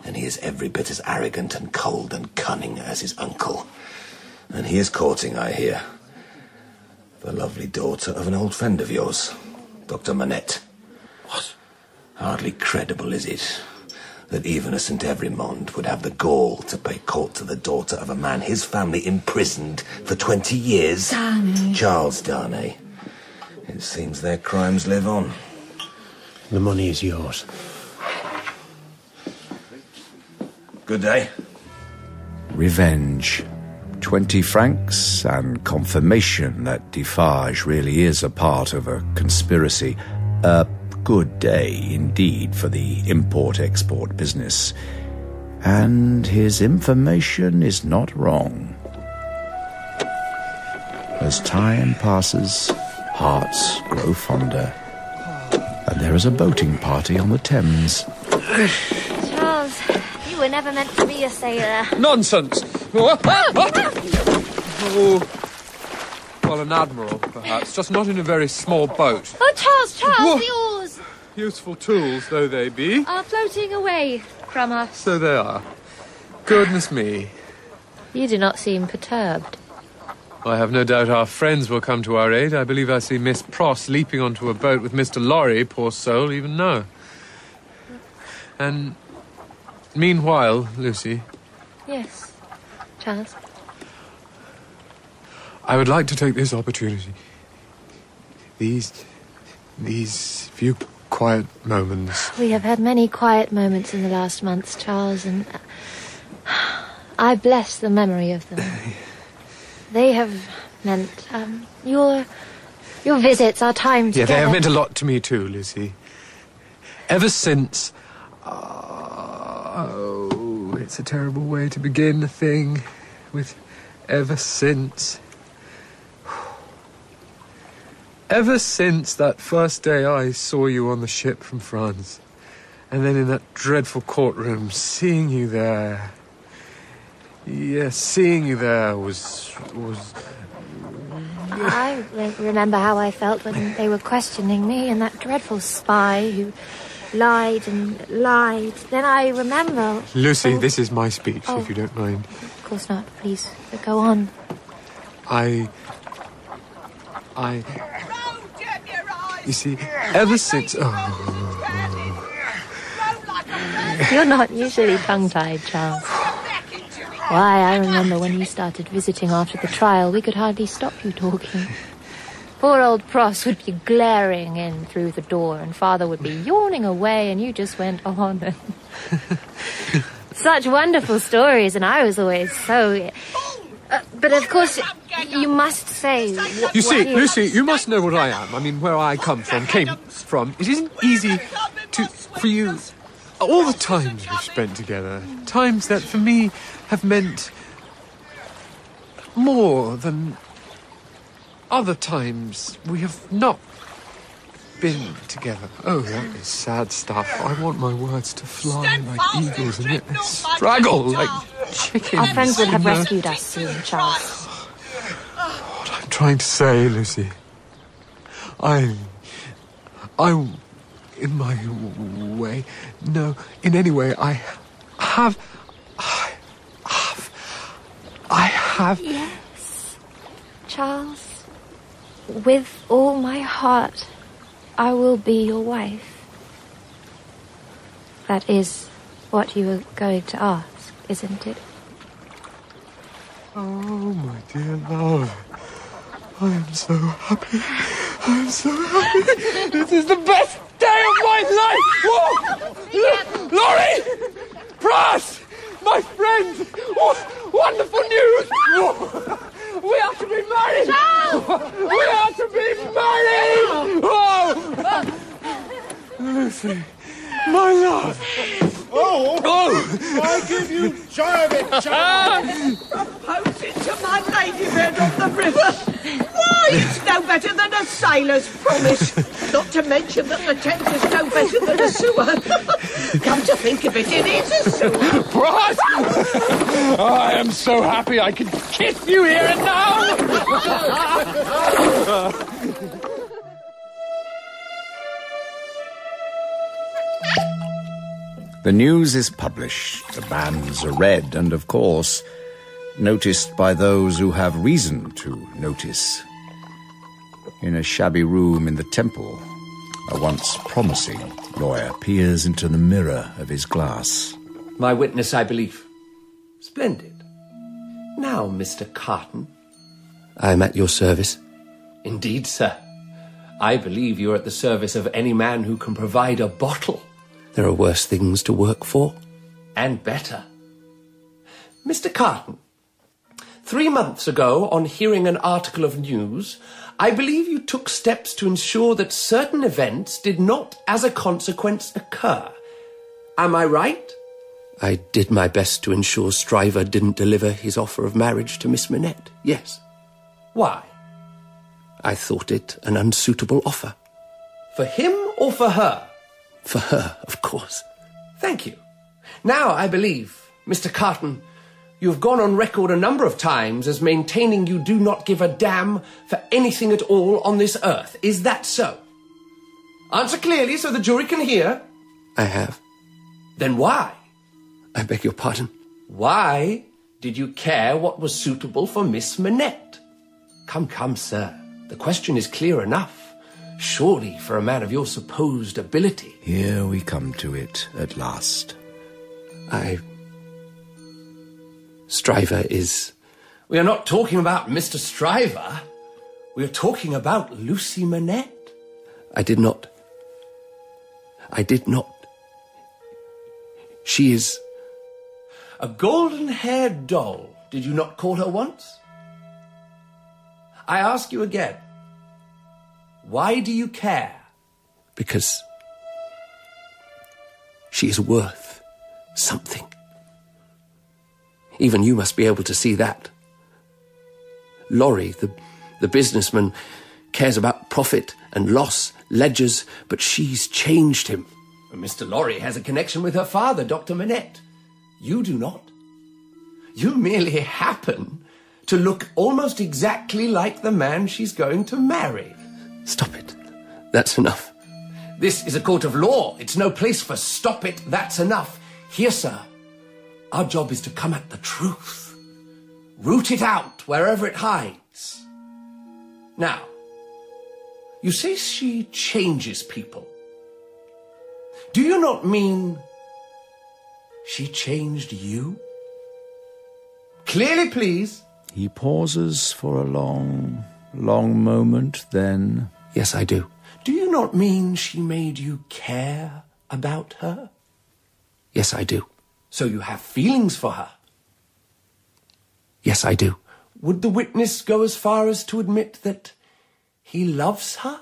[SPEAKER 38] and he is every bit as arrogant and cold and cunning as his uncle. And he is courting, I hear, the lovely daughter of an old friend of yours, Dr. Manette. What? Hardly credible, is it? that even a St. Evrymond would have the gall to pay court to the daughter of a man his family imprisoned for 20 years.
[SPEAKER 4] Darnay.
[SPEAKER 38] Charles Darnay. It seems their crimes live on.
[SPEAKER 40] The money is yours.
[SPEAKER 38] Good day.
[SPEAKER 1] Revenge. 20 francs and confirmation that Defarge really is a part of a conspiracy. A good day indeed for the import export business. And his information is not wrong. As time passes, hearts grow fonder. And there is a boating party on the Thames.
[SPEAKER 2] Charles, you were never meant to be a sailor.
[SPEAKER 17] Nonsense! Oh, well, an admiral, perhaps, just not in a very small boat.
[SPEAKER 41] Oh, Charles, Charles, the oars
[SPEAKER 17] Useful tools though they be,
[SPEAKER 41] are floating away from us.
[SPEAKER 17] so they are. Goodness me,
[SPEAKER 2] You do not seem perturbed.
[SPEAKER 17] I have no doubt our friends will come to our aid. I believe I see Miss Pross leaping onto a boat with Mr. Lorry, poor soul, even now. And meanwhile, Lucy,
[SPEAKER 2] Yes, Charles.
[SPEAKER 17] I would like to take this opportunity. These. these few quiet moments.
[SPEAKER 2] We have had many quiet moments in the last months, Charles, and uh, I bless the memory of them. They have meant um, your your visits, our time
[SPEAKER 17] Yeah,
[SPEAKER 2] together.
[SPEAKER 17] they have meant a lot to me too, Lucy. Ever since. Oh, it's a terrible way to begin a thing with ever since. Ever since that first day I saw you on the ship from France, and then in that dreadful courtroom, seeing you there. Yes, seeing you there was. was.
[SPEAKER 2] I re- remember how I felt when they were questioning me and that dreadful spy who lied and lied. Then I remember.
[SPEAKER 17] Lucy, this is my speech,
[SPEAKER 2] Oh.
[SPEAKER 17] if you don't mind.
[SPEAKER 2] Of course not, please. But go on.
[SPEAKER 17] I. I. You see, ever since. Oh.
[SPEAKER 2] You're not usually tongue tied, Charles. Why, I remember when you started visiting after the trial, we could hardly stop you talking. Poor old Pross would be glaring in through the door, and Father would be yawning away, and you just went on. And Such wonderful stories, and I was always so. Uh, but of course, you must say. Wh-
[SPEAKER 17] You see,
[SPEAKER 2] what
[SPEAKER 17] Lucy, you must know what I am. I mean, where I come from, came from. It isn't easy to. for you. All the times we've spent together, times that for me have meant. more than. other times we have not been together. Oh, that is sad stuff. I want my words to fly like eagles and yet they straggle like chickens.
[SPEAKER 2] Our friends would have
[SPEAKER 17] you know?
[SPEAKER 2] rescued us soon, Charles.
[SPEAKER 17] I'm trying to say, Lucy. I. I. In my w- way. No, in any way, I have. I have. I have.
[SPEAKER 2] Yes, Charles. With all my heart, I will be your wife. That is what you were going to ask, isn't it?
[SPEAKER 17] Oh, my dear love. I am so happy. I am so happy. This is the best day of my life. Whoa! L- Laurie! Brass! My friend! What wonderful news! Whoa! We are to be married! We are to be married! Whoa! Lucy, my love!
[SPEAKER 8] Oh!
[SPEAKER 17] Oh!
[SPEAKER 8] I give you Jarvis, Jarvis!
[SPEAKER 3] Proposing to my ladybird on the river. Why, it's no better than a sailor's promise. Not to mention that the Thames is no better than a sewer. Come to think of it, it is a sewer.
[SPEAKER 17] Brass! I am so happy I can kiss you here and now!
[SPEAKER 1] The news is published, the bans are read, and of course, noticed by those who have reason to notice. In a shabby room in the temple, a once promising lawyer peers into the mirror of his glass.
[SPEAKER 27] My witness, I believe. Splendid. Now, Mr. Carton.
[SPEAKER 42] I am at your service.
[SPEAKER 27] Indeed, sir. I believe you are at the service of any man who can provide a bottle,
[SPEAKER 42] There are worse things to work for.
[SPEAKER 27] and better. Mr. Carton, three months ago, on hearing an article of news, I believe you took steps to ensure that certain events did not, as a consequence, occur. Am I right?
[SPEAKER 42] I did my best to ensure Stryver didn't deliver his offer of marriage to Miss Minette. Yes.
[SPEAKER 27] Why?
[SPEAKER 42] I thought it an unsuitable offer.
[SPEAKER 27] For him or for her?
[SPEAKER 42] For her, of course.
[SPEAKER 27] Thank you. Now I believe, Mr. Carton, you've gone on record a number of times as maintaining you do not give a damn for anything at all on this earth. Is that so? Answer clearly so the jury can hear.
[SPEAKER 42] I have.
[SPEAKER 27] Then why?
[SPEAKER 42] I beg your pardon.
[SPEAKER 27] Why did you care what was suitable for Miss Manette? Come, come, sir. The question is clear enough. Surely, for a man of your supposed ability,
[SPEAKER 1] Here we come to it at last.
[SPEAKER 42] I. Stryver is.
[SPEAKER 27] We are not talking about Mr. Stryver. We are talking about Lucy Manette.
[SPEAKER 42] I did not. I did not. She is.
[SPEAKER 27] A golden haired doll. Did you not call her once? I ask you again. Why do you care?
[SPEAKER 42] because she is worth something. Even you must be able to see that. Laurie, the, the businessman, cares about profit and loss, ledgers, but she's changed him.
[SPEAKER 27] Mr. Lorry has a connection with her father, Dr. Manette. You do not. You merely happen to look almost exactly like the man she's going to marry.
[SPEAKER 42] Stop it. That's enough.
[SPEAKER 27] This is a court of law. It's no place for stop it, that's enough. Here, sir, our job is to come at the truth. Root it out wherever it hides. Now, you say she changes people. Do you not mean she changed you? Clearly, please.
[SPEAKER 1] He pauses for a long, long moment, then.
[SPEAKER 42] Yes, I do.
[SPEAKER 27] Do you not mean she made you care about her?
[SPEAKER 42] Yes, I do.
[SPEAKER 27] So you have feelings for her?
[SPEAKER 42] Yes, I do.
[SPEAKER 27] Would the witness go as far as to admit that he loves her?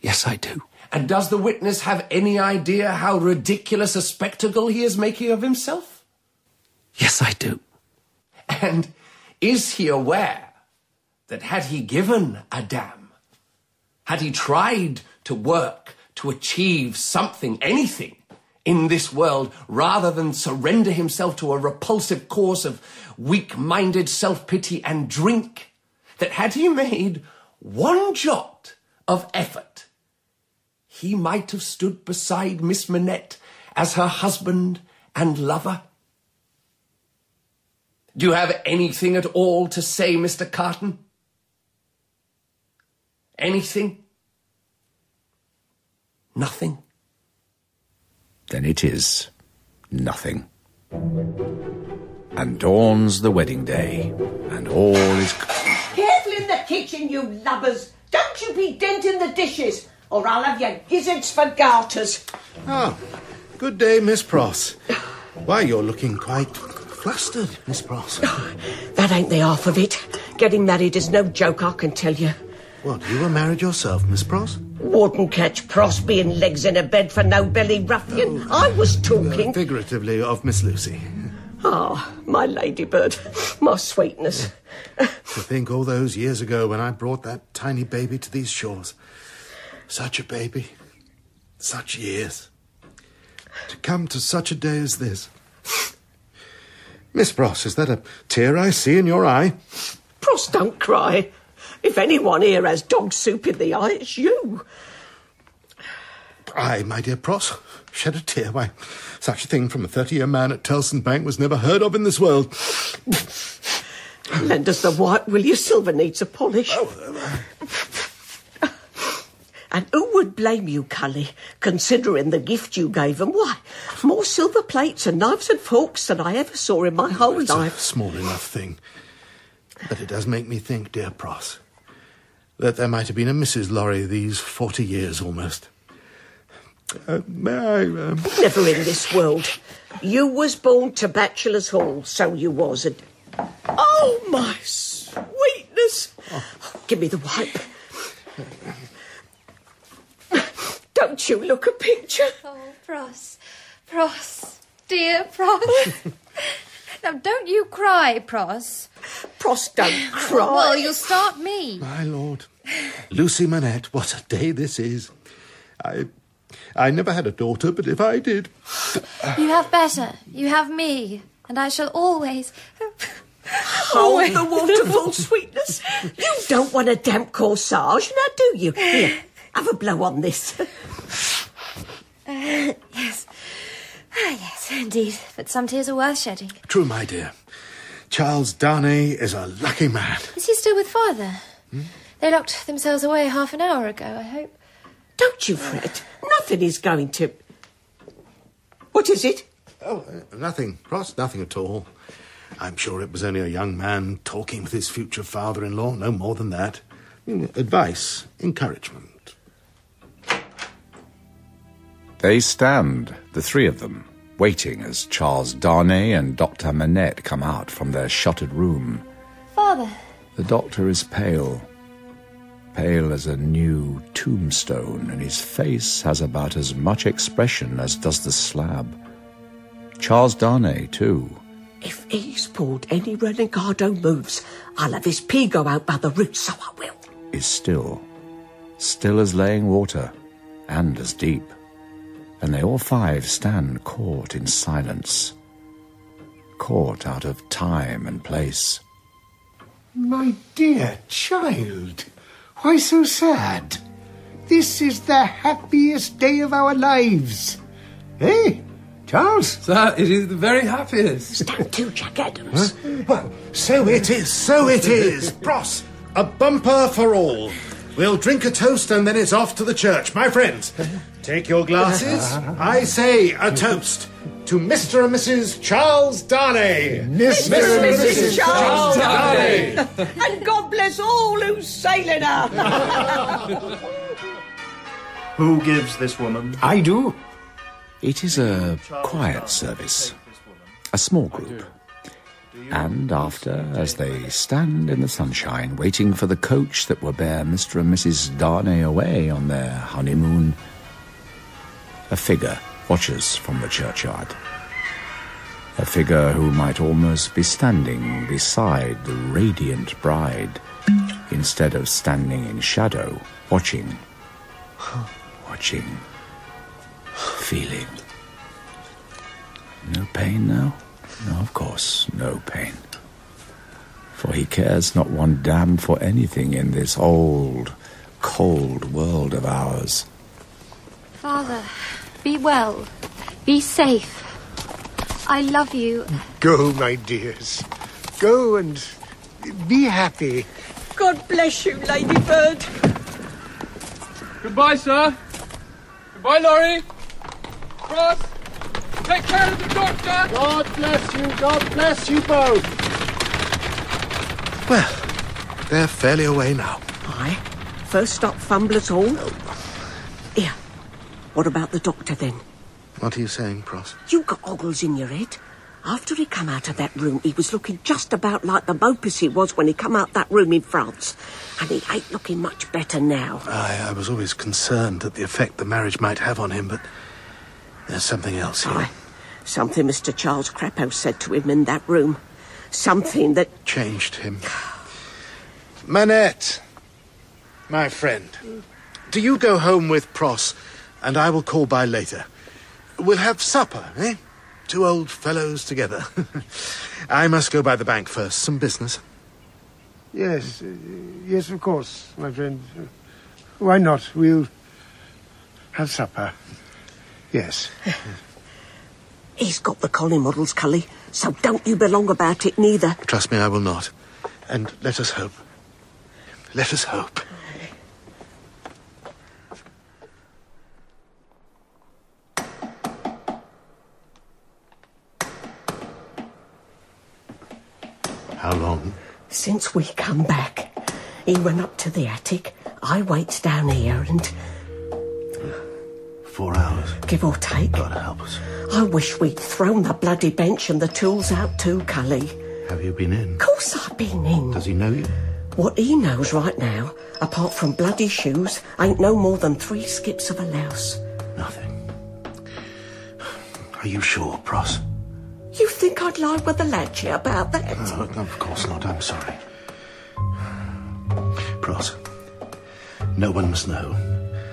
[SPEAKER 42] Yes, I do.
[SPEAKER 27] And does the witness have any idea how ridiculous a spectacle he is making of himself?
[SPEAKER 42] Yes, I do.
[SPEAKER 27] And is he aware that had he given a damn, had he tried to work to achieve something, anything, in this world rather than surrender himself to a repulsive course of weak minded self pity and drink, that had he made one jot of effort, he might have stood beside Miss Manette as her husband and lover? Do you have anything at all to say, Mr. Carton? Anything? Nothing.
[SPEAKER 1] Then it is nothing. And dawns the wedding day, and all is.
[SPEAKER 3] Careful in the kitchen, you lubbers. Don't you be denting the dishes, or I'll have your gizzards for garters.
[SPEAKER 8] Ah, good day, Miss Pross. Why, you're looking quite flustered, Miss Pross.
[SPEAKER 3] That ain't the half of it. Getting married is no joke, I can tell you.
[SPEAKER 8] What, you were married yourself, Miss Pross?
[SPEAKER 3] Warden catch Pross being legs in a bed for no belly
[SPEAKER 8] Oh.
[SPEAKER 3] ruffian. I was talking.
[SPEAKER 8] Figuratively of Miss Lucy.
[SPEAKER 3] Ah, my ladybird, my sweetness.
[SPEAKER 8] To think all those years ago when I brought that tiny baby to these shores. Such a baby. Such years. To come to such a day as this. Miss Bross, is that a tear I see in your eye?
[SPEAKER 3] Pross, don't cry. If anyone here has dog soup in the eye, it's you.
[SPEAKER 8] Aye, my dear Pross. Shed a tear. Why, such a thing from a 30 year man at Tellson Bank was never heard of in this world. Oh,
[SPEAKER 3] Lend us the white, will you? Silver needs a polish. And who would blame you, Cully, considering the gift you gave 'em? Why, more silver plates and knives and forks than I ever saw in my whole
[SPEAKER 8] It's
[SPEAKER 3] life.
[SPEAKER 8] a small enough thing. But it does make me think, dear Pross, that there might have been a Mrs. Lorry these forty years almost. Uh, may I? Um...
[SPEAKER 3] Never in this world. You was born to bachelor's hall, so you was. And oh my sweetness! Give me the wipe. Don't you look a picture?
[SPEAKER 43] Oh, Pross. Pross. Dear Pross. now, don't you cry, Pross.
[SPEAKER 3] Pross, don't cry.
[SPEAKER 43] Well, you'll start me.
[SPEAKER 8] My lord, Lucy Manette, what a day this is! I, I never had a daughter, but if I did,
[SPEAKER 2] You have better. You have me. And I shall always.
[SPEAKER 3] Hold the waterfall, sweetness. You don't want a damp corsage, now do you? Here, have a blow on this.
[SPEAKER 2] Uh, yes. Ah, yes, indeed. But some tears are worth shedding.
[SPEAKER 8] true, my dear. Charles Darnay is a lucky man.
[SPEAKER 2] Is he still with father?
[SPEAKER 3] Hmm?
[SPEAKER 2] They locked themselves away half an hour ago, I hope.
[SPEAKER 3] Don't you fret. Nothing is going to. What is it?
[SPEAKER 8] Oh, uh, nothing, Ross, nothing at all. I'm sure it was only a young man talking with his future father in law, no more than that. Mm, Advice, encouragement.
[SPEAKER 1] They stand, the three of them, waiting as Charles Darnay and Dr. Manette come out from their shuttered room.
[SPEAKER 2] Father,
[SPEAKER 1] The doctor is pale, pale as a new tombstone, and his face has about as much expression as does the slab. Charles Darnay, too.
[SPEAKER 3] If he's pulled any renegado moves, I'll have his pea go out by the roots, so I will.
[SPEAKER 1] is still, still as laying water, and as deep, and they all five stand caught in silence, caught out of time and place.
[SPEAKER 7] My dear child, why so sad? This is the happiest day of our lives. Eh, Charles?
[SPEAKER 17] That it is the very happiest.
[SPEAKER 3] Stand to, Jack
[SPEAKER 8] Adams. Well, so it is, so it is. Pross, a bumper for all. We'll drink a toast and then it's off to the church. My friends, take your glasses. I say a toast to Mr. and Mrs. Charles Darnay.
[SPEAKER 7] Mr.
[SPEAKER 3] and Mrs. Charles
[SPEAKER 8] Darnay.
[SPEAKER 3] And God bless all who's sailing her.
[SPEAKER 4] Who gives this woman?
[SPEAKER 7] I do.
[SPEAKER 1] It is a quiet service, a small group. And after, as they stand in the sunshine waiting for the coach that will bear Mr. and Mrs. Darnay away on their honeymoon, a figure watches from the churchyard. A figure who might almost be standing beside the radiant bride instead of standing in shadow, watching, watching, feeling. No pain now? No, of course, no pain. For he cares not one damn for anything in this old, cold world of ours.
[SPEAKER 2] Father, be well. Be safe. I love you.
[SPEAKER 7] Go, my dears. Go and be happy.
[SPEAKER 3] God bless you, Ladybird.
[SPEAKER 17] Goodbye, sir. Goodbye, Laurie. Ross, take care of the doctor.
[SPEAKER 7] God bless you. God bless you both.
[SPEAKER 8] Well, they're fairly away now.
[SPEAKER 3] Aye. First stop, Fumbler's Hall. Here. What about the doctor then?
[SPEAKER 8] What are you saying, Pross?
[SPEAKER 3] You got ogles in your head. After he come out of that room, he was looking just about like the mopus he was when he come out that room in France. And he ain't looking much better now.
[SPEAKER 8] I, I was always concerned at the effect the marriage might have on him, but there's something else here.
[SPEAKER 3] Something Mr. Charles Crapo said to him in that room. Something that...
[SPEAKER 8] Changed him. Manette, my friend, do you go home with Pross, and I will call by later. We'll have supper, eh? Two old fellows together. I must go by the bank first, some business.
[SPEAKER 7] Yes, uh, yes, of course, my friend. Why not? We'll have supper. Yes.
[SPEAKER 3] He's got the collie models, Cully, so don't you belong about it neither.
[SPEAKER 8] Trust me, I will not. And let us hope. Let us hope. How long?
[SPEAKER 3] Since we come back, he went up to the attic. I waits down here and
[SPEAKER 8] Four hours.
[SPEAKER 3] give or take.
[SPEAKER 8] God help us.
[SPEAKER 3] I wish we'd thrown the bloody bench and the tools out too, Cully.
[SPEAKER 8] Have you been in?
[SPEAKER 3] Of course I've been in.
[SPEAKER 8] Does he know you?
[SPEAKER 3] What he knows right now, apart from bloody shoes, ain't no more than three skips of a louse.
[SPEAKER 8] Are you sure, Pross?
[SPEAKER 3] You think I'd lie with a laddie about that?
[SPEAKER 8] No, of course not. I'm sorry. Pross, no one must know,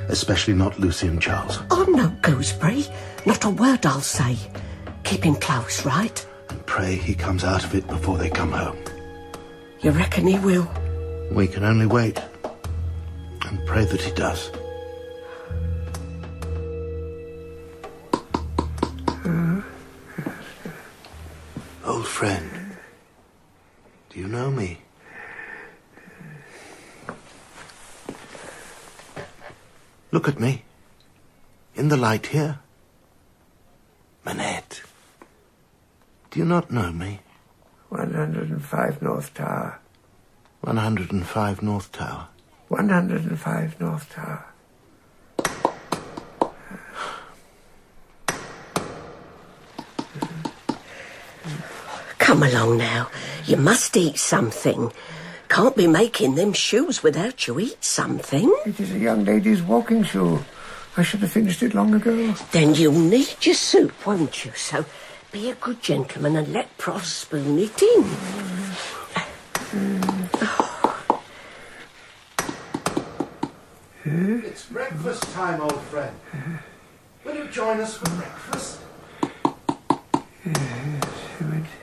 [SPEAKER 8] especially not Lucy and Charles.
[SPEAKER 3] I'm no gooseberry. Not a word I'll say. Keep him close, right?
[SPEAKER 8] Pray he comes out of it before they come home.
[SPEAKER 3] You reckon he will?
[SPEAKER 8] We can only wait. And pray that he does. Old friend, do you know me? Look at me. In the light here. Manette, do you not know me?
[SPEAKER 7] 105 North Tower.
[SPEAKER 8] 105 North Tower.
[SPEAKER 7] 105 North Tower.
[SPEAKER 3] Come along now. You must eat something. Can't be making them shoes without you eat something.
[SPEAKER 7] It is a young lady's walking shoe. I should have finished it long ago.
[SPEAKER 3] Then you'll need your soup, won't you? So be a good gentleman and let Prof spoon it in.
[SPEAKER 8] It's breakfast time, old friend.
[SPEAKER 7] Uh,
[SPEAKER 8] Will you join us for breakfast?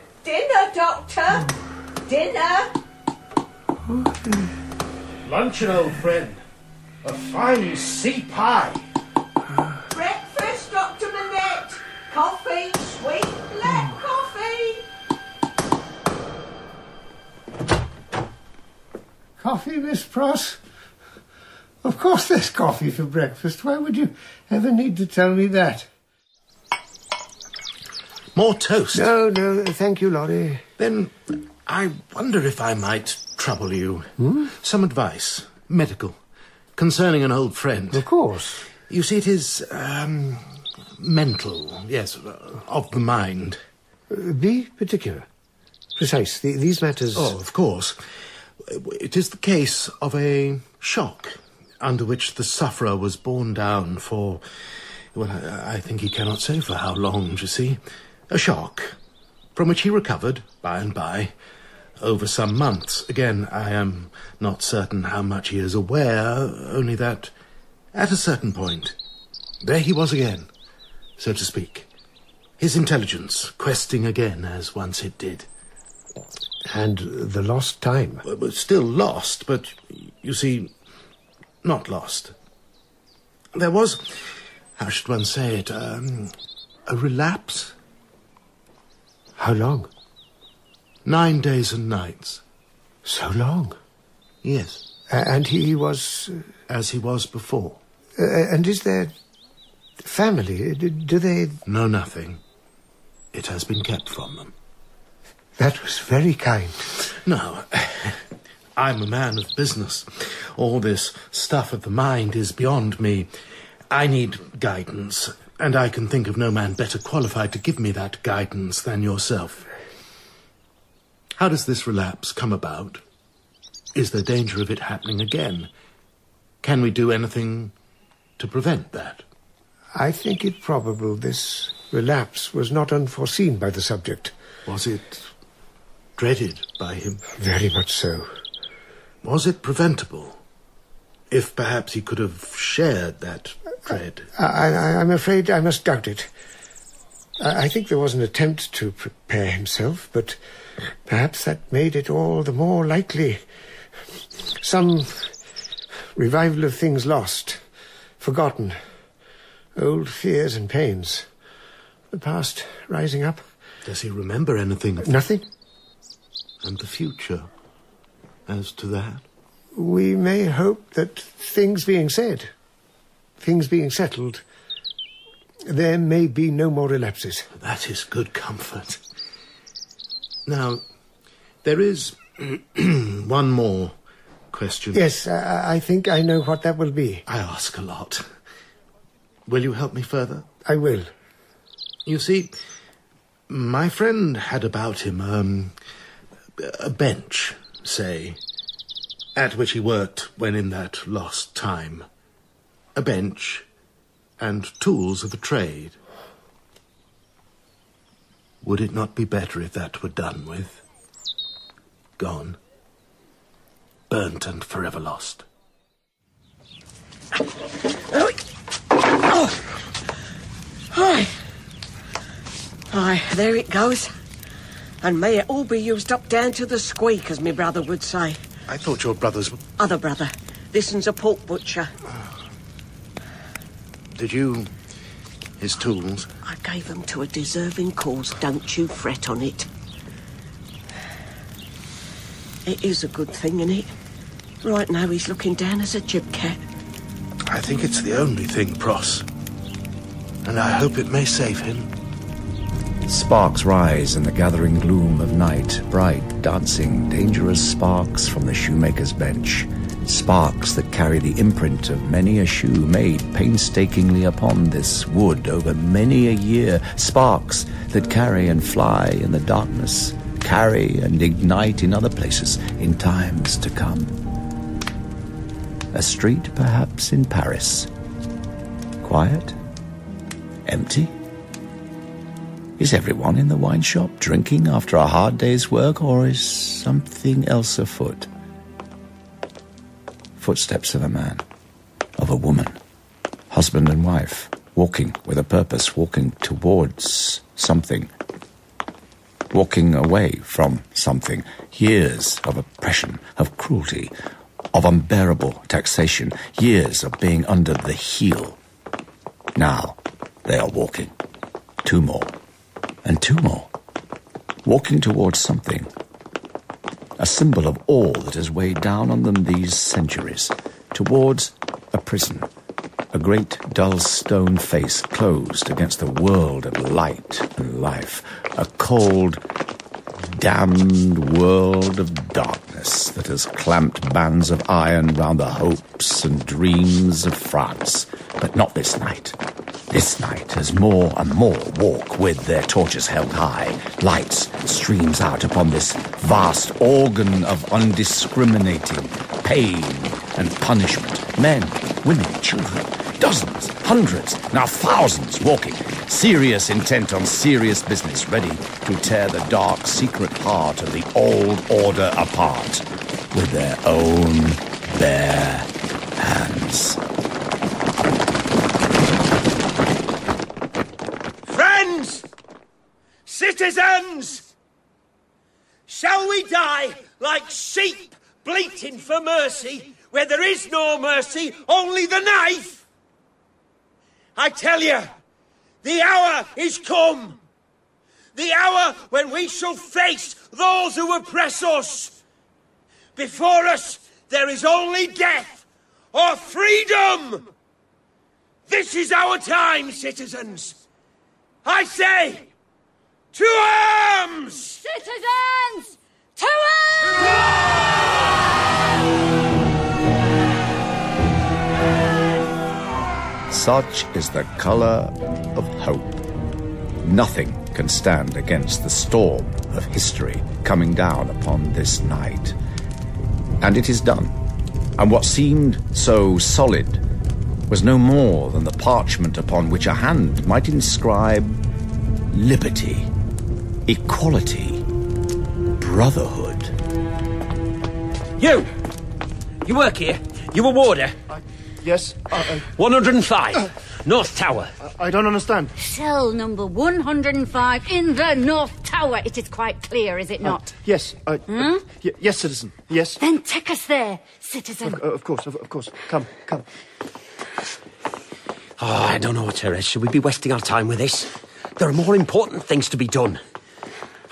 [SPEAKER 44] Dinner, Doctor! Dinner!
[SPEAKER 7] Oh,
[SPEAKER 8] Luncheon, old friend. A fine sea pie.
[SPEAKER 44] Breakfast, Dr. Manette! Coffee, sweet black coffee!
[SPEAKER 7] Coffee, Miss Pross? Of course there's coffee for breakfast. Why would you ever need to tell me that?
[SPEAKER 8] More toast.
[SPEAKER 7] No, no, thank you, Lorry.
[SPEAKER 8] Then I wonder if I might trouble you.
[SPEAKER 7] Hmm?
[SPEAKER 8] Some advice, medical, concerning an old friend. Of
[SPEAKER 7] course.
[SPEAKER 8] You see, it is um, mental, yes, uh, of the mind.
[SPEAKER 7] Uh, Be particular. Precise. these matters.
[SPEAKER 8] Oh, of course. It is the case of a shock under which the sufferer was borne down for. Well, I I think he cannot say for how long, do you see. A shock from which he recovered by and by over some months. Again, I am not certain how much he is aware, only that at a certain point, there he was again, so to speak. His intelligence questing again as once it did. Uh,
[SPEAKER 7] And the lost time?
[SPEAKER 8] Still lost, but you see, not lost. There was, how should one say it, um, a relapse.
[SPEAKER 7] How long?
[SPEAKER 8] Nine days and nights.
[SPEAKER 7] So long?
[SPEAKER 8] Yes.
[SPEAKER 7] and he was.
[SPEAKER 8] As he was before.
[SPEAKER 7] Uh, and is there. family? Do, do they.
[SPEAKER 8] Know nothing. It has been kept from them.
[SPEAKER 7] That was very kind.
[SPEAKER 8] No, I'm a man of business. All this stuff of the mind is beyond me. I need guidance, and I can think of no man better qualified to give me that guidance than yourself. How does this relapse come about? Is there danger of it happening again? Can we do anything to prevent that?
[SPEAKER 7] I think it probable this relapse was not unforeseen by the subject.
[SPEAKER 8] Was it dreaded by him?
[SPEAKER 7] Very much so.
[SPEAKER 8] Was it preventable? If perhaps he could have shared that dread.
[SPEAKER 7] I, I, I'm afraid I must doubt it. I, I think there was an attempt to prepare himself, but perhaps that made it all the more likely. Some revival of things lost, forgotten, old fears and pains, the past rising up.
[SPEAKER 8] Does he remember anything of
[SPEAKER 7] Nothing.
[SPEAKER 8] and the future? As to that,
[SPEAKER 7] We may hope that things being said, things being settled, there may be no more relapses.
[SPEAKER 8] that is good comfort. Now, There is one more question.
[SPEAKER 7] Yes, I, I think I know what that will be.
[SPEAKER 8] I ask a lot. Will you help me further?
[SPEAKER 7] I will.
[SPEAKER 8] You see, my friend had about him um, a bench, say, at which he worked when in that lost time. A bench and tools of a trade. Would it not be better if that were done with? Gone. Burnt and forever lost.
[SPEAKER 3] Oh. Aye. Aye, there it goes. And may it all be used up down to the squeak, as me brother would say.
[SPEAKER 8] I thought your brothers.
[SPEAKER 3] Other brother. This one's a pork butcher.
[SPEAKER 8] Did you. his tools?
[SPEAKER 3] I gave them to a deserving cause. Don't you fret on it. It is a good thing, innit? Right now he's looking down as a jib cat.
[SPEAKER 8] I think it's the only thing, Pross. And I hope it may save him.
[SPEAKER 1] Sparks rise in the gathering gloom of night, bright, dancing, dangerous sparks from the shoemaker's bench. Sparks that carry the imprint of many a shoe made painstakingly upon this wood over many a year. Sparks that carry and fly in the darkness, carry and ignite in other places in times to come. A street, perhaps, in Paris. Quiet? Empty? Is everyone in the wine shop drinking after a hard day's work, or is something else afoot? Footsteps of a man, of a woman, husband and wife, walking with a purpose, walking towards something, walking away from something. Years of oppression, of cruelty, of unbearable taxation, years of being under the heel. Now they are walking. Two more and two more, walking towards something, a symbol of all that has weighed down on them these centuries, towards a prison, a great dull stone face closed against a world of light and life, a cold, damned world of darkness that has clamped bands of iron round the hopes and dreams of France, but not this night. This night, as more and more walk with their torches held high, lights streams out upon this vast organ of undiscriminating pain and punishment. Men, women, children, dozens, hundreds, now thousands walking, serious intent on serious business, ready to tear the dark, secret heart of the old order apart with their own bare hands.
[SPEAKER 5] Friends! Citizens! Shall we die like sheep bleating for mercy where there is no mercy, only the knife? I tell you, the hour is come. The hour when we shall face those who oppress us. Before us, there is only death or freedom. This is our time, citizens. I say, to um, arms!
[SPEAKER 2] Citizens! To
[SPEAKER 1] Such is the color of hope. Nothing can stand against the storm of history coming down upon this night. And it is done. And what seemed so solid was no more than the parchment upon which a hand might inscribe liberty, equality, brotherhood.
[SPEAKER 5] You! You work here? You a warder?
[SPEAKER 13] Yes?
[SPEAKER 5] 105, North Tower.
[SPEAKER 13] I don't understand.
[SPEAKER 10] Cell number 105 in the North Tower. It is quite clear, is it
[SPEAKER 39] Oh.
[SPEAKER 10] not?
[SPEAKER 13] Uh, yes. I, uh, y- yes, citizen. Yes.
[SPEAKER 10] Then take us there, citizen.
[SPEAKER 13] Of, of course, of, of course. Come, come.
[SPEAKER 6] Oh, I don't know, Therese. Should we be wasting our time with this? There are more important things to be done.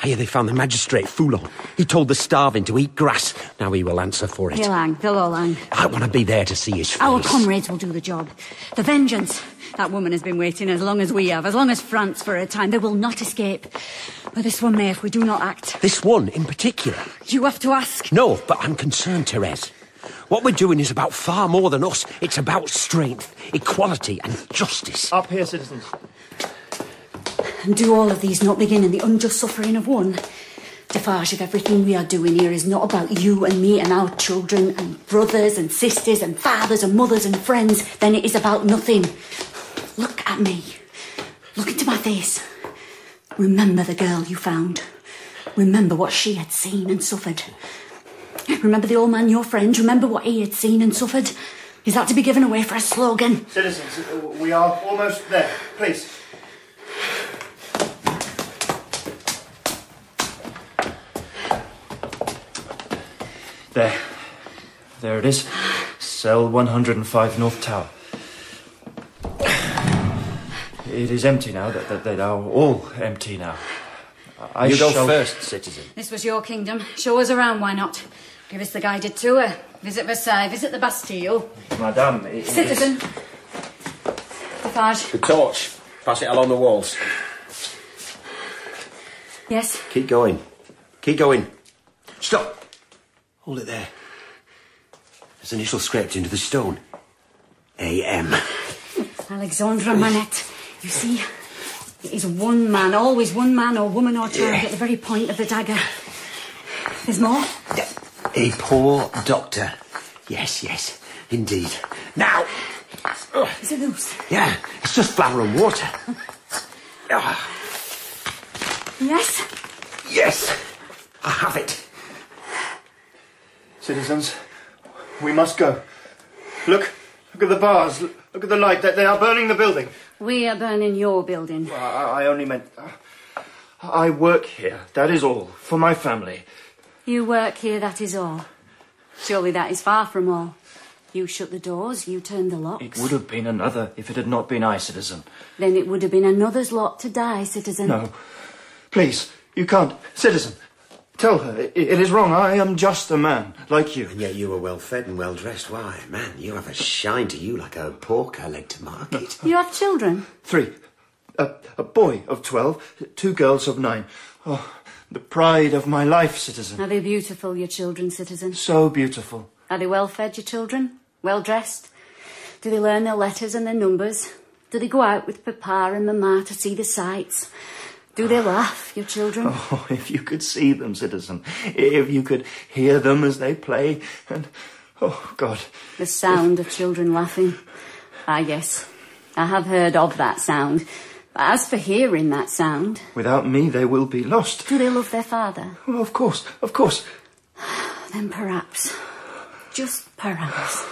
[SPEAKER 6] I hear they found the magistrate, Foulon. He told the starving to eat grass. Now he will answer for it.
[SPEAKER 10] He'll hang. They'll all hang.
[SPEAKER 6] I want to be there to see his
[SPEAKER 11] Oh.
[SPEAKER 6] face.
[SPEAKER 10] Our comrades will do the job. The vengeance. That woman has been waiting as long as we have, as long as France for her time. They will not escape.
[SPEAKER 11] But this one there, if we do not act,
[SPEAKER 19] This one in particular.
[SPEAKER 11] you have to ask.
[SPEAKER 19] No, but I'm concerned, Therese. What we're doing is about far more than us. It's about strength, equality, and justice.
[SPEAKER 13] Up here, citizens.
[SPEAKER 39] And do all of these not begin in the unjust suffering of one? Defarge, if everything we are doing here is not about you and me and our children and brothers and sisters and fathers and mothers and friends, then it is about nothing. Look at me. Look into my face. Remember the girl you found. Remember what she had seen and suffered. Remember the old man, your friend. Remember what he had seen and suffered. Is that to be given away for a slogan?
[SPEAKER 13] Citizens, uh, we are almost there. Please.
[SPEAKER 27] There. There it is. Cell 105 North Tower. It is empty now. That, that they are all empty now. I
[SPEAKER 19] You go
[SPEAKER 27] shall-
[SPEAKER 19] first,
[SPEAKER 27] citizen.
[SPEAKER 11] This was your kingdom. Show us around, why not? Give us the guided tour. Visit Versailles, visit the Bastille.
[SPEAKER 27] Madame. it-
[SPEAKER 11] Citizen. Defarge,
[SPEAKER 19] The torch. Pass it along the walls.
[SPEAKER 11] yes?
[SPEAKER 12] Keep going. Keep going.
[SPEAKER 19] Stop.
[SPEAKER 12] Hold it there.
[SPEAKER 19] His initial scraped into the stone.
[SPEAKER 12] A.M.
[SPEAKER 11] Alexandra Manette. You see, it is one man, always one man or woman or child at the very point of the dagger. There's more.
[SPEAKER 12] A poor doctor. Yes, yes, indeed. Now!
[SPEAKER 11] Is it loose?
[SPEAKER 12] Yeah, it's just flour and water.
[SPEAKER 19] Ah,
[SPEAKER 11] Yes?
[SPEAKER 19] yes! I have it.
[SPEAKER 13] Citizens, we must go. Look, look at the bars. Look look at the light. They, they are burning the building.
[SPEAKER 11] We are burning your building.
[SPEAKER 13] I, I only meant. I work here. That is all. For my family.
[SPEAKER 11] You work here, that is all. Surely that is far from all. You shut the doors, you turned the
[SPEAKER 27] It
[SPEAKER 11] locks.
[SPEAKER 27] would have been another if it had not been I, citizen.
[SPEAKER 11] Then it would have been another's lot to die, citizen.
[SPEAKER 13] No. Please, you can't. Citizen, tell her. i- it is wrong. I am just a man, like you.
[SPEAKER 12] And yet you were well fed and well dressed. Why, man, you have a shine to you like a porker led to market.
[SPEAKER 11] You have children?
[SPEAKER 13] Three. A, a boy of twelve, two girls of nine. Oh, the pride of my life, citizen.
[SPEAKER 11] Are they beautiful, your children, citizen?
[SPEAKER 13] So beautiful.
[SPEAKER 11] Are they well fed, your children? Well dressed? Do they learn their letters and their numbers? Do they go out with Papa and Mamma to see the sights? Do they laugh, your children?
[SPEAKER 13] Oh, if you could see them, citizen. If you could hear them as they play. And, oh, God.
[SPEAKER 11] The sound of children laughing. Ah, yes. I have heard of that sound. But as for hearing that sound,
[SPEAKER 13] Without me, they will be lost.
[SPEAKER 11] do they love their father?
[SPEAKER 13] Well, of course, of course.
[SPEAKER 11] Then perhaps, just perhaps,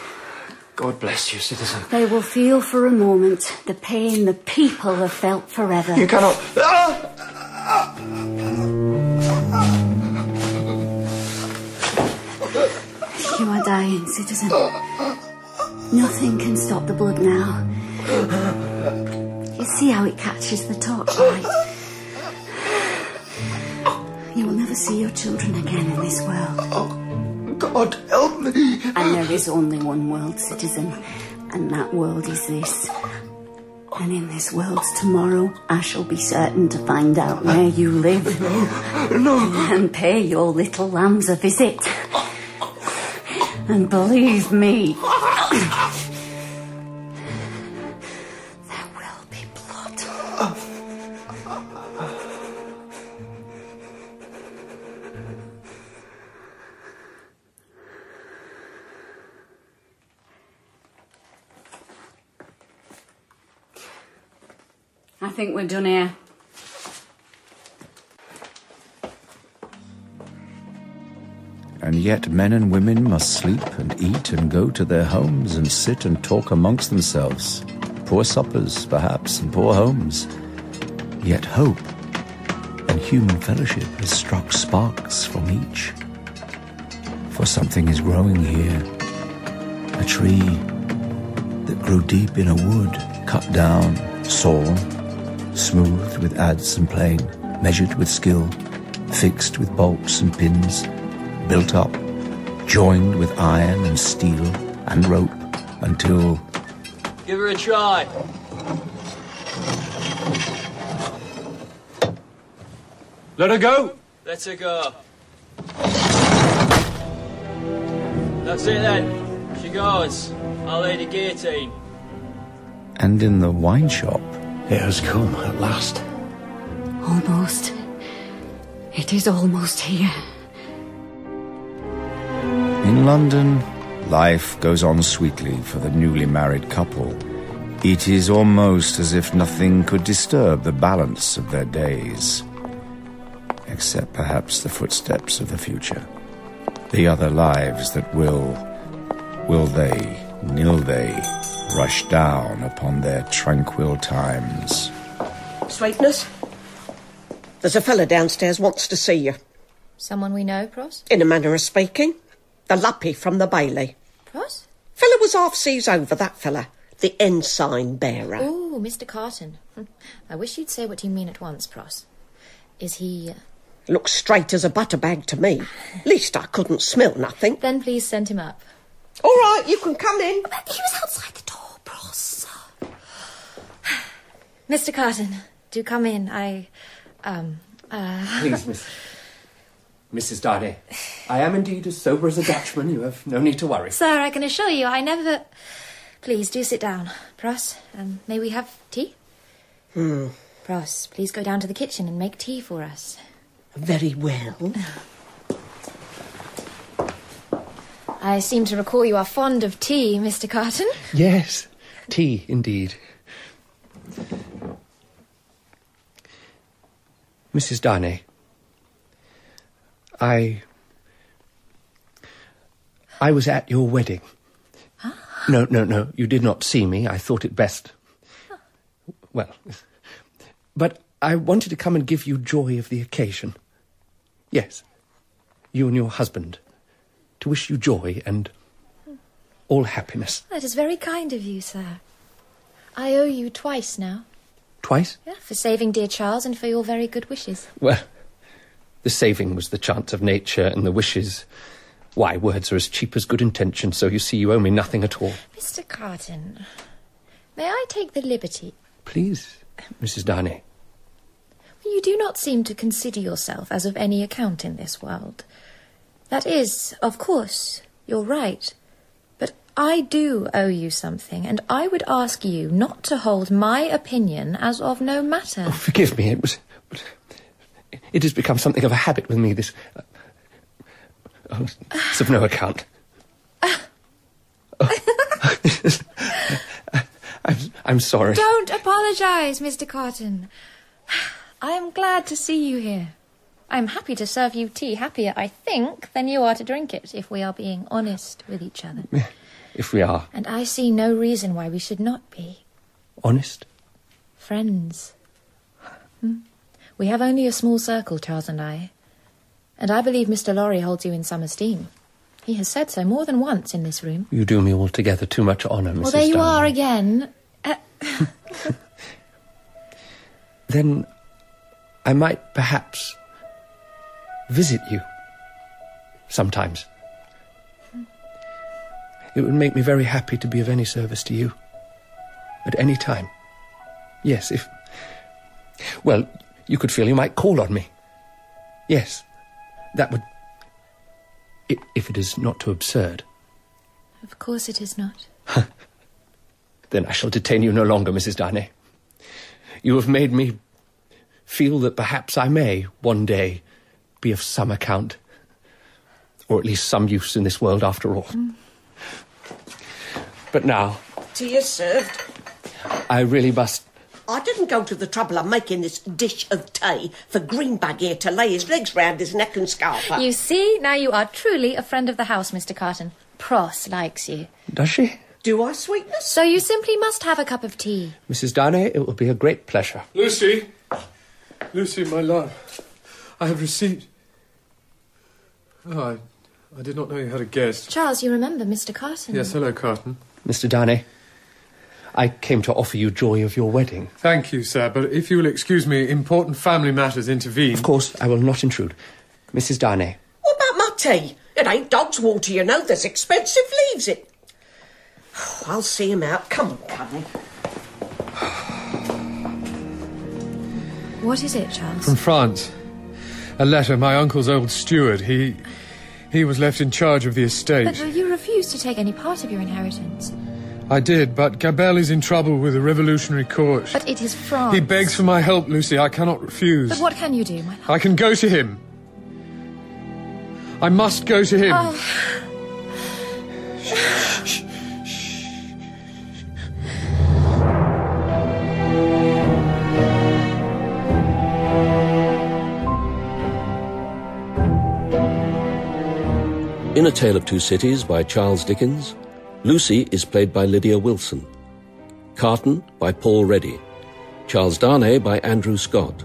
[SPEAKER 13] God bless you, citizen.
[SPEAKER 11] they will feel for a moment the pain the people have felt forever.
[SPEAKER 13] You cannot. Ah!
[SPEAKER 39] You are dying, citizen. Nothing can stop the blood now. You see how it catches the torchlight. You will never see your children again in this world.
[SPEAKER 13] God help me!
[SPEAKER 39] And there is only one world, citizen, and that world is this. And in this world tomorrow, I shall be certain to find out where you live. And pay your little lambs a visit. And believe me,
[SPEAKER 11] I think we're done here.
[SPEAKER 1] And yet men and women must sleep and eat and go to their homes and sit and talk amongst themselves. Poor suppers, perhaps, and poor homes. Yet hope and human fellowship has struck sparks from each. For something is growing here. A tree that grew deep in a wood, cut down, sawn, smoothed with adze and plane, measured with skill, fixed with bolts and pins built up, joined with iron and steel and rope until
[SPEAKER 29] Give her a try.
[SPEAKER 27] Let her go.
[SPEAKER 4] Let her go. That's it then. She goes. Our Lady Guillotine.
[SPEAKER 1] And in the wine shop.
[SPEAKER 45] It has come at last.
[SPEAKER 11] Almost. It is almost here.
[SPEAKER 1] In London, life goes on sweetly for the newly married couple. It is almost as if nothing could disturb the balance of their days. Except perhaps the footsteps of the future. The other lives that will, will they, nil they, rush down upon their tranquil times.
[SPEAKER 3] Sweetness, there's a fella downstairs wants to see you.
[SPEAKER 2] Someone we know, Pros?
[SPEAKER 3] In a manner of speaking, the lappy from the Bailey.
[SPEAKER 2] Pros?
[SPEAKER 3] Fella was half seas over, that fella. The ensign bearer.
[SPEAKER 2] Oh, Mr. Carton. I wish you'd say what you mean at once, Pros. Is he. uh,
[SPEAKER 3] Looks straight as a butter bag to me. Least I couldn't smell nothing.
[SPEAKER 2] Then please send him up.
[SPEAKER 3] All right, you can come in.
[SPEAKER 2] He was outside the door, Pros. Mr. Carton, do come in. I. Um. Uh,
[SPEAKER 27] Please, miss. Mrs. Darnay, I am indeed as sober as a Dutchman. You have no need to worry.
[SPEAKER 2] Sir, I can assure you I never. Please do sit down. Pros, um, may we have tea?
[SPEAKER 3] Hmm.
[SPEAKER 2] Pros, please go down to the kitchen and make tea for us.
[SPEAKER 3] Very well.
[SPEAKER 2] I seem to recall you are fond of tea, Mr. Carton.
[SPEAKER 27] Yes, tea indeed. Mrs. Darnay, I. I was at your wedding. No, no, no, you did not see me. I thought it best. Well, but I wanted to come and give you joy of the occasion. Yes, you and your husband, to wish you joy and all happiness.
[SPEAKER 2] That is very kind of you, sir. I owe you twice now.
[SPEAKER 27] Twice?
[SPEAKER 2] Yeah, for saving dear Charles and for your very good wishes.
[SPEAKER 27] Well, the saving was the chance of nature and the wishes. Why, words are as cheap as good intentions, so you see you owe me nothing at all.
[SPEAKER 2] Mr. Carton, may I take the liberty?
[SPEAKER 27] Please, Mrs. Darnay.
[SPEAKER 2] You do not seem to consider yourself as of any account in this world. That is, of course, you're right. But I do owe you something, and I would ask you not to hold my opinion as of no matter.
[SPEAKER 27] Forgive me, it was. It has become something of a habit with me, this. Oh, it's of no account. I'm, I'm sorry.
[SPEAKER 2] Don't apologize, Mr. Carton. I am glad to see you here. I am happy to serve you tea, happier, I think, than you are to drink it, if we are being honest with each other.
[SPEAKER 27] If we are
[SPEAKER 2] And I see no reason why we should not be
[SPEAKER 27] honest,
[SPEAKER 2] friends. Hmm? We have only a small circle, Charles and I. And I believe Mr. Lorry holds you in some esteem. He has said so more than once in this room.
[SPEAKER 27] you do me altogether too much honour, Mrs.
[SPEAKER 2] well, there you
[SPEAKER 27] Darnay.
[SPEAKER 2] are again. Uh,
[SPEAKER 27] Then I might perhaps visit you sometimes. It would make me very happy to be of any service to you. At any time. Yes, if. Well, you could feel you might call on me. Yes, that would. i- If it is not too absurd,
[SPEAKER 2] of course it is not.
[SPEAKER 27] then I shall detain you no longer, Mrs. Darnay. You have made me feel that perhaps I may, one day, be of some account, or at least some use in this world after all. But now,
[SPEAKER 3] Tea is served.
[SPEAKER 27] I really must.
[SPEAKER 3] I didn't go to the trouble of making this dish of tea for Greenbag here to lay his legs round his neck and scarf up.
[SPEAKER 2] You see, now you are truly a friend of the house, Mr. Carton. Pross likes you.
[SPEAKER 27] Does she?
[SPEAKER 3] Do I, sweetness?
[SPEAKER 2] So you simply must have a cup of tea.
[SPEAKER 27] Mrs. Darnay, it will be a great pleasure.
[SPEAKER 17] Lucy! Lucy, my love. I have received. Oh, I, I did not know you had a guest.
[SPEAKER 2] Charles, you remember Mr. Carton?
[SPEAKER 17] Yes, hello, Carton.
[SPEAKER 27] Mr. Darnay, I came to offer you joy of your wedding.
[SPEAKER 17] Thank you, sir, but if you will excuse me, important family matters intervene. Of
[SPEAKER 27] course, I will not intrude. Mrs. Darnay,
[SPEAKER 3] What about my tea? It ain't dog's water, you know. There's expensive leaves in. I'll see him out. Come on, Cuddy.
[SPEAKER 2] What is it, Charles?
[SPEAKER 17] From France. a letter. My uncle's old steward. He he was left in charge of the estate.
[SPEAKER 2] But you refused to take any part of your inheritance.
[SPEAKER 17] I did, but Gabelle is in trouble with the revolutionary court.
[SPEAKER 2] But it is France.
[SPEAKER 17] He begs for my help, Lucy. I cannot refuse.
[SPEAKER 2] Oh. But what can you do, my
[SPEAKER 17] I can go to him. I must go to him.
[SPEAKER 2] Oh.
[SPEAKER 19] In A Tale of Two Cities by Charles Dickens, Lucy is played by Lydia Wilson, Carton by Paul Reddy, Charles Darnay by Andrew Scott,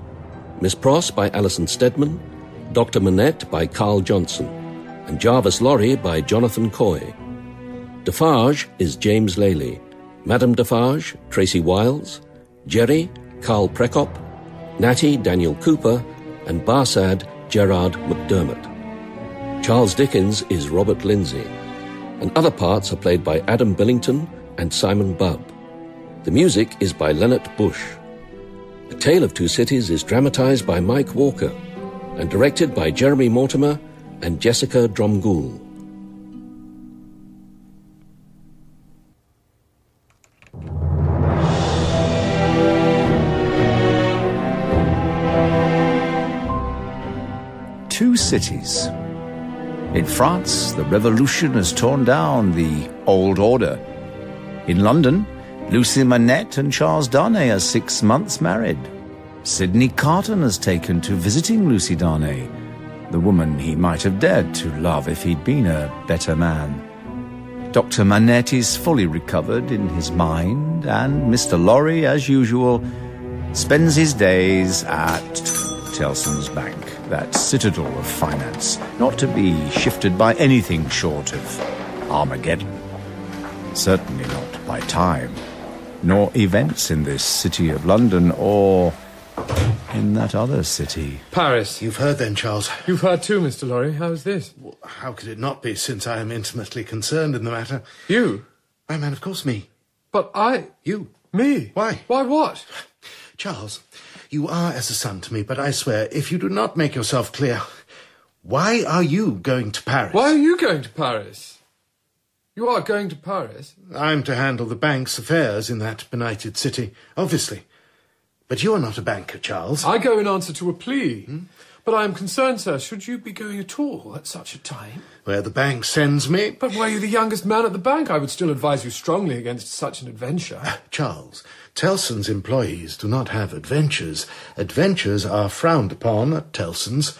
[SPEAKER 19] Miss Pross by Alison Stedman, Dr. Manette by Carl Johnson, and Jarvis Lorry by Jonathan Coy. Defarge is James Lely, Madame Defarge, Tracy Wiles, Jerry, Carl Prekop, Natty, Daniel Cooper, and Barsad, Gerard McDermott. Charles Dickens is Robert Lindsay, and other parts are played by Adam Billington and Simon Bubb. The music is by Leonard Bush. The Tale of Two Cities is dramatized by Mike Walker and directed by Jeremy Mortimer and Jessica Dromgoole.
[SPEAKER 1] Two cities. In France, the revolution has torn down the old order. In London, Lucy Manette and Charles Darnay are six months married. Sydney Carton has taken to visiting Lucy Darnay, the woman he might have dared to love if he'd been a better man. Dr. Manette is fully recovered in his mind, and Mr. Lorry, as usual, spends his days at Tellson's Bank, that citadel of finance, not to be shifted by anything short of Armageddon. Certainly not by time, nor events in this city of London or in that other city.
[SPEAKER 17] Paris.
[SPEAKER 8] You've heard then, Charles.
[SPEAKER 17] You've heard too, Mr. Lorry. How's this?
[SPEAKER 8] How could it not be, since I am intimately concerned in the matter?
[SPEAKER 17] You?
[SPEAKER 8] My man, of course, me.
[SPEAKER 17] But I.
[SPEAKER 8] You.
[SPEAKER 17] Me?
[SPEAKER 8] Why?
[SPEAKER 17] Why what?
[SPEAKER 8] Charles, you are as a son to me, but I swear, if you do not make yourself clear, why are you going to Paris?
[SPEAKER 17] Why are you going to Paris? You are going to Paris?
[SPEAKER 8] I'm to handle the bank's affairs in that benighted city, obviously. But you are not a banker, Charles. Hmm?
[SPEAKER 17] I go in answer to a plea. But I am concerned, sir, should you be going at all at such a time?
[SPEAKER 8] Where the bank sends me.
[SPEAKER 17] But were you the youngest man at the bank, I would still advise you strongly against such an adventure.
[SPEAKER 8] Ah, Charles, Tellson's employees do not have adventures. Adventures are frowned upon at Tellson's.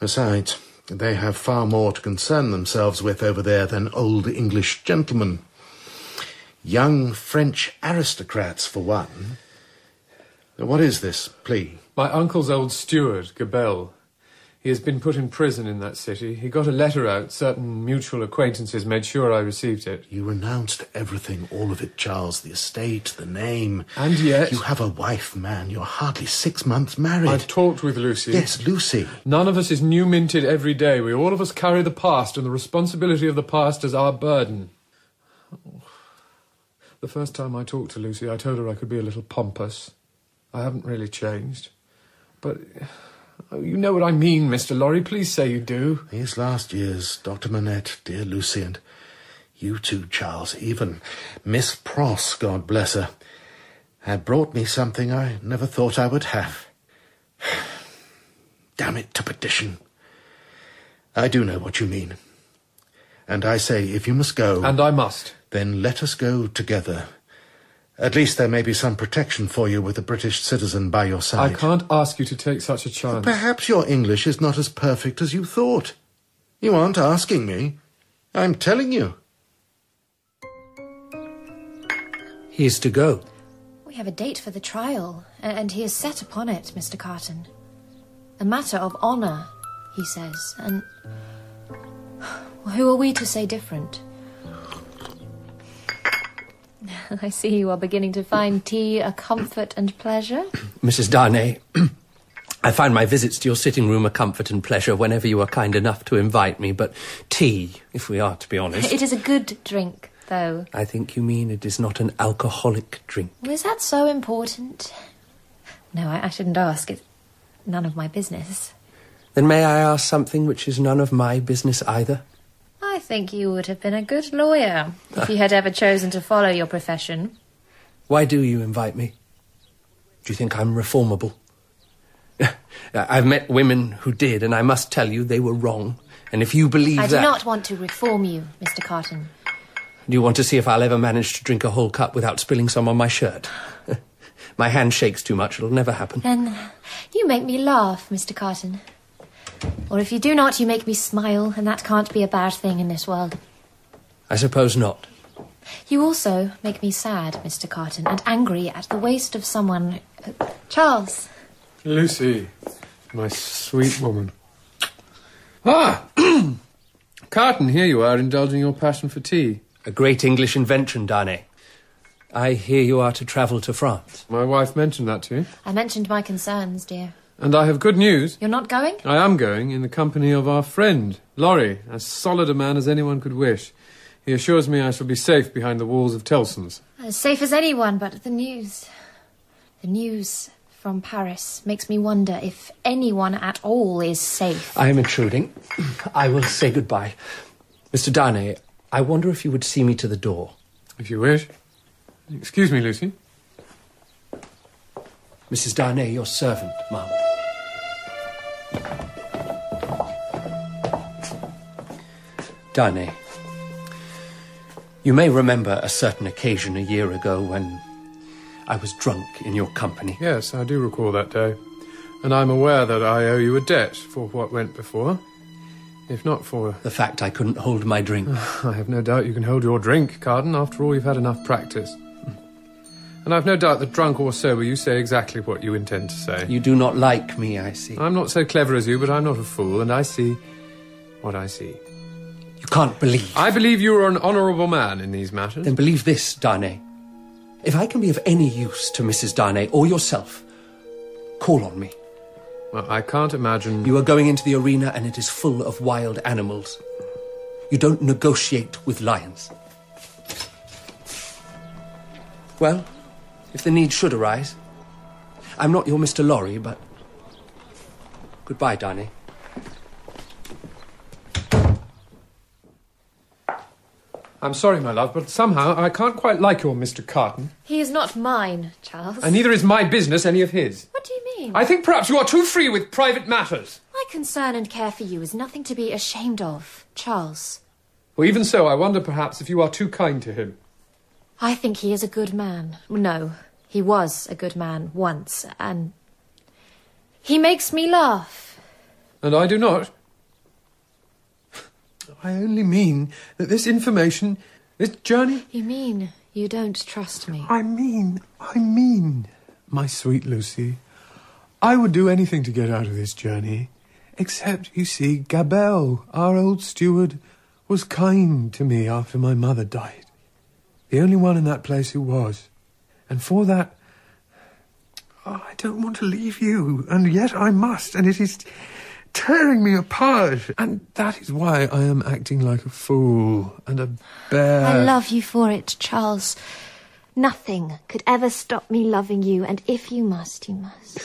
[SPEAKER 8] Besides, they have far more to concern themselves with over there than old English gentlemen. Young French aristocrats, for one. What is this plea?
[SPEAKER 17] My uncle's old steward, Gabelle. He has been put in prison in that city. He got a letter out. Certain mutual acquaintances made sure I received it.
[SPEAKER 8] You renounced everything, all of it, Charles. The estate, the name.
[SPEAKER 17] And yet-
[SPEAKER 8] You have a wife, man. You're hardly six months married.
[SPEAKER 17] I've talked with Lucy.
[SPEAKER 8] Yes, Lucy.
[SPEAKER 17] None of us is new minted every day. We all of us carry the past, and the responsibility of the past is our burden. The first time I talked to Lucy, I told her I could be a little pompous. I haven't really changed. But oh, you know what I mean, Mr. Lorry. Please say you do.
[SPEAKER 8] These last years, Dr. Manette, dear Lucy, and you too, Charles, even Miss Pross, God bless her, had brought me something I never thought I would have. Damn it to perdition. I do know what you mean. And I say, if you must go.
[SPEAKER 17] And I must.
[SPEAKER 8] Then let us go together. At least there may be some protection for you with a British citizen by your
[SPEAKER 17] I
[SPEAKER 8] side.
[SPEAKER 17] can't ask you to take such a chance.
[SPEAKER 8] Perhaps your English is not as perfect as you thought. You aren't asking me. I'm telling you.
[SPEAKER 27] He is to go.
[SPEAKER 2] We have a date for the trial, a- and he is set upon it, Mr. Carton. A matter of honour, he says, and. Who are we to say different? I see you are beginning to find tea a comfort and pleasure.
[SPEAKER 27] Mrs. Darnay, I find my visits to your sitting room a comfort and pleasure whenever you are kind enough to invite me, but tea, if we are to be honest.
[SPEAKER 2] It is a good drink, though.
[SPEAKER 27] I think you mean it is not an alcoholic drink.
[SPEAKER 2] Well, is that so important? No, I, I shouldn't ask. It's none of my business.
[SPEAKER 27] Then may I ask something which is none of my business either?
[SPEAKER 2] I think you would have been a good lawyer if you had ever chosen to follow your profession.
[SPEAKER 27] Why do you invite me? Do you think I'm reformable? I've met women who did, and I must tell you they were wrong. And if you believe
[SPEAKER 2] I do
[SPEAKER 27] that.
[SPEAKER 2] not want to reform you, Mr. Carton.
[SPEAKER 27] Do you want to see if I'll ever manage to drink a whole cup without spilling some on my shirt? my hand shakes too much, it'll never happen.
[SPEAKER 2] Then you make me laugh, Mr. Carton. Or if you do not, you make me smile, and that can't be a bad thing in this world.
[SPEAKER 27] I suppose not.
[SPEAKER 2] You also make me sad, Mr. Carton, and angry at the waste of someone. Charles,
[SPEAKER 17] Lucy, my sweet woman. Ah! Carton, here you are, indulging your passion for tea.
[SPEAKER 27] A great English invention, Darnay. I hear you are to travel to France.
[SPEAKER 17] My wife mentioned that to you.
[SPEAKER 2] I mentioned my concerns, dear.
[SPEAKER 17] And I have good news.
[SPEAKER 2] You're not going?
[SPEAKER 17] I am going in the company of our friend, Lorry, as solid a man as anyone could wish. He assures me I shall be safe behind the walls of Tellson's.
[SPEAKER 2] As safe as anyone, but the news. The news from Paris makes me wonder if anyone at all is safe.
[SPEAKER 27] I am intruding. I will say goodbye. Mr. Darnay, I wonder if you would see me to the door.
[SPEAKER 17] If you wish. Excuse me, Lucy.
[SPEAKER 27] Mrs. Darnay, your servant, ma'am. Darnay, you may remember a certain occasion a year ago when I was drunk in your company.
[SPEAKER 17] Yes, I do recall that day. And I'm aware that I owe you a debt for what went before. If not for.
[SPEAKER 27] The fact I couldn't hold my drink.
[SPEAKER 17] I have no doubt you can hold your drink, Carden. After all, you've had enough practice. And I've no doubt that drunk or sober you say exactly what you intend to say.
[SPEAKER 27] You do not like me, I see.
[SPEAKER 17] I'm not so clever as you, but I'm not a fool, and I see what I see.
[SPEAKER 27] You can't believe.
[SPEAKER 17] I believe you are an honourable man in these matters.
[SPEAKER 27] Then believe this, Darnay. If I can be of any use to Mrs. Darnay or yourself, call on me.
[SPEAKER 17] Well, I can't imagine.
[SPEAKER 27] You are going into the arena and it is full of wild animals. You don't negotiate with lions. Well, if the need should arise. I'm not your Mr. Lorry, but. Goodbye, Darnay.
[SPEAKER 17] I'm sorry, my love, but somehow I can't quite like your Mr. Carton.
[SPEAKER 2] He is not mine, Charles.
[SPEAKER 17] And neither is my business any of his.
[SPEAKER 2] What do you mean?
[SPEAKER 17] I think perhaps you are too free with private matters.
[SPEAKER 2] My concern and care for you is nothing to be ashamed of, Charles.
[SPEAKER 17] Well, even so, I wonder perhaps if you are too kind to him.
[SPEAKER 2] I think he is a good man. No, he was a good man once, and he makes me laugh.
[SPEAKER 17] And I do not. I only mean that this information, this journey.
[SPEAKER 2] You mean you don't trust me?
[SPEAKER 17] I mean, I mean, my sweet Lucy, I would do anything to get out of this journey. Except, you see, Gabelle, our old steward, was kind to me after my mother died. The only one in that place who was. And for that, oh, I don't want to leave you, and yet I must, and it is tearing me apart. And that is why I am acting like a fool and a bear.
[SPEAKER 2] I love you for it, Charles. Nothing could ever stop me loving you, and if you must, you must.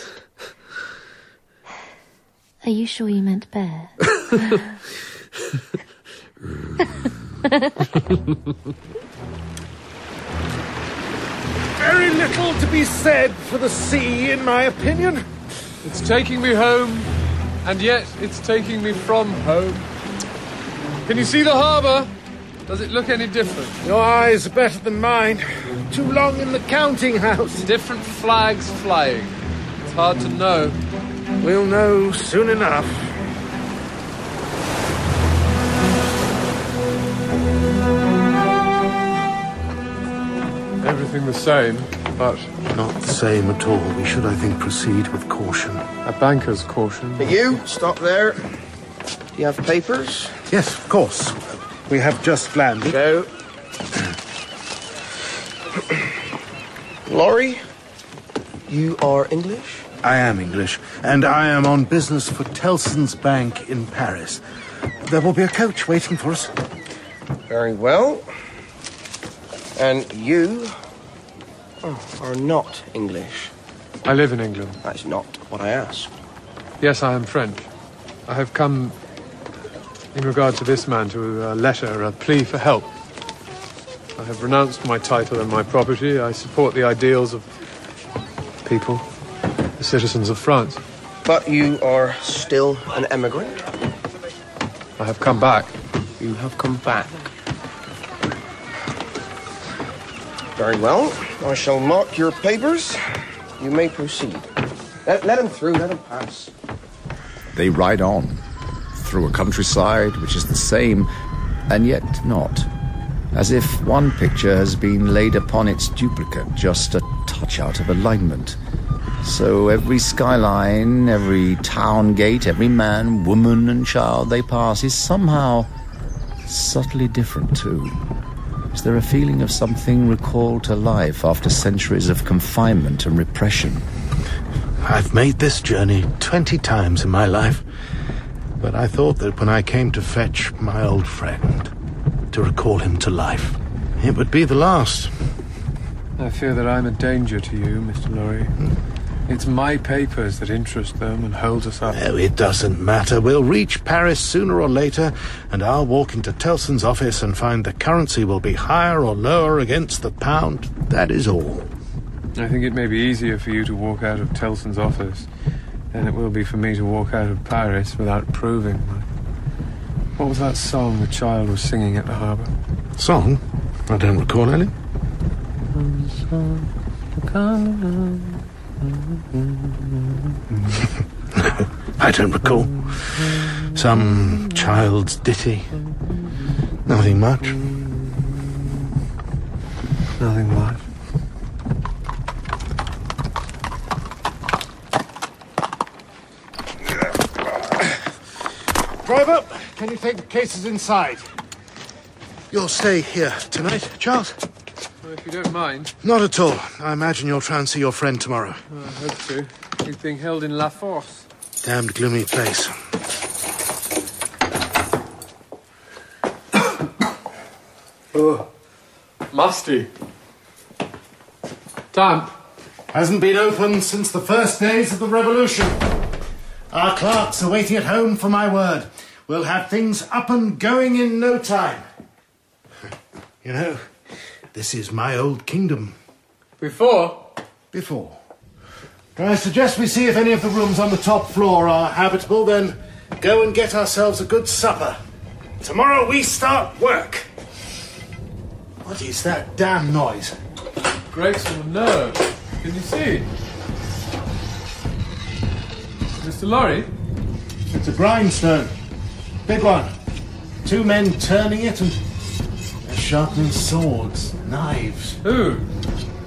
[SPEAKER 2] Are you sure you meant bear?
[SPEAKER 4] Very little to be said for the sea, in my opinion.
[SPEAKER 17] It's taking me home, and yet it's taking me from home. Can you see the harbour? Does it look any different?
[SPEAKER 4] Your eyes are better than mine. Too long in the counting house.
[SPEAKER 17] Different flags flying. It's hard to know.
[SPEAKER 4] We'll know soon enough.
[SPEAKER 17] Everything the same, but.
[SPEAKER 8] Not the same at all. We should, I think, proceed with caution.
[SPEAKER 17] A banker's caution.
[SPEAKER 4] But you, stop there. Do you have papers?
[SPEAKER 8] Yes, of course. We have just landed.
[SPEAKER 4] Go. Laurie, you are English?
[SPEAKER 8] I am English, and I am on business for Tellson's Bank in Paris. There will be a coach waiting for us.
[SPEAKER 4] Very well. And you oh, are not English.
[SPEAKER 17] I live in England.
[SPEAKER 4] That's not what I asked.
[SPEAKER 17] Yes, I am French. I have come in regard to this man to a letter, a plea for help. I have renounced my title and my property. I support the ideals of people, the citizens of France.
[SPEAKER 4] But you are still an emigrant?
[SPEAKER 17] I have come back.
[SPEAKER 4] You have come back. Very well. I shall mark your papers. You may proceed. Let, let him through, let him pass.
[SPEAKER 1] They ride on through a countryside which is the same and yet not, as if one picture has been laid upon its duplicate, just a touch out of alignment. So every skyline, every town gate, every man, woman, and child they pass is somehow subtly different too. Is there a feeling of something recalled to life after centuries of confinement and repression?
[SPEAKER 8] I've made this journey 20 times in my life, but I thought that when I came to fetch my old friend, to recall him to life, it would be the last.
[SPEAKER 17] I fear that I'm a danger to you, Mr. Lorry. It's my papers that interest them and hold us up.
[SPEAKER 8] No, it doesn't matter. We'll reach Paris sooner or later, and I'll walk into Tellson's office and find the currency will be higher or lower against the pound. That is all.
[SPEAKER 17] I think it may be easier for you to walk out of Tellson's office than it will be for me to walk out of Paris without proving. my- What was that song the child was singing at the harbour?
[SPEAKER 8] Song? I don't recall any. I don't recall. Some child's ditty. Nothing much.
[SPEAKER 17] Nothing much.
[SPEAKER 8] Drive up. Can you take the cases inside? You'll stay here tonight, Charles?
[SPEAKER 17] Well, if you don't mind,
[SPEAKER 8] Not at all. I imagine you'll try and see your friend tomorrow.
[SPEAKER 17] I hope so. He's being held in La Force.
[SPEAKER 8] Damned gloomy place.
[SPEAKER 19] Oh, musty. Damp.
[SPEAKER 8] Hasn't been opened since the first days of the revolution. Our clerks are waiting at home for my word. We'll have things up and going in no time. You know, this is my old kingdom.
[SPEAKER 19] Before?
[SPEAKER 8] Before. I suggest we see if any of the rooms on the top floor are habitable, then go and get ourselves a good supper. Tomorrow we start work. What is that damn noise?
[SPEAKER 17] Grace on the nerve. Can you see? Mr. Lorry?
[SPEAKER 8] It's a grindstone. Big one. Two men turning it and they're sharpening swords, knives.
[SPEAKER 17] Who?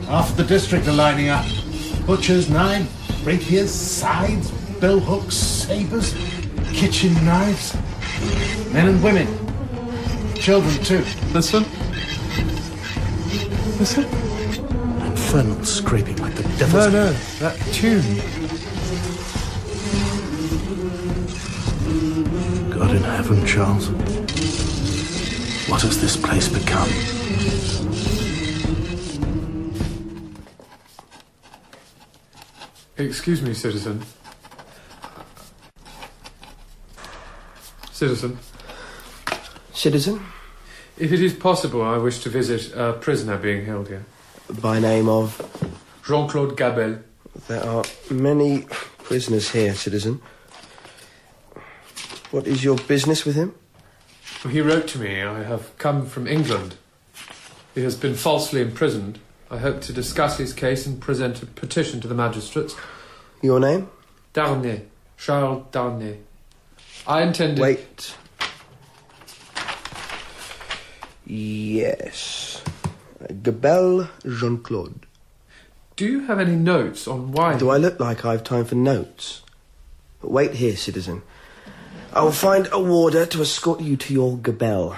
[SPEAKER 8] Half the district are lining up. Butchers, knives, rapiers, scythes, billhooks, sabers, kitchen knives. Men and women. Children too.
[SPEAKER 17] Listen. Listen.
[SPEAKER 8] Infernal scraping like the
[SPEAKER 17] No, no, that tune.
[SPEAKER 8] God in heaven, Charles. What has this place become?
[SPEAKER 17] Excuse me, citizen. Citizen.
[SPEAKER 4] Citizen?
[SPEAKER 17] If it is possible, I wish to visit a prisoner being held here.
[SPEAKER 4] By name of.
[SPEAKER 17] Jean Claude Gabel.
[SPEAKER 4] There are many prisoners here, citizen. What is your business with him?
[SPEAKER 17] He wrote to me, I have come from England. He has been falsely imprisoned. I hope to discuss his case and present a petition to the magistrates.
[SPEAKER 4] Your name?
[SPEAKER 17] Darnay. Charles Darnay. I intended.
[SPEAKER 4] Wait. Yes. Gabelle Jean Claude.
[SPEAKER 17] Do you have any notes on why?
[SPEAKER 4] Do I look like I've time for notes? Wait here, citizen. I will find a warder to escort you to your gabelle.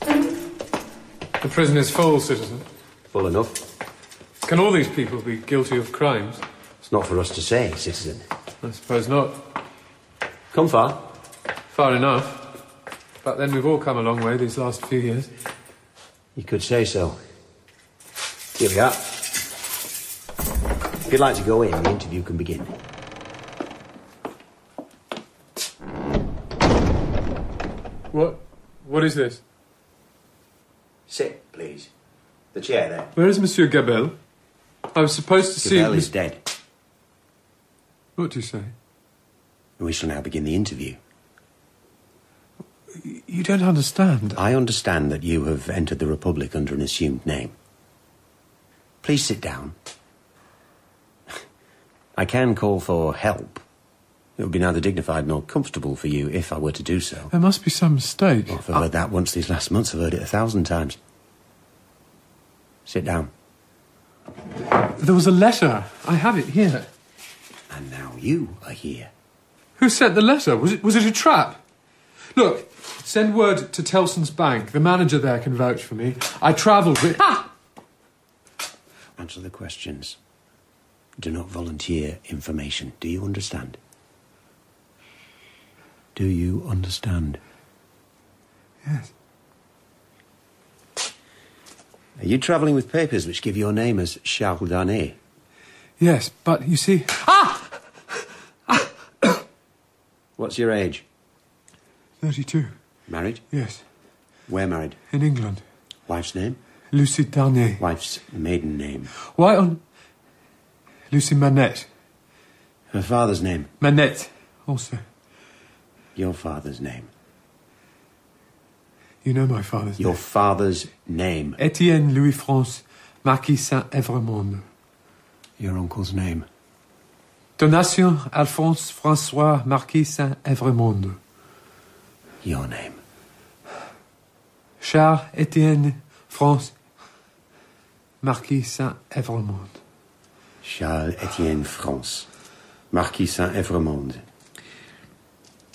[SPEAKER 17] The prison is full, citizen.
[SPEAKER 12] Full enough.
[SPEAKER 17] Can all these people be guilty of crimes?
[SPEAKER 12] It's not for us to say, citizen.
[SPEAKER 17] I suppose not.
[SPEAKER 12] Come far.
[SPEAKER 17] Far enough. But then we've all come a long way these last few years.
[SPEAKER 12] You could say so. Here we are. If you'd like to go in, the interview can begin.
[SPEAKER 17] What? What is this?
[SPEAKER 12] Sit, please. The chair there.
[SPEAKER 17] Where is Monsieur Gabelle? I was supposed to see.
[SPEAKER 12] Gabelle is
[SPEAKER 17] Mis-
[SPEAKER 12] dead.
[SPEAKER 17] What do you say?
[SPEAKER 12] We shall now begin the interview.
[SPEAKER 17] You don't understand.
[SPEAKER 12] I understand that you have entered the Republic under an assumed name. Please sit down. I can call for help. It would be neither dignified nor comfortable for you if I were to do so.
[SPEAKER 17] There must be some mistake.
[SPEAKER 12] I've heard that once these last months. I've heard it a thousand times. Sit down.
[SPEAKER 17] There was a letter. I have it here.
[SPEAKER 12] And now you are here.
[SPEAKER 17] Who sent the letter? Was it, was it a trap? Look, send word to Tellson's Bank. The manager there can vouch for me. I travelled with. Ah!
[SPEAKER 12] Answer the questions. Do not volunteer information. Do you understand? Do you understand?
[SPEAKER 17] Yes.
[SPEAKER 12] Are you travelling with papers which give your name as Charles Darnay?
[SPEAKER 17] Yes, but you see. Ah!
[SPEAKER 12] What's your age?
[SPEAKER 17] 32.
[SPEAKER 12] Married?
[SPEAKER 17] Yes.
[SPEAKER 12] Where married?
[SPEAKER 17] In England.
[SPEAKER 12] Wife's name?
[SPEAKER 17] Lucy Darnay.
[SPEAKER 12] Wife's maiden name.
[SPEAKER 17] Why on. Lucy Manette.
[SPEAKER 12] Her father's name.
[SPEAKER 17] Manette, also.
[SPEAKER 12] Your father's name.
[SPEAKER 17] You know my father's
[SPEAKER 12] Your father's name.
[SPEAKER 17] name. Etienne Louis France, Marquis Saint Evremond.
[SPEAKER 12] Your uncle's name.
[SPEAKER 17] Donation Alphonse François Marquis Saint Evremond.
[SPEAKER 12] Your name.
[SPEAKER 17] Charles Etienne France Marquis Saint Evremond.
[SPEAKER 12] Charles Etienne France, Marquis Saint Evremond.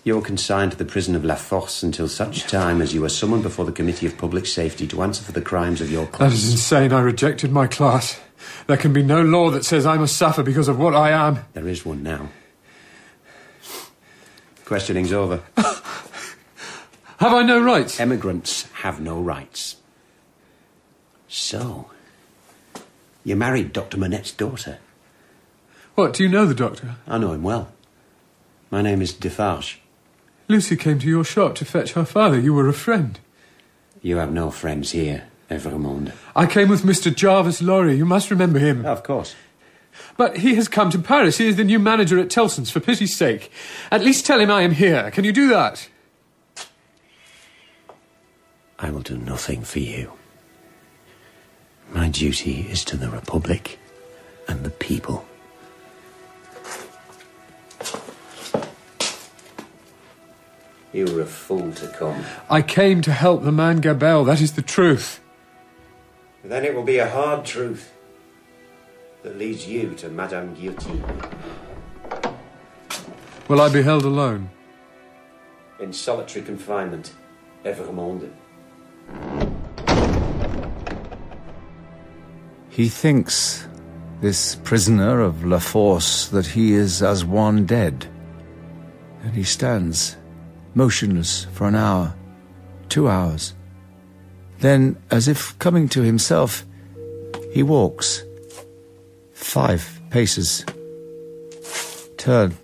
[SPEAKER 12] You are consigned to the prison of La Force until such time as you are summoned before the Committee of Public Safety to answer for the crimes of your
[SPEAKER 17] That
[SPEAKER 12] class.
[SPEAKER 17] is insane. I rejected my class. There can be no law that says I must suffer because of what I am.
[SPEAKER 12] There is one now. Questioning's over.
[SPEAKER 17] Have I no rights?
[SPEAKER 12] Emigrants have no rights. So, you married Dr. Manette's daughter.
[SPEAKER 17] What, do you know the doctor?
[SPEAKER 12] I know him well. My name is Defarge.
[SPEAKER 17] Lucy came to your shop to fetch her father. You were a friend.
[SPEAKER 12] You have no friends here, Evremond.
[SPEAKER 17] I came with Mr. Jarvis Lorry. You must remember him.
[SPEAKER 12] Of course.
[SPEAKER 17] But he has come to Paris. He is the new manager at Tellson's, for pity's sake. At least tell him I am here. Can you do that?
[SPEAKER 12] I will do nothing for you. My duty is to the Republic and the people. You were a fool to come.
[SPEAKER 17] I came to help the man Gabelle. That is the truth.
[SPEAKER 12] Then it will be a hard truth that leads you to Madame Guillotine.
[SPEAKER 17] Will I be held alone?
[SPEAKER 12] In solitary confinement, Evremond.
[SPEAKER 1] He thinks, this prisoner of La Force, that he is as one dead. And he stands, motionless, for an hour, two hours. Then, as if coming to himself, he walks. Five paces. Turn.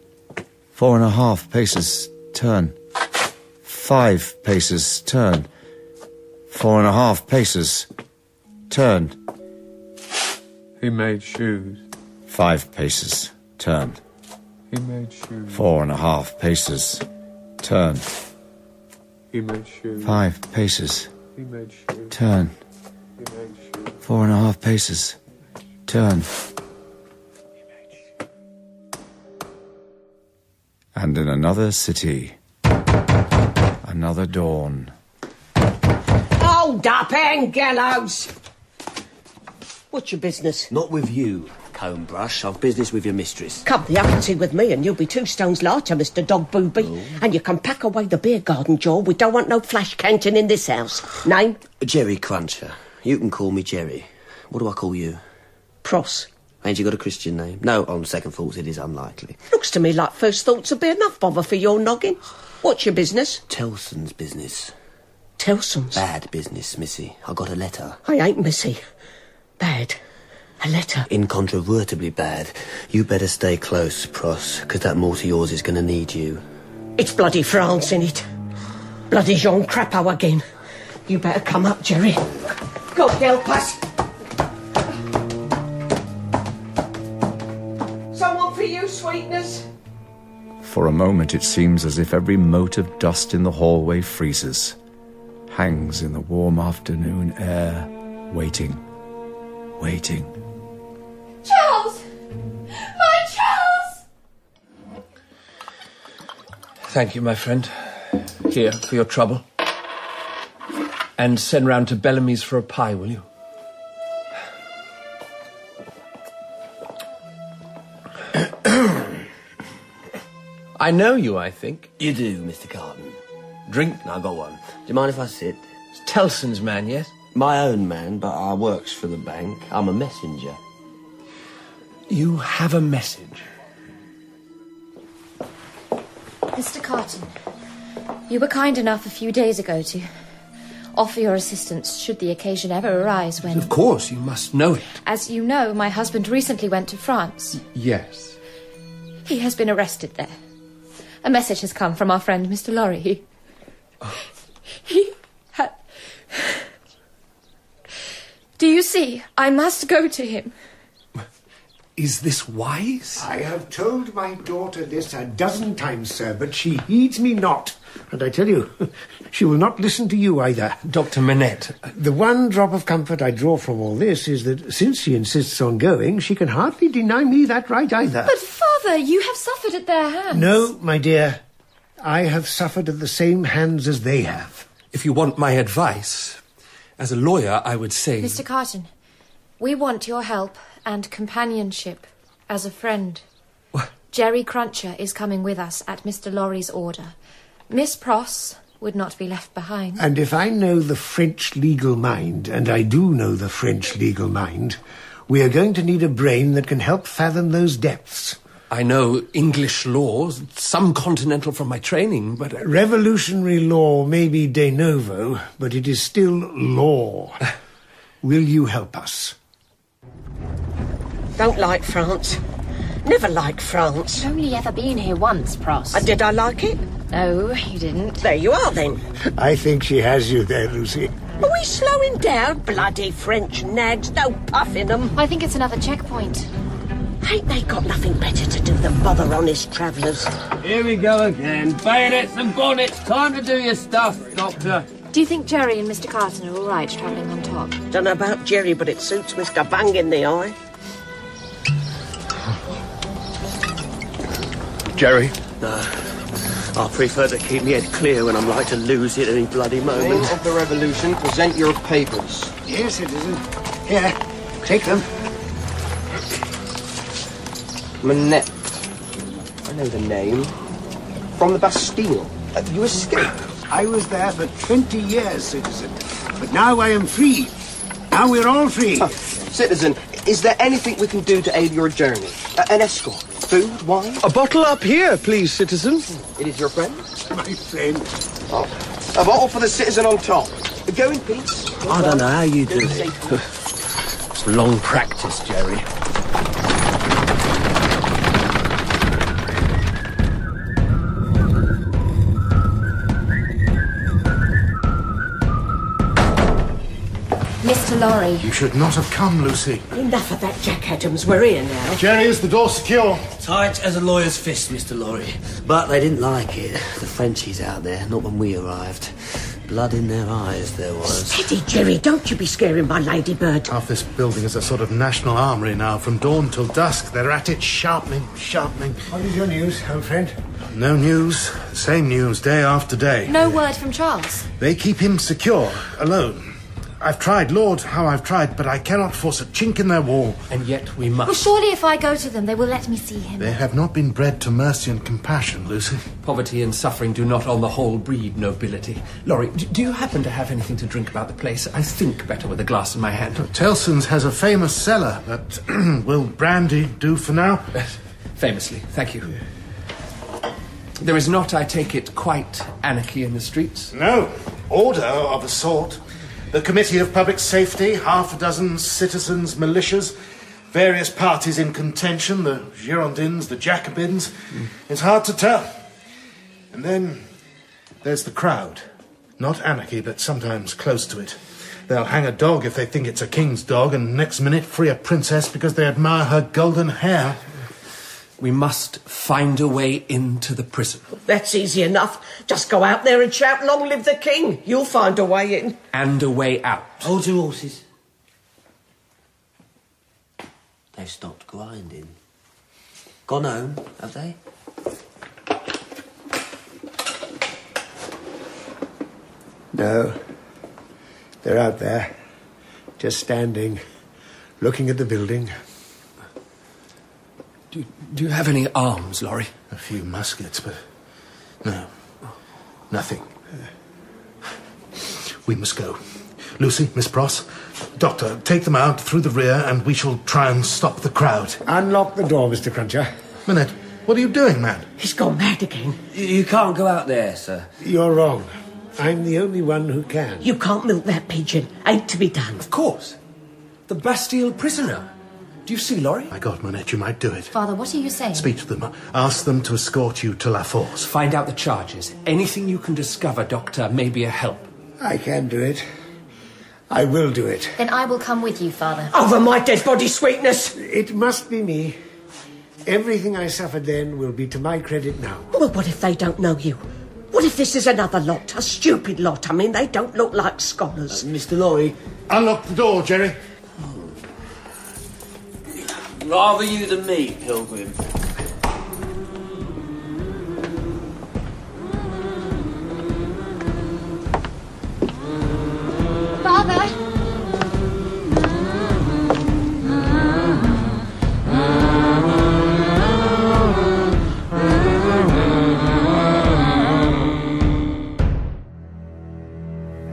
[SPEAKER 1] Four and a half paces. Turn. Five paces. Turn. Four and a half paces. Turn.
[SPEAKER 17] He made shoes.
[SPEAKER 1] Five paces. Turn.
[SPEAKER 17] He made shoes.
[SPEAKER 1] Four and a half paces. Turn.
[SPEAKER 17] He made shoes.
[SPEAKER 1] Five paces.
[SPEAKER 17] He made shoes.
[SPEAKER 1] Turn. Four and a half paces. Turn. And in another city. Another dawn.
[SPEAKER 3] Hold up, Angelos! What's your business?
[SPEAKER 6] Not with you, comb brush. I've business with your mistress.
[SPEAKER 3] Come the Appleton with me and you'll be two stones lighter, Mr. Dog Booby. And you can pack away the beer garden, Jaw. We don't want no flash canting in this house. Name?
[SPEAKER 6] Jerry Cruncher. You can call me Jerry. What do I call you?
[SPEAKER 3] Pross.
[SPEAKER 6] Ain't you got a Christian name? No, on second thoughts, it is unlikely.
[SPEAKER 3] Looks to me like first thoughts would be enough bother for your noggin. What's your business?
[SPEAKER 6] Tellson's business.
[SPEAKER 3] Tellson's?
[SPEAKER 6] Bad business, missy. I got a letter.
[SPEAKER 3] I ain't missy. Bad. A letter.
[SPEAKER 6] Incontrovertibly bad. You better stay close, Pross, because that mort of yours is going to need you.
[SPEAKER 3] It's bloody France, in it. Bloody Jean Crapow again. You better come up, Jerry. God help us. Someone for you, sweetness.
[SPEAKER 1] For a moment, it seems as if every mote of dust in the hallway freezes, hangs in the warm afternoon air, waiting, waiting.
[SPEAKER 44] Charles! My Charles!
[SPEAKER 19] Thank you, my friend. Here, for your trouble. And send round to Bellamy's for a pie, will you? I know you, I think.
[SPEAKER 38] You do, Mr. Carton.
[SPEAKER 19] Drink? I got one.
[SPEAKER 38] Do you mind if I sit?
[SPEAKER 19] It's Tellson's man, yes?
[SPEAKER 38] My own man, but I works for the bank. I'm a messenger.
[SPEAKER 19] You have a message.
[SPEAKER 2] Mr. Carton, you were kind enough a few days ago to offer your assistance should the occasion ever arise when.
[SPEAKER 19] Of course, you must know it.
[SPEAKER 2] As you know, my husband recently went to France.
[SPEAKER 19] Yes.
[SPEAKER 2] He has been arrested there. A message has come from our friend Mr. Lorry. He. He had. Do you see? I must go to him.
[SPEAKER 19] Is this wise?
[SPEAKER 7] I have told my daughter this a dozen times, sir, but she heeds me not. And I tell you, she will not listen to you either.
[SPEAKER 19] Dr. Manette.
[SPEAKER 7] The one drop of comfort I draw from all this is that since she insists on going, she can hardly deny me that right either.
[SPEAKER 2] But, Father, you have suffered at their hands.
[SPEAKER 7] No, my dear. I have suffered at the same hands as they have.
[SPEAKER 19] If you want my advice, as a lawyer, I would say.
[SPEAKER 2] Mr. Carton, we want your help and companionship as a friend. Jerry Cruncher is coming with us at Mr. Lorry's order. Miss Pross would not be left behind.
[SPEAKER 7] And if I know the French legal mind, and I do know the French legal mind, we are going to need a brain that can help fathom those depths.
[SPEAKER 19] I know English laws, some continental from my training, but. uh,
[SPEAKER 7] Revolutionary law may be de novo, but it is still law. Will you help us?
[SPEAKER 3] Don't like France. Never like France.
[SPEAKER 44] Only ever been here once, Pross.
[SPEAKER 3] And did I like it?
[SPEAKER 44] No, you didn't.
[SPEAKER 3] There you are then.
[SPEAKER 7] I think she has you there, Lucy.
[SPEAKER 3] Are we slowing down? Bloody French nags, no puffing them.
[SPEAKER 44] I think it's another checkpoint.
[SPEAKER 3] Ain't they got nothing better to do than bother honest travellers?
[SPEAKER 29] Here we go again. Bayonets and bonnets. Time to do your stuff, Doctor.
[SPEAKER 2] Do you think Jerry and Mr. Carton are all right travelling on top?
[SPEAKER 3] Don't know about Jerry, but it suits Mr. Bang in the eye.
[SPEAKER 19] Jerry.
[SPEAKER 6] I prefer to keep my head clear when I'm like to lose it any bloody
[SPEAKER 4] Name
[SPEAKER 6] moment.
[SPEAKER 4] of the revolution, present your papers.
[SPEAKER 7] Yes, citizen. Here, take them.
[SPEAKER 4] Manette. I know the name. From the Bastille. Uh, you escaped.
[SPEAKER 7] I was there for 20 years, citizen. But now I am free. Now we're all free.
[SPEAKER 4] Uh, Citizen, is there anything we can do to aid your journey? Uh, an escort? Food? Wine?
[SPEAKER 22] A bottle up here, please, citizen.
[SPEAKER 4] It is your friend?
[SPEAKER 7] My friend.
[SPEAKER 4] Oh, a bottle for the citizen on top. Go in peace.
[SPEAKER 6] I don't know how you do it.
[SPEAKER 19] It's long practice, Jerry.
[SPEAKER 2] Mr. Lorry.
[SPEAKER 8] You should not have come, Lucy.
[SPEAKER 3] Enough of that, Jack Adams. We're here now.
[SPEAKER 8] Jerry, is the door secure?
[SPEAKER 6] Tight as a lawyer's fist, Mr. Lorry. But they didn't like it. The Frenchies out there, not when we arrived. Blood in their eyes, there was.
[SPEAKER 3] Steady, Jerry. Don't you be scaring my ladybird.
[SPEAKER 8] Half this building is a sort of national armoury now. From dawn till dusk, they're at it, sharpening, sharpening.
[SPEAKER 7] What is your news, old friend?
[SPEAKER 8] No news. Same news day after day.
[SPEAKER 2] No word from Charles.
[SPEAKER 8] They keep him secure, alone. I've tried, Lord, how I've tried, but I cannot force a chink in their wall.
[SPEAKER 19] And yet we
[SPEAKER 2] Well,
[SPEAKER 19] must.
[SPEAKER 2] surely if I go to them, they will let me see him.
[SPEAKER 8] They have not been bred to mercy and compassion, Lucy.
[SPEAKER 19] Poverty and suffering do not, on the whole, breed nobility. Laurie, d- do you happen to have anything to drink about the place? I think better with a glass in my hand.
[SPEAKER 8] Tellson's has a famous cellar, but will brandy do for now?
[SPEAKER 19] Famously, thank you. There is not, I take it, quite anarchy in the streets.
[SPEAKER 8] No. Order of a sort. The Committee of Public Safety, half a dozen citizens' militias, various parties in contention, the Girondins, the Jacobins. It's hard to tell. And then there's the crowd. Not anarchy, but sometimes close to it. They'll hang a dog if they think it's a king's dog, and next minute free a princess because they admire her golden hair.
[SPEAKER 27] We must find a way into the prison.
[SPEAKER 3] That's easy enough. Just go out there and shout, Long live the king. You'll find a way in.
[SPEAKER 27] And a way out.
[SPEAKER 6] Hold your horses. They've stopped grinding. Gone home, have they?
[SPEAKER 7] No. They're out there, just standing, looking at the building.
[SPEAKER 27] Do, do you have any arms, Laurie?
[SPEAKER 8] A few muskets, but no. Nothing. We must go. Lucy, Miss Pross, Doctor, take them out through the rear and we shall try and stop the crowd.
[SPEAKER 7] Unlock the door, Mr. Cruncher.
[SPEAKER 8] Minute, what are you doing, man?
[SPEAKER 3] He's gone mad again.
[SPEAKER 4] You can't go out there, sir.
[SPEAKER 7] You're wrong. I'm the only one who can.
[SPEAKER 3] You can't milk that pigeon. Ain't to be done.
[SPEAKER 27] Of course. The Bastille prisoner. Do you see, Laurie?
[SPEAKER 8] My God, Manette, you might do it.
[SPEAKER 2] Father, what are you saying?
[SPEAKER 8] Speak to them. Ask them to escort you to La Force.
[SPEAKER 27] Find out the charges. Anything you can discover, Doctor, may be a help.
[SPEAKER 7] I can do it. I will do it.
[SPEAKER 2] Then I will come with you, Father.
[SPEAKER 3] Over my dead body, sweetness.
[SPEAKER 7] It must be me. Everything I suffered then will be to my credit now.
[SPEAKER 3] Well, what if they don't know you? What if this is another lot? A stupid lot. I mean, they don't look like scholars.
[SPEAKER 4] Mr. Lorry.
[SPEAKER 8] Uh, Unlock the door, Jerry.
[SPEAKER 16] Rather you than me, Pilgrim.
[SPEAKER 2] Father!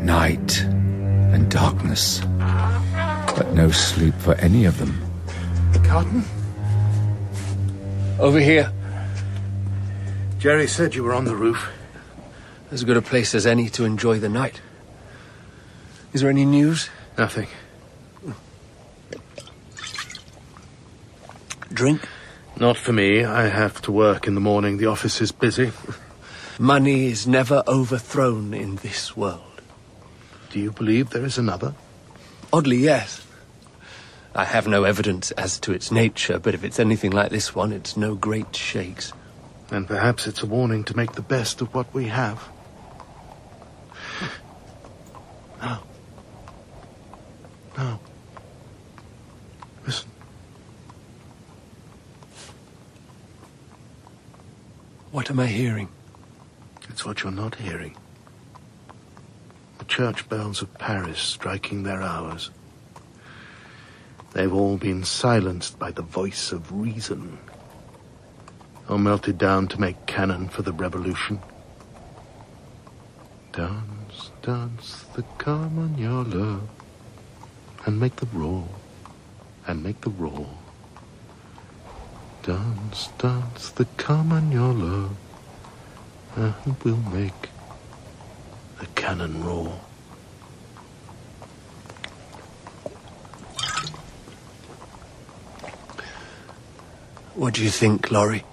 [SPEAKER 1] Night and darkness, but no sleep for any of them.
[SPEAKER 8] Carton?
[SPEAKER 27] Over here.
[SPEAKER 8] Jerry said you were on the roof.
[SPEAKER 27] As good a place as any to enjoy the night. Is there any news?
[SPEAKER 8] Nothing.
[SPEAKER 27] Drink?
[SPEAKER 8] Not for me. I have to work in the morning. The office is busy.
[SPEAKER 27] Money is never overthrown in this world.
[SPEAKER 8] Do you believe there is another?
[SPEAKER 27] Oddly, yes. I have no evidence as to its nature, but if it's anything like this one, it's no great shakes.
[SPEAKER 8] And perhaps it's a warning to make the best of what we have. Now. Now. Listen.
[SPEAKER 27] What am I hearing?
[SPEAKER 8] It's what you're not hearing. The church bells of Paris striking their hours. They've all been silenced by the voice of reason. Or melted down to make cannon for the revolution. Dance, dance the Carmagnola. And make the roar. And make the roar. Dance, dance the Carmagnola. And we'll make the cannon roar.
[SPEAKER 27] What do you think, Laurie?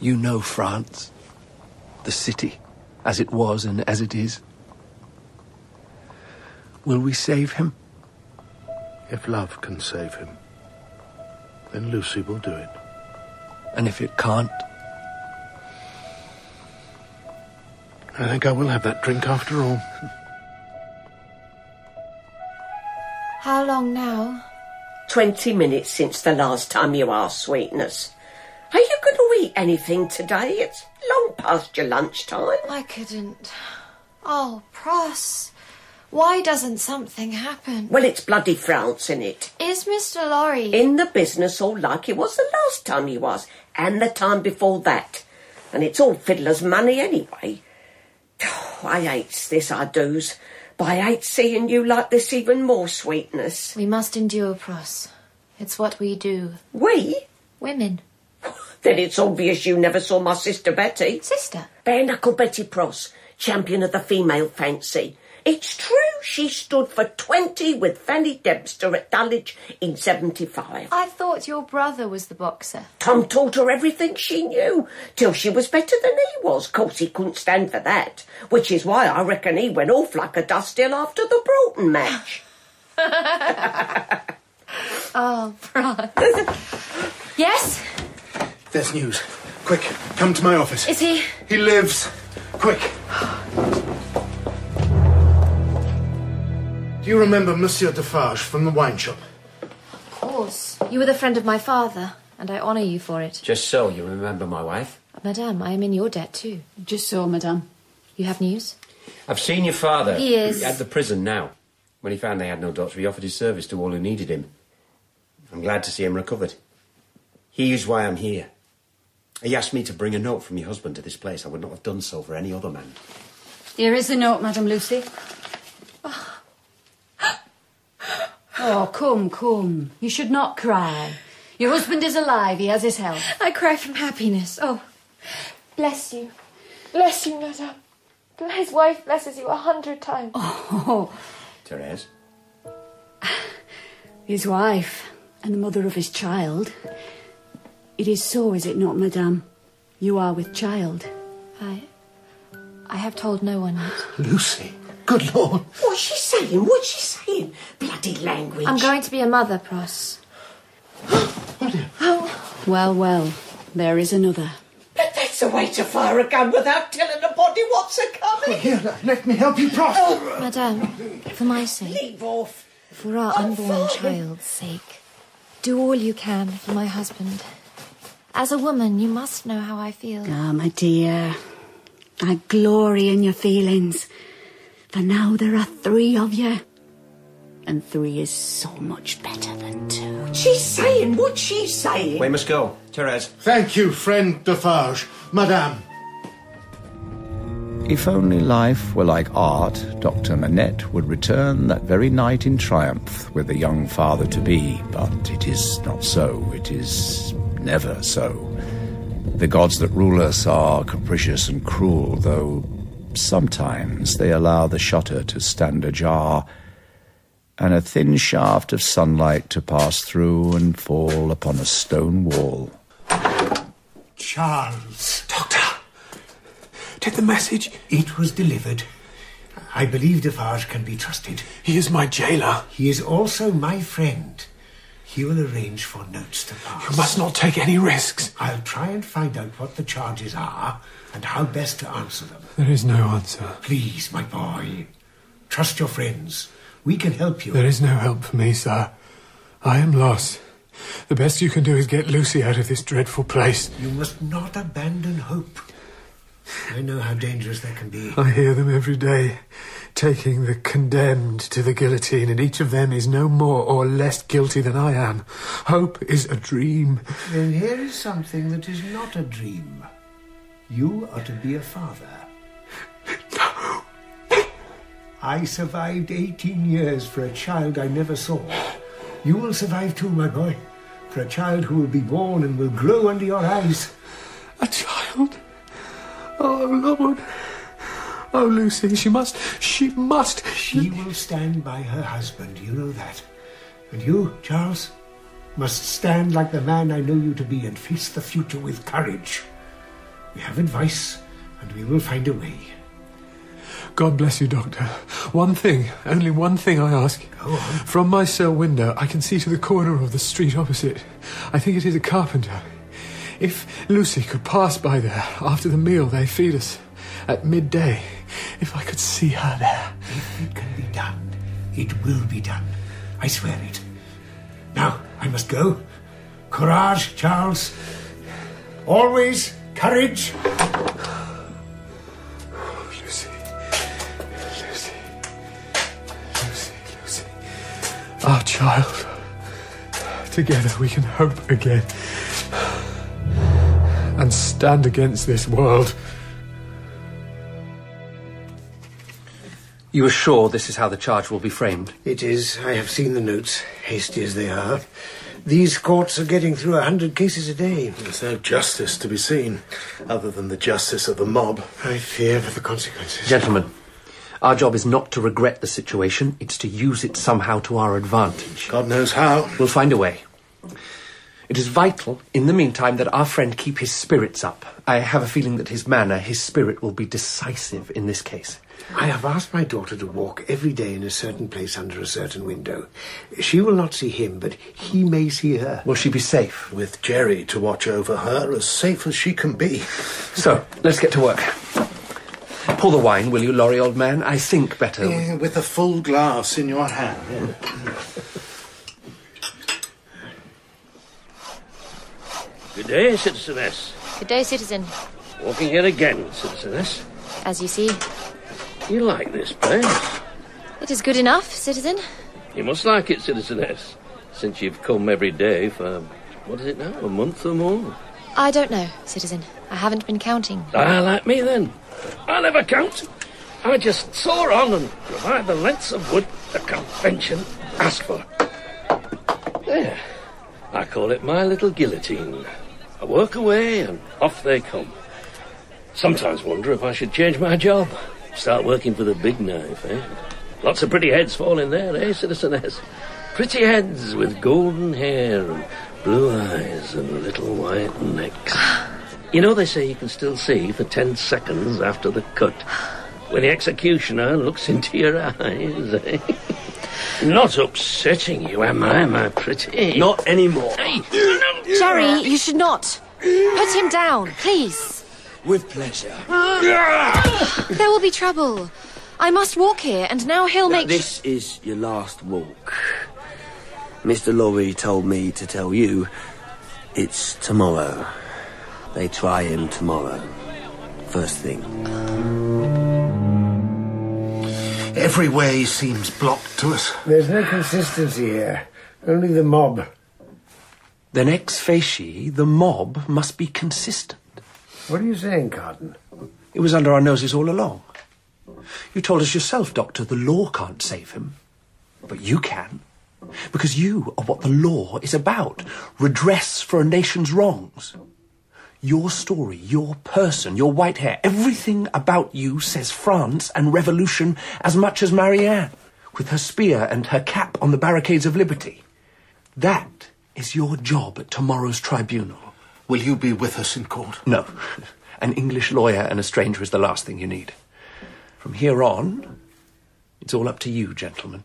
[SPEAKER 27] You know France, the city, as it was and as it is. Will we save him?
[SPEAKER 8] If love can save him, then Lucy will do it.
[SPEAKER 27] And if it can't?
[SPEAKER 8] I think I will have that drink after all.
[SPEAKER 2] How long now?
[SPEAKER 3] Twenty minutes since the last time you asked, sweetness. Are you going to eat anything today? It's long past your lunchtime.
[SPEAKER 2] I couldn't. Oh, Pross. Why doesn't something happen?
[SPEAKER 3] Well, it's bloody France, in it?
[SPEAKER 2] Is Mr. Lorry
[SPEAKER 3] In the business all like it was the last time you was, and the time before that. And it's all fiddler's money anyway. I hates this, I does. But I hate seeing you like this even more, sweetness.
[SPEAKER 2] We must endure, Pross. It's what we do.
[SPEAKER 3] We?
[SPEAKER 2] Women.
[SPEAKER 3] Then it's obvious you never saw my sister Betty.
[SPEAKER 2] Sister.
[SPEAKER 3] Bare knuckle Betty Pross, champion of the female fancy. It's true she stood for 20 with Fanny Dempster at Dulwich in 75.
[SPEAKER 46] I thought your brother was the boxer.
[SPEAKER 3] Tom taught her everything she knew till she was better than he was. Course he couldn't stand for that, which is why I reckon he went off like a dust hill after the Broughton match.
[SPEAKER 46] oh, Brian. yes?
[SPEAKER 8] There's news. Quick, come to my office.
[SPEAKER 46] Is he?
[SPEAKER 8] He lives. Quick. Do you remember Monsieur Defarge from the wine shop?
[SPEAKER 2] Of course. You were the friend of my father, and I honour you for it.
[SPEAKER 12] Just so you remember my wife.
[SPEAKER 2] Madame, I am in your debt too.
[SPEAKER 11] Just so, madame.
[SPEAKER 2] You have news?
[SPEAKER 12] I've seen your father.
[SPEAKER 2] He is-
[SPEAKER 12] At the prison now. When he found they had no doctor, he offered his service to all who needed him. I'm glad to see him recovered. He is why I'm here. He asked me to bring a note from your husband to this place. I would not have done so for any other man.
[SPEAKER 11] Here is the note, Madame Lucy. Oh, come, come. You should not cry. Your husband is alive. He has his health.
[SPEAKER 2] I cry from happiness. Oh,
[SPEAKER 47] Bless you. Bless you, madame. His wife blesses you a hundred times.
[SPEAKER 11] Oh,
[SPEAKER 12] Therese?
[SPEAKER 11] his wife and the mother of his child. It is so, is it not, madame? You are with child.
[SPEAKER 2] I. I have told no one yet.
[SPEAKER 8] Lucy. Good lord.
[SPEAKER 3] What's she saying? What's she saying? Bloody language.
[SPEAKER 2] I'm going to be a mother, Pross.
[SPEAKER 11] Well, well, there is another.
[SPEAKER 3] But that's a way to fire a gun without telling a body what's a coming. Oh,
[SPEAKER 8] here, let me help you, Prof.
[SPEAKER 2] Madame, for my sake.
[SPEAKER 3] Leave off.
[SPEAKER 2] For our unborn child's sake. Do all you can for my husband. As a woman, you must know how I feel.
[SPEAKER 11] Ah, my dear, I glory in your feelings. For now there are three of you. And three is so much better than two.
[SPEAKER 3] She's saying what she's saying.
[SPEAKER 12] We must go. Therese.
[SPEAKER 8] Thank you, friend Defarge. Madame.
[SPEAKER 1] If only life were like art, Dr. Manette would return that very night in triumph with the young father to be, but it is not so. It is never so. The gods that rule us are capricious and cruel, though sometimes they allow the shutter to stand ajar and a thin shaft of sunlight to pass through and fall upon a stone wall.
[SPEAKER 7] Charles. Doctor! Did the message? It was delivered. I believe Defarge can be trusted. He is my jailer. He is also my friend. He will arrange for notes to pass. You must not take any risks. I'll try and find out what the charges are and how best to answer them. There is no answer. Please, my boy. Trust your friends. We can help you. There is no help for me, sir. I am lost. The best you can do is get Lucy out of this dreadful place. You must not abandon hope. I know how dangerous that can be. I hear them every day, taking the condemned to the guillotine, and each of them is no more or less guilty than I am. Hope is a dream. Then here is something that is not a dream. You are to be a father. I survived 18 years for a child I never saw. You will survive too, my boy, for a child who will be born and will grow under your eyes. A child? Oh, Lord. Oh, Lucy, she must, she must. She will stand by her husband, you know that. And you, Charles, must stand like the man I know you to be and face the future with courage. We have advice, and we will find a way. God bless you, Doctor. One thing, only one thing I ask. From my cell window, I can see to the corner of the street opposite. I think it is a carpenter. If Lucy could pass by there after the meal they feed us at midday, if I could see her there. If it can be done, it will be done. I swear it. Now, I must go. Courage, Charles. Always courage. Lucy. Lucy. Lucy, Lucy. Our child. Together we can hope again. And stand against this world.
[SPEAKER 27] You are sure this is how the charge will be framed?
[SPEAKER 7] It is. I have seen the notes, hasty as they are. These courts are getting through a hundred cases a day.
[SPEAKER 8] There's no justice to be seen, other than the justice of the mob.
[SPEAKER 7] I fear for the consequences.
[SPEAKER 27] Gentlemen, Our job is not to regret the situation, it's to use it somehow to our advantage.
[SPEAKER 8] God knows how.
[SPEAKER 27] We'll find a way. It is vital, in the meantime, that our friend keep his spirits up. I have a feeling that his manner, his spirit, will be decisive in this case.
[SPEAKER 7] I have asked my daughter to walk every day in a certain place under a certain window. She will not see him, but he may see her.
[SPEAKER 27] Will she be safe?
[SPEAKER 8] With Jerry to watch over her, as safe as she can be.
[SPEAKER 27] So, let's get to work. Pour the wine, will you, Laurie, old man? I think better.
[SPEAKER 8] Yeah, with a full glass in your hand.
[SPEAKER 16] Good day, citizeness.
[SPEAKER 2] Good day, citizen.
[SPEAKER 16] Walking here again, citizeness.
[SPEAKER 2] As you see,
[SPEAKER 16] You like this place?
[SPEAKER 2] it is good enough, citizen.
[SPEAKER 16] You must like it, citizeness, since you've come every day for, what is it now, a month or more?
[SPEAKER 2] I don't know, citizen. I haven't been counting.
[SPEAKER 16] Ah, like me then. I never count. I just saw on and provide the lengths of wood the convention asked for. There. I call it my little guillotine. I work away and off they come. Sometimes wonder if I should change my job. Start working for the big knife, eh? Lots of pretty heads falling there, eh, citizeness? Pretty heads with golden hair and blue eyes and little white necks. You know, they say you can still see for ten seconds after the cut when the executioner looks into your eyes, eh? Not upsetting you, am I, my pretty?
[SPEAKER 2] Not
[SPEAKER 16] anymore.
[SPEAKER 2] Jerry, you should not. Put him down, please.
[SPEAKER 16] With pleasure.
[SPEAKER 2] There will be trouble. I must walk here, and now he'll
[SPEAKER 6] Now,
[SPEAKER 2] make.
[SPEAKER 6] This is your last walk. Mr. Lorry told me to tell you it's tomorrow. They try him tomorrow. First thing.
[SPEAKER 8] Every way seems blocked to us.
[SPEAKER 7] There's no consistency here, only the mob.
[SPEAKER 27] Then ex facie, the mob must be consistent.
[SPEAKER 7] What are you saying, Carden?
[SPEAKER 27] It was under our noses all along. You told us yourself, Doctor, the law can't save him. But you can. Because you are what the law is about redress for a nation's wrongs. Your story, your person, your white hair, everything about you says France and revolution as much as Marianne, with her spear and her cap on the barricades of liberty. That is your job at tomorrow's tribunal.
[SPEAKER 8] Will you be with us in court?
[SPEAKER 27] No. An English lawyer and a stranger is the last thing you need. From here on, it's all up to you, gentlemen.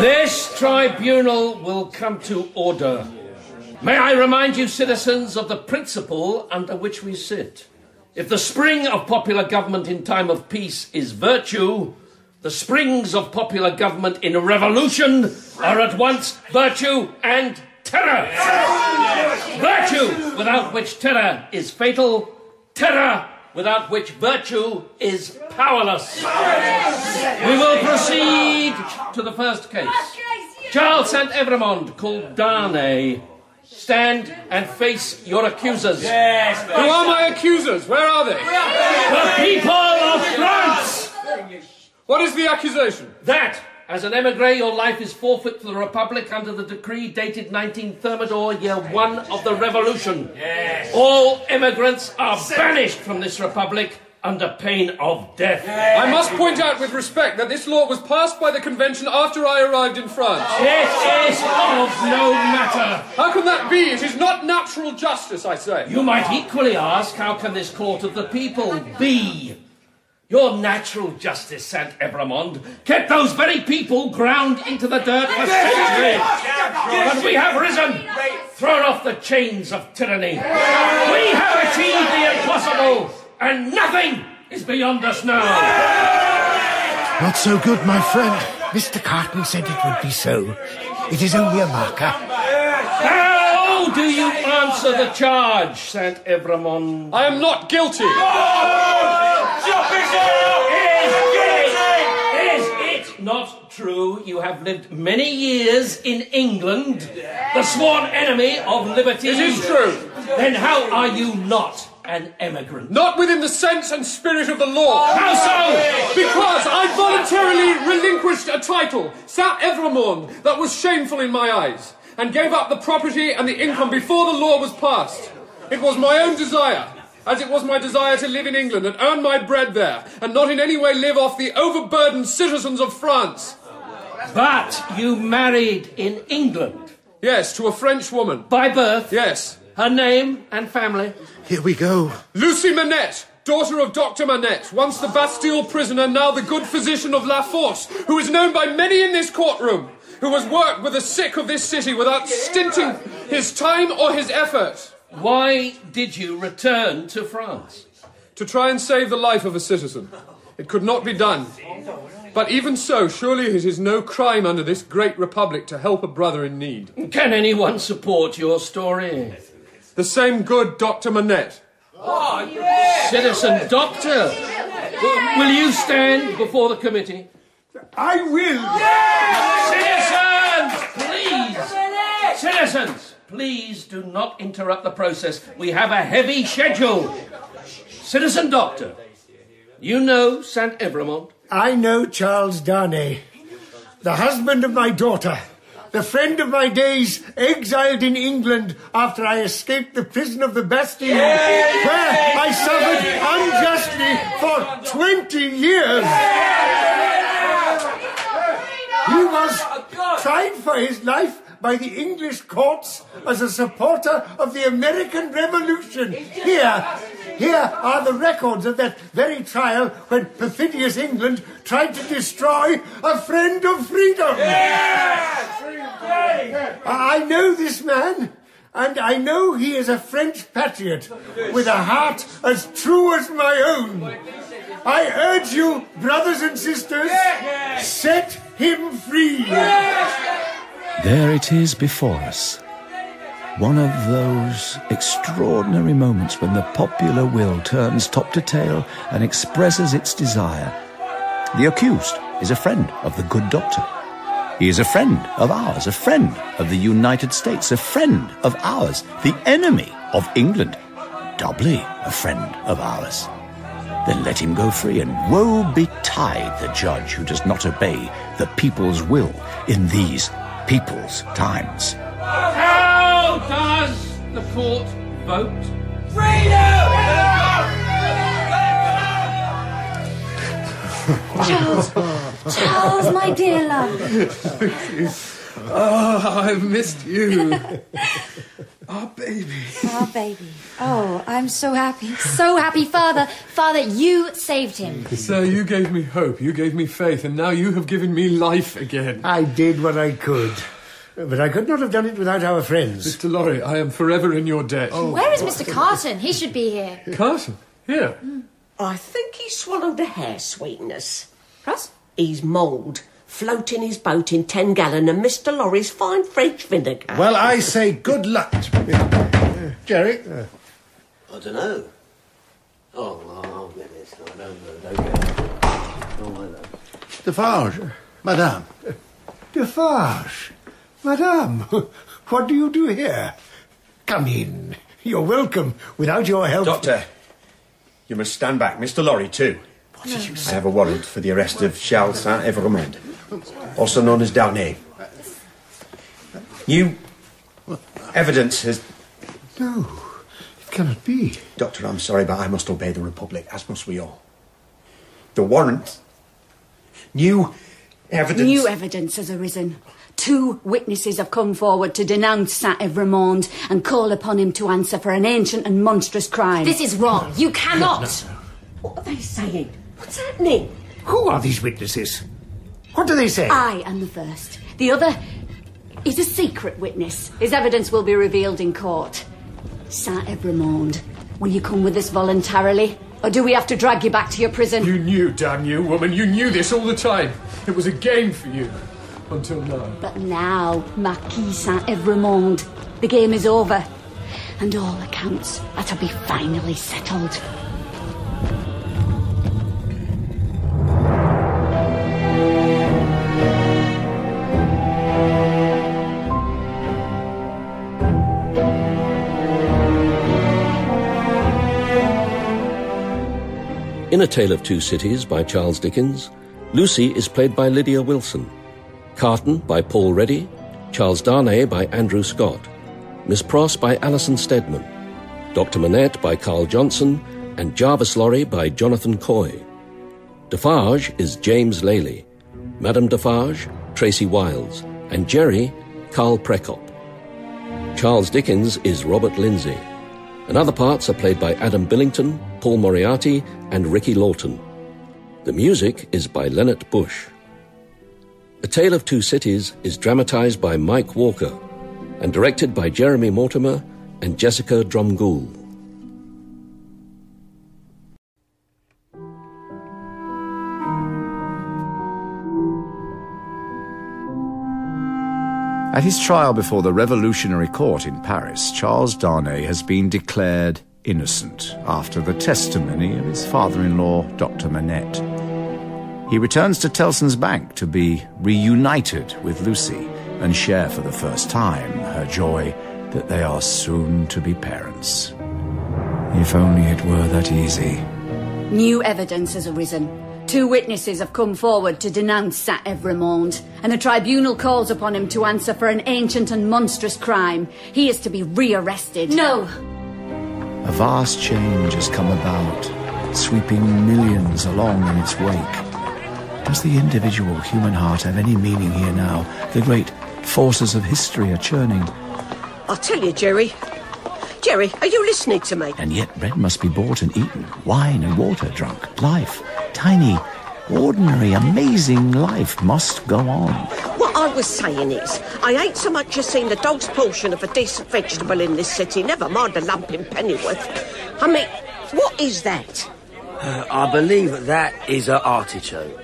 [SPEAKER 16] This tribunal will come to order. May I remind you, citizens, of the principle under which we sit. If the spring of popular government in time of peace is virtue, the springs of popular government in a revolution are at once virtue and terror. Virtue, without which terror is fatal, terror, without which virtue is powerless. We will proceed to the first case. Charles St. Evremond, called Darnay. Stand and face your accusers.
[SPEAKER 17] Yes,
[SPEAKER 16] Who are my
[SPEAKER 17] accusers? Where are they?
[SPEAKER 16] The people of France!
[SPEAKER 17] What is the accusation?
[SPEAKER 16] That, as an emigre, your life is forfeit to the Republic under the decree dated 19 Thermidor, year one of the Revolution.
[SPEAKER 48] Yes.
[SPEAKER 16] All immigrants are banished from this Republic under pain of death.
[SPEAKER 17] I must point out with respect that this law was passed by the convention after I arrived in France.
[SPEAKER 16] It is of no matter.
[SPEAKER 17] How can that be? It is not natural justice, I say.
[SPEAKER 16] You might equally ask, how can this court of the people be? Your natural justice, Saint Evremond, kept those very people ground into the dirt for centuries. But we have risen, thrown off the chains of tyranny. We have achieved the impossible, and nothing is beyond us now.
[SPEAKER 7] Not so good, my friend. Mr. Carton said it would be so. It is only a marker.
[SPEAKER 16] How do you answer the charge, Saint Evremond?
[SPEAKER 17] I am not guilty.
[SPEAKER 16] Is it not true you have lived many years in England, the sworn enemy of liberty?
[SPEAKER 17] It is true.
[SPEAKER 16] Then how are you not an emigrant?
[SPEAKER 17] Not within the sense and spirit of the law.
[SPEAKER 16] How so?
[SPEAKER 17] Because I voluntarily relinquished a title, Saint Evremond, that was shameful in my eyes, and gave up the property and the income before the law was passed. It was my own desire, as it was my desire to live in England and earn my bread there, and not in any way live off the overburdened citizens of France. But you married in England? Yes, to a French woman. By birth? Yes. Her name and family?
[SPEAKER 8] Here we go.
[SPEAKER 17] Lucy Manette, daughter of Dr. Manette, once the Bastille prisoner, now the good physician of La Force, who is known by many in this courtroom, who has worked with the sick of this city without stinting his time or his effort. Why did you return to France? To try and save the life of a citizen. It could not be done. But even so, surely it is no crime under this great republic to help a brother in need. Can anyone support your story? The same good Dr. Manette.
[SPEAKER 16] Citizen Doctor, w- will you stand before the committee?
[SPEAKER 7] I will.
[SPEAKER 16] Citizens, please. Citizens, please do not interrupt the process. We have a heavy schedule. Citizen Doctor, you know St. Evremont.
[SPEAKER 7] I know Charles Darnay, the husband of my daughter, the friend of my days, exiled in England after I escaped the prison of the Bastille, where I suffered unjustly for 20 years. He was tried for his life by the English courts as a supporter of the American Revolution. Here, here are the records of that very trial when perfidious England tried to destroy a friend of freedom. I I know this man, and I know he is a French patriot with a heart as true as my own. I urge you, brothers and sisters, set him free.
[SPEAKER 1] There it is before us. One of those extraordinary moments when the popular will turns top to tail and expresses its desire. The accused is a friend of the good doctor. He is a friend of ours, a friend of the United States, a friend of ours, the enemy of England, doubly a friend of ours. Then let him go free, and woe betide the judge who does not obey the people's will in these people's times.
[SPEAKER 16] How does the court vote?
[SPEAKER 2] Charles, Charles, my dear love.
[SPEAKER 17] Oh, I've missed you. Our baby.
[SPEAKER 2] Oh, baby. Oh, I'm so happy. So happy, Father. Father, you saved him.
[SPEAKER 17] Sir, you gave me hope, you gave me faith, and now you have given me life again.
[SPEAKER 7] I did what I could, but I could not have done it without our friends.
[SPEAKER 17] Mr. Lorry, I am forever in your debt.
[SPEAKER 2] Oh. Where is Mr. Carton? He should be here.
[SPEAKER 17] Carson? Here.
[SPEAKER 3] I think he swallowed a hair sweetness. Russ? He's mauled, floating his boat in 10 gallon and Mr. Lorry's fine French vinegar.
[SPEAKER 8] Well, I say good luck. Jerry?
[SPEAKER 6] I don't know. Oh, well, I'll get this. I don't know. Don't get it. Oh, I know.
[SPEAKER 8] Defarge, madame.
[SPEAKER 7] Defarge, madame, what do you do here? Come in. You're welcome. Without your help.
[SPEAKER 12] Doctor, you must stand back. Mr. Lorry, too. What
[SPEAKER 7] did you
[SPEAKER 12] I have a warrant for the arrest of Charles Saint Evremond, also known as Darnay. New evidence has.
[SPEAKER 7] No, it cannot be.
[SPEAKER 12] Doctor, I'm sorry, but I must obey the Republic, as must we all. The warrant. New evidence.
[SPEAKER 11] New evidence has arisen. Two witnesses have come forward to denounce Saint Evremond and call upon him to answer for an ancient and monstrous crime.
[SPEAKER 2] This is wrong. You cannot.
[SPEAKER 3] What are they saying? What's happening?
[SPEAKER 7] Who are these witnesses? What do they say?
[SPEAKER 11] I am the first. The other is a secret witness. His evidence will be revealed in court. Saint Evremond, will you come with us voluntarily? Or do we have to drag you back to your prison?
[SPEAKER 17] You knew, damn you, woman. You knew this all the time. It was a game for you. Until now.
[SPEAKER 11] But now, Marquis Saint Evremond, the game is over. And all accounts are to be finally settled.
[SPEAKER 19] In A Tale of Two Cities by Charles Dickens, Lucy is played by Lydia Wilson, Carton by Paul Reddy, Charles Darnay by Andrew Scott, Miss Pross by Alison Steadman, Dr. Manette by Carl Johnson, and Jarvis Lorry by Jonathan Coy. Defarge is James Lely, Madame Defarge, Tracy Wiles, and Jerry, Carl Prekop. Charles Dickens is Robert Lindsay, and other parts are played by Adam Billington, Paul Moriarty, and Ricky Lawton. The music is by Leonard Bush. A Tale of Two Cities is dramatized by Mike Walker and directed by Jeremy Mortimer and Jessica Drumgoole.
[SPEAKER 1] At his trial before the Revolutionary Court in Paris, Charles Darnay has been declared innocent after the testimony of his father in law, Dr. Manette. He returns to Tellson's Bank to be reunited with Lucy and share for the first time her joy that they are soon to be parents. If only it were that easy.
[SPEAKER 11] New evidence has arisen. Two witnesses have come forward to denounce Sat Evremond, and the tribunal calls upon him to answer for an ancient and monstrous crime. He is to be rearrested.
[SPEAKER 49] No!
[SPEAKER 1] A vast change has come about, sweeping millions along in its wake. Does the individual human heart have any meaning here now? The great forces of history are churning,
[SPEAKER 3] I tell you, Jerry. Jerry, are you listening to me?
[SPEAKER 1] and yet bread must be bought and eaten, wine and water drunk. Life, tiny, ordinary, amazing life must go on.
[SPEAKER 3] What I was saying is, I ain't so much as seen the dog's portion of a decent vegetable in this city, never mind a lump in Pennyworth. I mean, what is that?
[SPEAKER 6] Uh, I believe that is an artichoke.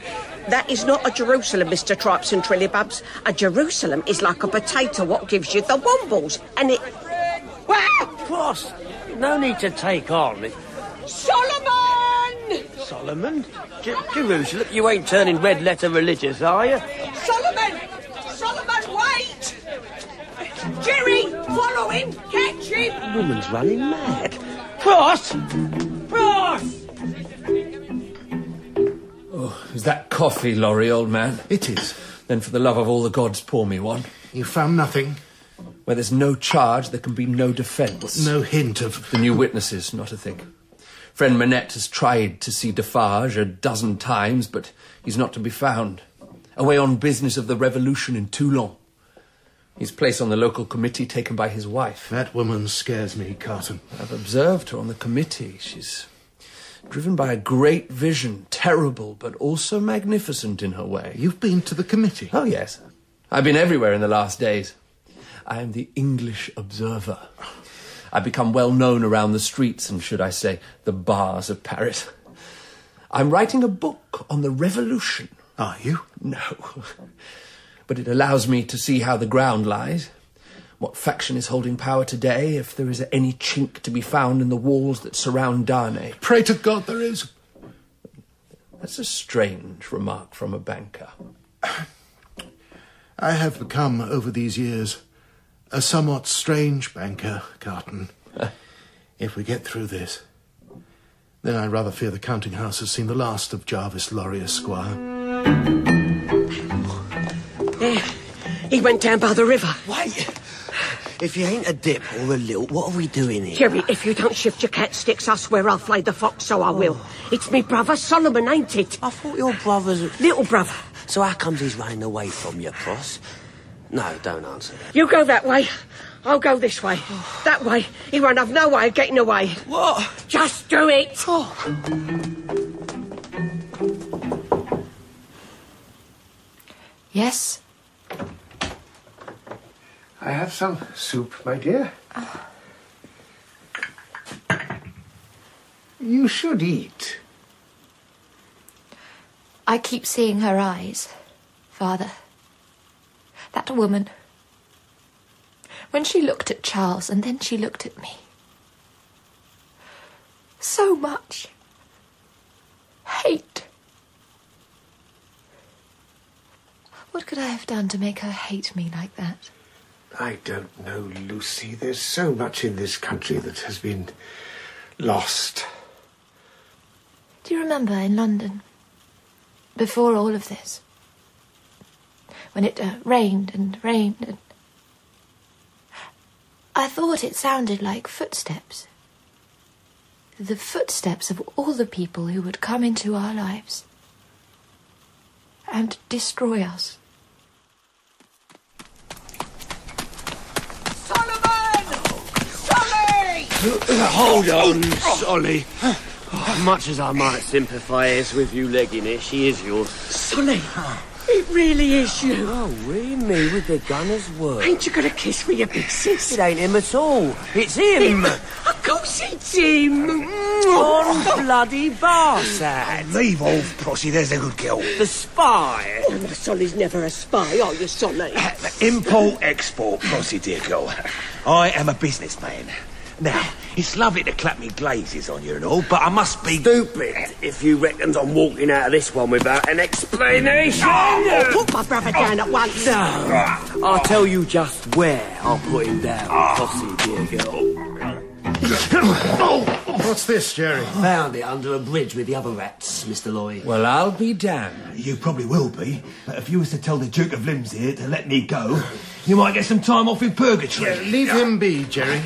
[SPEAKER 3] That is not a Jerusalem, Mr. Tripes and Trillybubs. A Jerusalem is like a potato what gives you the wombles, and it.
[SPEAKER 6] Cross! No need to take on.
[SPEAKER 3] Solomon!
[SPEAKER 6] Solomon? J- Jerusalem? You ain't turning red letter religious, are you?
[SPEAKER 3] Solomon! Solomon, wait! Jerry, follow him! Catch him!
[SPEAKER 6] Woman's running mad. Cross! Cross!
[SPEAKER 27] Is that coffee, lorry, old man? It is. Then, for the love of all the gods, pour me one.
[SPEAKER 8] You found nothing.
[SPEAKER 27] Where there's no charge, there can be no defence.
[SPEAKER 8] No hint of.
[SPEAKER 27] The new witnesses, not a thing. Friend Manette has tried to see Defarge a dozen times, but he's not to be found. Away on business of the revolution in Toulon. His place on the local committee taken by his wife.
[SPEAKER 8] That woman scares me, Carton.
[SPEAKER 27] I've observed her on the committee. She's driven by a great vision, terrible but also magnificent in her way.
[SPEAKER 8] You've been to the committee?
[SPEAKER 27] Oh, yes. I've been everywhere in the last days. I am the English observer. I become well known around the streets and, should I say, the bars of Paris. I'm writing a book on the revolution.
[SPEAKER 8] Are you?
[SPEAKER 27] No. But it allows me to see how the ground lies, what faction is holding power today, if there is any chink to be found in the walls that surround Darnay.
[SPEAKER 8] Pray to God there is.
[SPEAKER 27] That's a strange remark from a banker.
[SPEAKER 8] I have become, over these years, a somewhat strange banker, Carton. if we get through this, then I rather fear the counting house has seen the last of Jarvis Lorry Esquire.
[SPEAKER 3] He went down by the river.
[SPEAKER 6] Wait! If you ain't a dip or a lilt, what are we doing here?
[SPEAKER 3] Jerry, if you don't shift your cat sticks, I swear I'll flay the fox, so I will. It's me brother Solomon, ain't it?
[SPEAKER 6] Oh. I thought your brother's.
[SPEAKER 3] Little brother.
[SPEAKER 6] So how comes he's running away from you, Cross? No, don't answer that.
[SPEAKER 3] You go that way. I'll go this way. That way. He won't have no way of getting away.
[SPEAKER 6] What?
[SPEAKER 3] Just do it.
[SPEAKER 4] Oh. Yes?
[SPEAKER 7] I have some soup, my dear. You should eat.
[SPEAKER 2] I keep seeing her eyes, Father. That woman. When she looked at Charles and then she looked at me. So much. Hate. What could I have done to make her hate me like that?
[SPEAKER 7] I don't know, Lucy. There's so much in this country that has been lost.
[SPEAKER 2] Do you remember in London? Before all of this? When it uh, rained and rained and. I thought it sounded like footsteps the footsteps of all the people who would come into our lives and destroy us.
[SPEAKER 6] Hold on, Solly. Much Oh, as I might sympathise with you legging it, she is yours. Solly,
[SPEAKER 4] It really is you.
[SPEAKER 6] Oh, really? Me with the gunner's work.
[SPEAKER 4] Ain't you got a kiss for your big sis?
[SPEAKER 6] It ain't him at all. It's him.
[SPEAKER 4] Of course it's him.
[SPEAKER 6] John bloody Barsad.
[SPEAKER 4] Leave
[SPEAKER 22] off, Prosy, there's a good girl.
[SPEAKER 6] The spy.
[SPEAKER 4] Oh, the Solly's never a spy, are you, Solly?
[SPEAKER 22] Import export, Prosy, dear girl. I am a businessman. Now, it's lovely to clap me glazes on you and all, but I must be.
[SPEAKER 6] Stupid if you reckons I'm walking out of this one without an explanation.
[SPEAKER 4] Oh, put my brother down at once.
[SPEAKER 6] No. I'll tell you just where I'll put him down, Posse, dear girl.
[SPEAKER 8] What's this, Jerry?
[SPEAKER 6] Found it under a bridge with the other rats, Mr. Lloyd.
[SPEAKER 27] Well, I'll be damned.
[SPEAKER 22] You probably will be, but if you was to tell the Duke of Limbs here to let me go, you might get some time off in purgatory.
[SPEAKER 8] Leave him be, Jerry.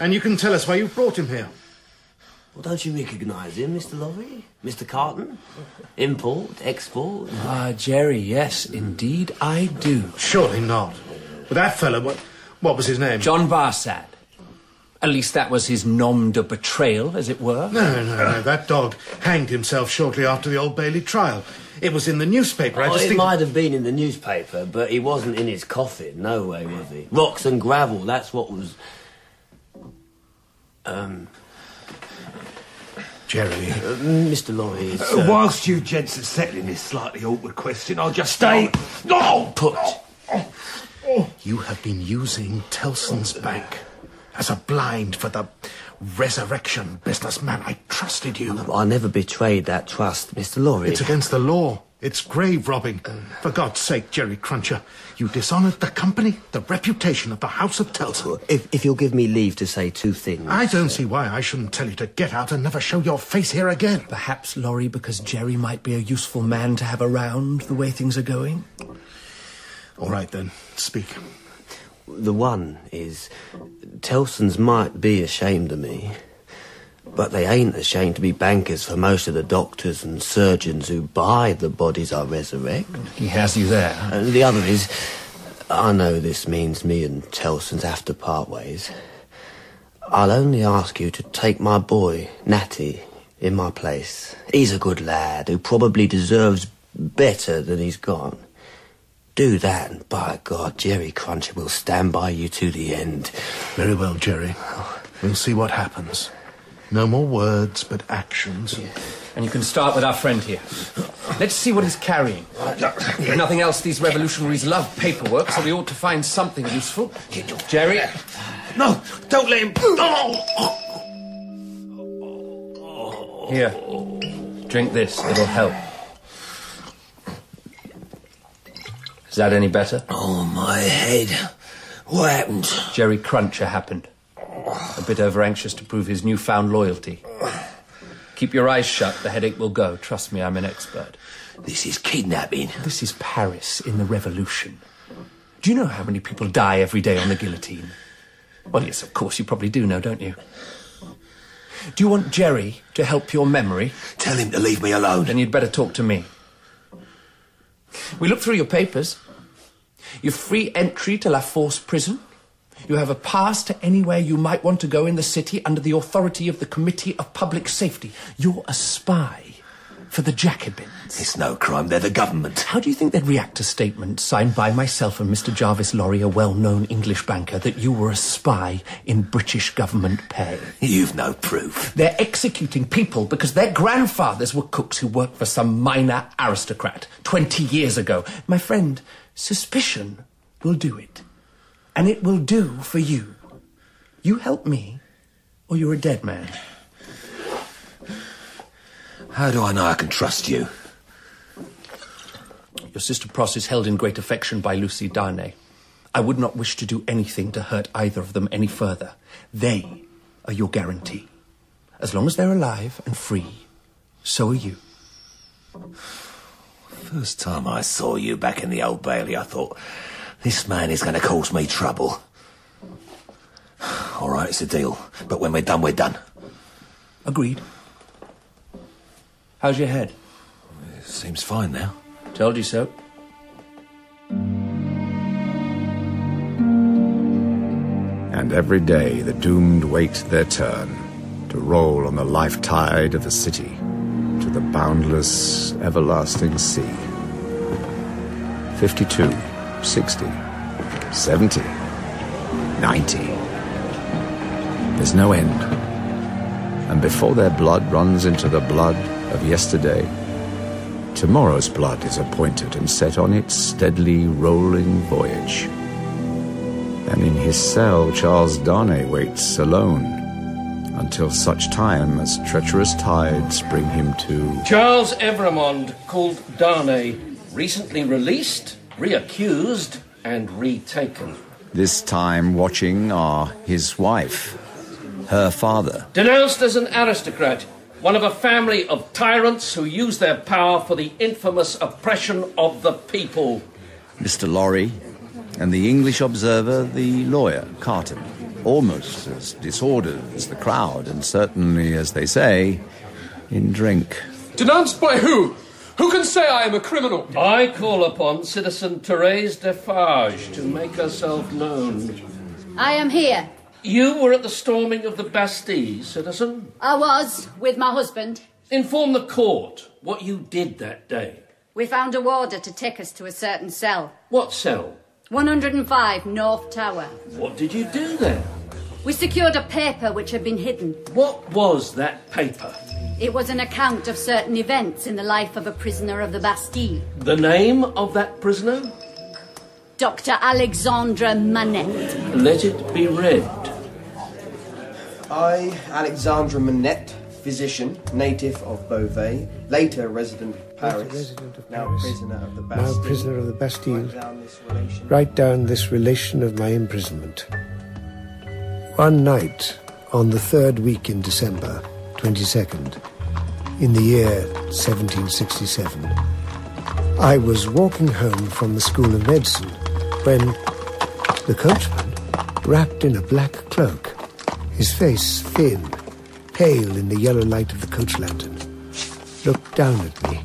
[SPEAKER 8] And you can tell us why you've brought him here.
[SPEAKER 6] Well, don't you recognise him, Mr. Lorry? Mr. Carton? Import, export?
[SPEAKER 27] Ah, Jerry, yes, indeed I do.
[SPEAKER 8] Surely not. But that fellow, what, what was his name?
[SPEAKER 27] John Barsad. At least that was his nom de betrayal, as it were.
[SPEAKER 8] No, no, no. That dog hanged himself shortly after the Old Bailey trial. It was in the newspaper. I
[SPEAKER 27] Oh,
[SPEAKER 6] Well,
[SPEAKER 8] just
[SPEAKER 6] Oh, it
[SPEAKER 8] think...
[SPEAKER 6] might have been in the newspaper, but he wasn't in his coffin. No way was he. Rocks and gravel, that's what was. Um.
[SPEAKER 22] Jerry.
[SPEAKER 6] Uh, Mr. Lorry is.
[SPEAKER 22] Uh, whilst you gents are settling this slightly awkward question, I'll just stay. No!
[SPEAKER 6] Put.
[SPEAKER 8] Oh. You have been using Tellson's bank as a blind for the resurrection businessman. I trusted you.
[SPEAKER 6] I never betrayed that trust, Mr. Lorry.
[SPEAKER 8] It's against the law. It's grave robbing. For God's sake, Jerry Cruncher, you dishonoured the company, the reputation of the House of Telson.
[SPEAKER 6] If, if you'll give me leave to say two things.
[SPEAKER 8] I don't see why I shouldn't tell you to get out and never show your face here again.
[SPEAKER 27] Perhaps, Laurie, because Jerry might be a useful man to have around the way things are going.
[SPEAKER 8] All right, then. Speak.
[SPEAKER 6] The one is Tellson's might be ashamed of me, but they ain't ashamed to be bankers for most of the doctors and surgeons who buy the bodies I resurrect.
[SPEAKER 27] He has you there.
[SPEAKER 6] And the other is, I know this means me and Tellson's have to part ways. I'll only ask you to take my boy, Natty, in my place. He's a good lad who probably deserves better than he's got. Do that, and by God, Jerry Cruncher will stand by you to the end.
[SPEAKER 8] Very well, Jerry. We'll see what happens. No more words, but actions.
[SPEAKER 27] And you can start with our friend here. Let's see what he's carrying. If nothing else, these revolutionaries love paperwork, so we ought to find something useful. Jerry?
[SPEAKER 22] No! Don't let him. No!
[SPEAKER 27] Here. Drink this, it'll help. Is that any better?
[SPEAKER 6] Oh, my head. What happened?
[SPEAKER 27] Jerry Cruncher happened. A bit over anxious to prove his newfound loyalty. Keep your eyes shut, the headache will go. Trust me, I'm an expert.
[SPEAKER 6] This is kidnapping.
[SPEAKER 27] This is Paris in the Revolution. Do you know how many people die every day on the guillotine? Well, yes, of course, you probably do know, don't you? Do you want Jerry to help your memory?
[SPEAKER 22] Tell him to leave me alone.
[SPEAKER 27] Then you'd better talk to me. We looked through your papers. You've free entry to La Force prison. You have a pass to anywhere you might want to go in the city under the authority of the Committee of Public Safety. You're a spy for the Jacobins.
[SPEAKER 22] It's no crime, they're the government.
[SPEAKER 27] How do you think they'd react to statements signed by myself and Mr. Jarvis Lorry, a well known English banker, that you were a spy in British government pay?
[SPEAKER 22] You've no proof.
[SPEAKER 27] They're executing people because their grandfathers were cooks who worked for some minor aristocrat 20 years ago. My friend, suspicion will do it. And it will do for you. You help me, or you're a dead man.
[SPEAKER 22] How do I know I can trust you?
[SPEAKER 27] Your sister Pross is held in great affection by Lucy Darnay. I would not wish to do anything to hurt either of them any further. They are your guarantee. As long as they're alive and free, so are you.
[SPEAKER 22] First time I saw you back in the Old Bailey, I thought, this man is going to cause me trouble. All right, it's a deal. But when we're done, we're done.
[SPEAKER 27] Agreed. How's your head?
[SPEAKER 50] Seems fine now.
[SPEAKER 27] Told you so.
[SPEAKER 1] And every day the doomed wait their turn to roll on the life tide of the city to the boundless, everlasting sea. 52, 60, 70, 90. There's no end. And before their blood runs into the blood of yesterday, tomorrow's blood is appointed and set on its steadily rolling voyage. And in his cell, Charles Darnay waits alone until such time as treacherous tides bring him to.
[SPEAKER 16] Charles Evramond, called Darnay, recently released, reaccused, and retaken.
[SPEAKER 1] This time, watching are his wife, her father,
[SPEAKER 16] Denounced as an aristocrat, one of a family of tyrants who use their power for the infamous oppression of the people.
[SPEAKER 1] Mr. Lorry, and the English observer, the lawyer, Carton. Almost as disordered as the crowd, and certainly, as they say, in drink.
[SPEAKER 16] Denounced by who? Who can say I am a criminal? I call upon citizen Therese Defarge to make herself known.
[SPEAKER 11] I am here.
[SPEAKER 16] You were at the storming of the Bastille, citizen.
[SPEAKER 11] I was with my husband.
[SPEAKER 16] Inform the court what you did that day.
[SPEAKER 11] We found a warder to take us to a certain cell.
[SPEAKER 16] What cell?
[SPEAKER 11] 105 North Tower.
[SPEAKER 16] What did you do there?
[SPEAKER 11] We secured a paper which had been hidden.
[SPEAKER 16] What was that paper?
[SPEAKER 11] It was an account of certain events in the life of a prisoner of the Bastille,
[SPEAKER 16] The name of that prisoner?
[SPEAKER 11] Dr. Alexandre Manette.
[SPEAKER 16] Let it be read.
[SPEAKER 4] I, Alexandra Manette, physician, native of Beauvais, later resident of Paris, now prisoner of the
[SPEAKER 7] Now
[SPEAKER 4] Bastille.
[SPEAKER 7] prisoner of the Bastille,
[SPEAKER 4] down this relation.
[SPEAKER 7] write down this relation of my imprisonment. One night, on the third week in December, 22nd, in the year 1767, I was walking home from the School of Medicine when the coachman, wrapped in a black cloak, his face thin, pale in the yellow light of the coach lantern, looked down at me.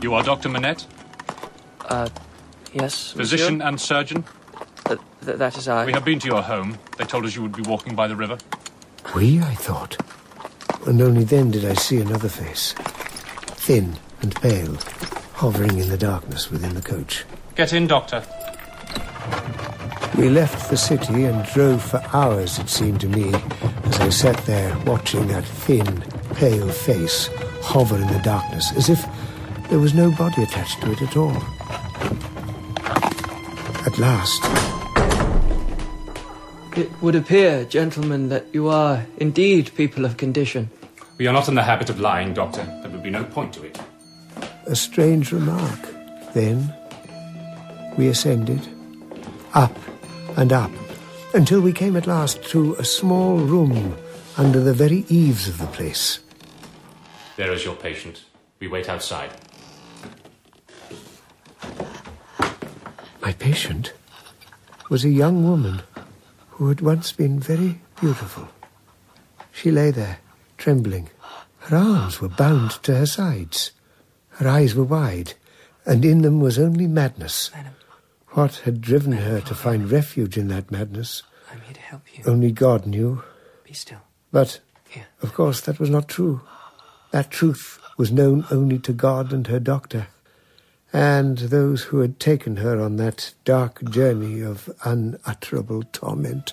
[SPEAKER 48] You are Dr. Manette? Uh, yes. Physician and surgeon? that is I. We have been to your home. They told us you would be walking by the river.
[SPEAKER 7] We, I thought. And only then did I see another face, thin and pale, hovering in the darkness within the coach.
[SPEAKER 48] Get in, Doctor.
[SPEAKER 7] We left the city and drove for hours, it seemed to me, as I sat there watching that thin, pale face hover in the darkness, as if there was no body attached to it at all. At last,
[SPEAKER 51] It would appear, gentlemen, that you are indeed people of condition.
[SPEAKER 48] We are not in the habit of lying, Doctor. There would be no point to it.
[SPEAKER 7] a strange remark. Then we ascended, up and up, until we came at last to a small room under the very eaves of the place.
[SPEAKER 48] There is your patient. We wait outside.
[SPEAKER 7] My patient was a young woman who had once been very beautiful. She lay there, trembling. Her arms were bound to her sides. Her eyes were wide, and in them was only madness. What had driven her to find refuge in that madness?
[SPEAKER 51] I'm here to help you.
[SPEAKER 7] Only God knew.
[SPEAKER 51] Be still.
[SPEAKER 7] But, of course, that was not true. That truth was known only to God and her doctor, and those who had taken her on that dark journey of unutterable torment.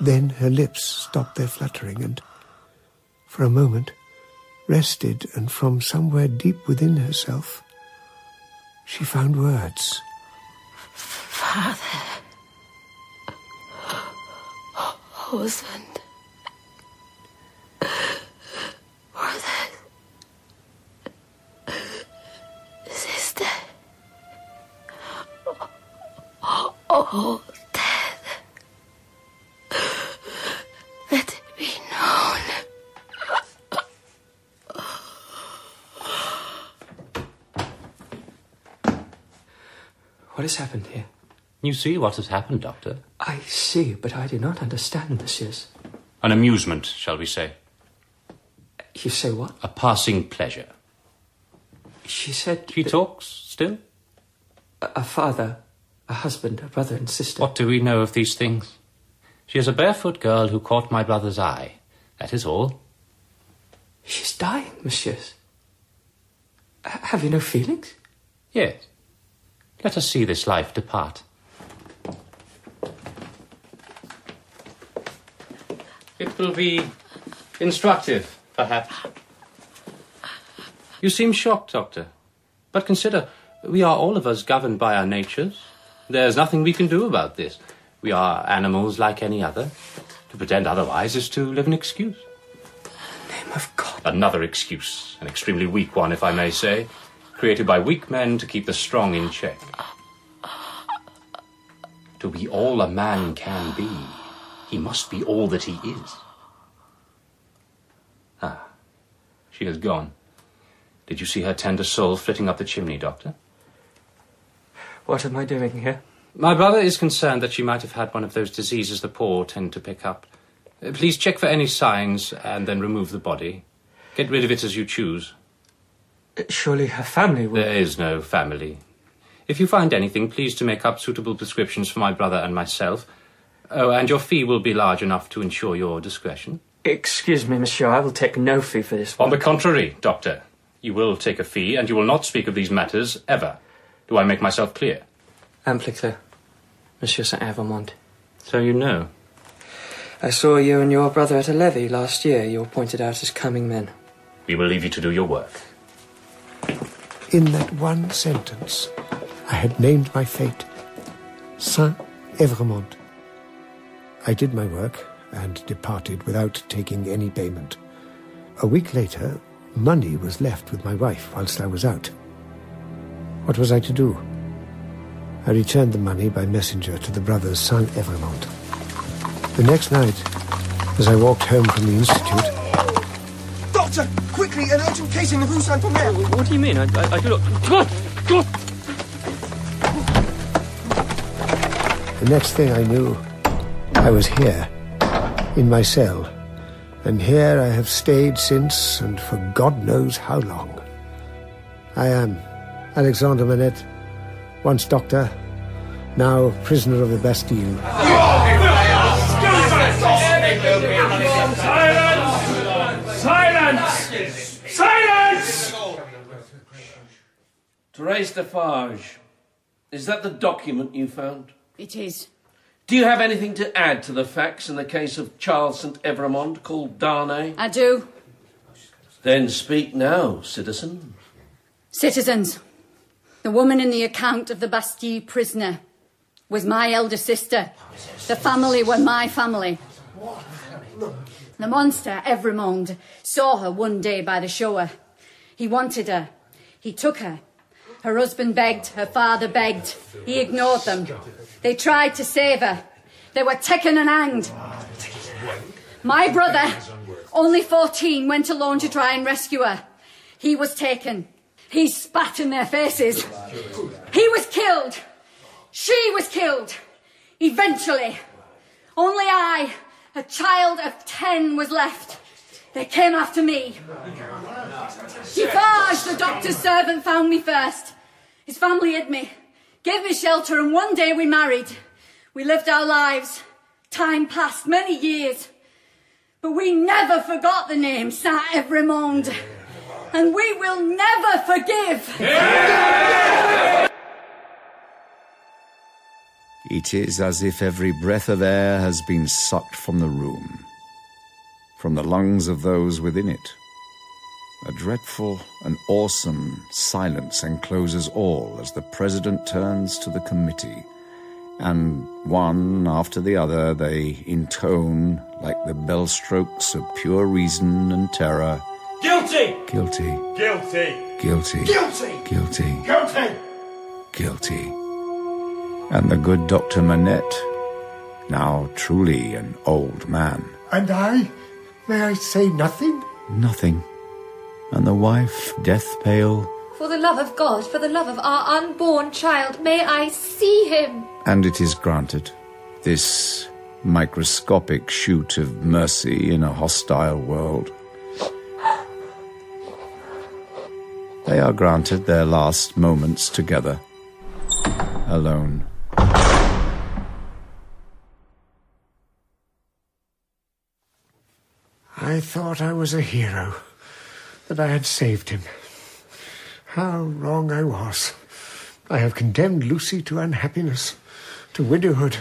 [SPEAKER 7] Then her lips stopped their fluttering and, for a moment, rested, and from somewhere deep within herself, she found words.
[SPEAKER 29] Father. Husband. Brother. Sister. All dead. Let it be known.
[SPEAKER 51] What has happened here?
[SPEAKER 52] You see what has happened, Doctor.
[SPEAKER 51] I see, but I do not understand this is.
[SPEAKER 48] An amusement, shall we say. You say what? A passing pleasure.
[SPEAKER 12] She said.
[SPEAKER 48] She talks still?
[SPEAKER 12] A, a father, a husband, a brother, and sister.
[SPEAKER 48] What do we know of these things? She is a barefoot girl who caught my brother's eye. That is all.
[SPEAKER 12] She's dying, messieurs. H- have you no feelings?
[SPEAKER 48] Yes. Let us see this life depart. It will be instructive, perhaps. You seem shocked, Doctor. But consider, we are all of us governed by our natures. There's nothing we can do about this. We are animals like any other. To pretend otherwise is to live an excuse. Name of God. Another excuse, an extremely weak one, if I may say, created by weak men to keep the strong in check. To be all a man can be, he must be all that he is. Ah, she has gone. Did you see her tender soul flitting up the chimney, Doctor?
[SPEAKER 12] What am I doing here?
[SPEAKER 48] My brother is concerned that she might have had one of those diseases the poor tend to pick up. Uh, Please check for any signs and then remove the body. Get rid of it as you choose.
[SPEAKER 12] Uh, Surely her family will.
[SPEAKER 48] There is no family. If you find anything, please to make up suitable prescriptions for my brother and myself. Oh, and your fee will be large enough to ensure your discretion.
[SPEAKER 12] Excuse me, monsieur, I will take no fee for this.
[SPEAKER 48] On the contrary, Doctor, you will take a fee and you will not speak of these matters ever. Do I make myself clear?
[SPEAKER 12] Amply clear. Monsieur Saint Avamont.
[SPEAKER 48] So you know.
[SPEAKER 12] I saw you and your brother at a levee last year. You were pointed out as coming men.
[SPEAKER 48] We will leave you to do your work.
[SPEAKER 7] In that one sentence, I had named my fate Saint Evremont. I did my work and departed without taking any payment. A week later, money was left with my wife whilst I was out. What was I to do? I returned the money by messenger to the brothers Saint Evremont. The next night, as I walked home from the institute,
[SPEAKER 10] Doctor, quickly, an urgent case in the Rue Saint Omer.
[SPEAKER 12] What do you mean? I, I, I do not. God! God!
[SPEAKER 7] The next thing I knew, I was here, in my cell. And here I have stayed since, and for God knows how long. I am Alexander Manette, once doctor, now prisoner of the Bastille.
[SPEAKER 4] Silence! Silence! Silence! Therese Defarge, is that the document you found?
[SPEAKER 11] It is.
[SPEAKER 4] Do you have anything to add to the facts in the case of Charles St. Evremond, called Darnay?
[SPEAKER 11] I do.
[SPEAKER 4] Then speak now, citizen.
[SPEAKER 11] Citizens, the woman in the account of the Bastille prisoner was my elder sister. The family were my family. The monster, Evremond, saw her one day by the shore. He wanted her. He took her. Her husband begged, her father begged. He ignored them. They tried to save her. They were taken and hanged. My brother, only 14, went alone to try and rescue her. He was taken. He spat in their faces. He was killed. She was killed. Eventually. Only I, a child of 10, was left. They came after me. Defarge, the doctor's servant, found me first. His family hid me, gave me shelter, and one day we married. We lived our lives. Time passed, many years. But we never forgot the name Saint Evremond. And we will never forgive.
[SPEAKER 1] It is as if every breath of air has been sucked from the room, from the lungs of those within it. A dreadful and awesome silence encloses all as the president turns to the committee, and one after the other they intone, like the bell strokes of pure reason and terror,
[SPEAKER 5] Guilty!
[SPEAKER 1] guilty,
[SPEAKER 5] Guilty!
[SPEAKER 1] guilty,
[SPEAKER 5] Guilty!
[SPEAKER 1] guilty,
[SPEAKER 5] Guilty!
[SPEAKER 1] guilty. And the good Dr. Manette, now truly an old man,
[SPEAKER 7] and I, may I say nothing?
[SPEAKER 1] nothing. And the wife, death pale,
[SPEAKER 19] For the love of God, for the love of our unborn child, may I see him!
[SPEAKER 1] And it is granted. This microscopic shoot of mercy in a hostile world. they are granted their last moments together, alone.
[SPEAKER 7] I thought I was a hero, that I had saved him. How wrong I was. I have condemned Lucy to unhappiness, to widowhood,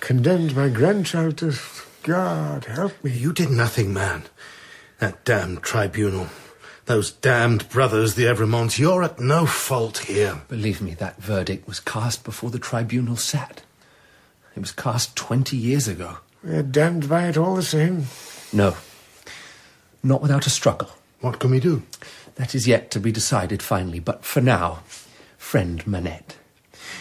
[SPEAKER 7] condemned my grandchild to. God help me.
[SPEAKER 8] You did nothing, man. That damned tribunal. Those damned brothers, the Evremonts. You're at no fault here.
[SPEAKER 27] Believe me, that verdict was cast before the tribunal sat. It was cast 20 years ago.
[SPEAKER 7] We're damned by it all the same.
[SPEAKER 27] No. Not without a struggle.
[SPEAKER 8] What can we do?
[SPEAKER 27] That is yet to be decided finally, but for now, friend Manette,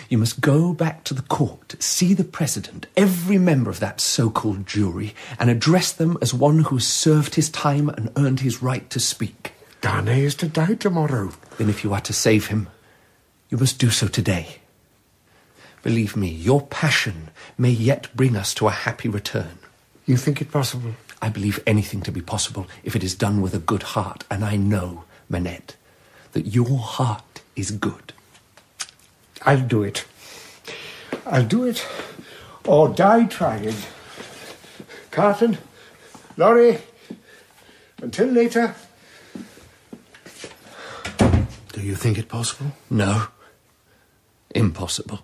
[SPEAKER 27] you must go back to the court, see the president, every member of that so called jury, and address them as one who has served his time and earned his right to speak.
[SPEAKER 7] Darnay is to die tomorrow.
[SPEAKER 27] Then, if you are to save him, you must do so today. Believe me, your passion may yet bring us to a happy return.
[SPEAKER 7] You think it possible?
[SPEAKER 27] I believe anything to be possible if it is done with a good heart, and I know, Manette, that your heart is good.
[SPEAKER 7] I'll do it. I'll do it or die trying. Carton, Laurie, until later.
[SPEAKER 8] Do you think it possible?
[SPEAKER 27] No. Impossible.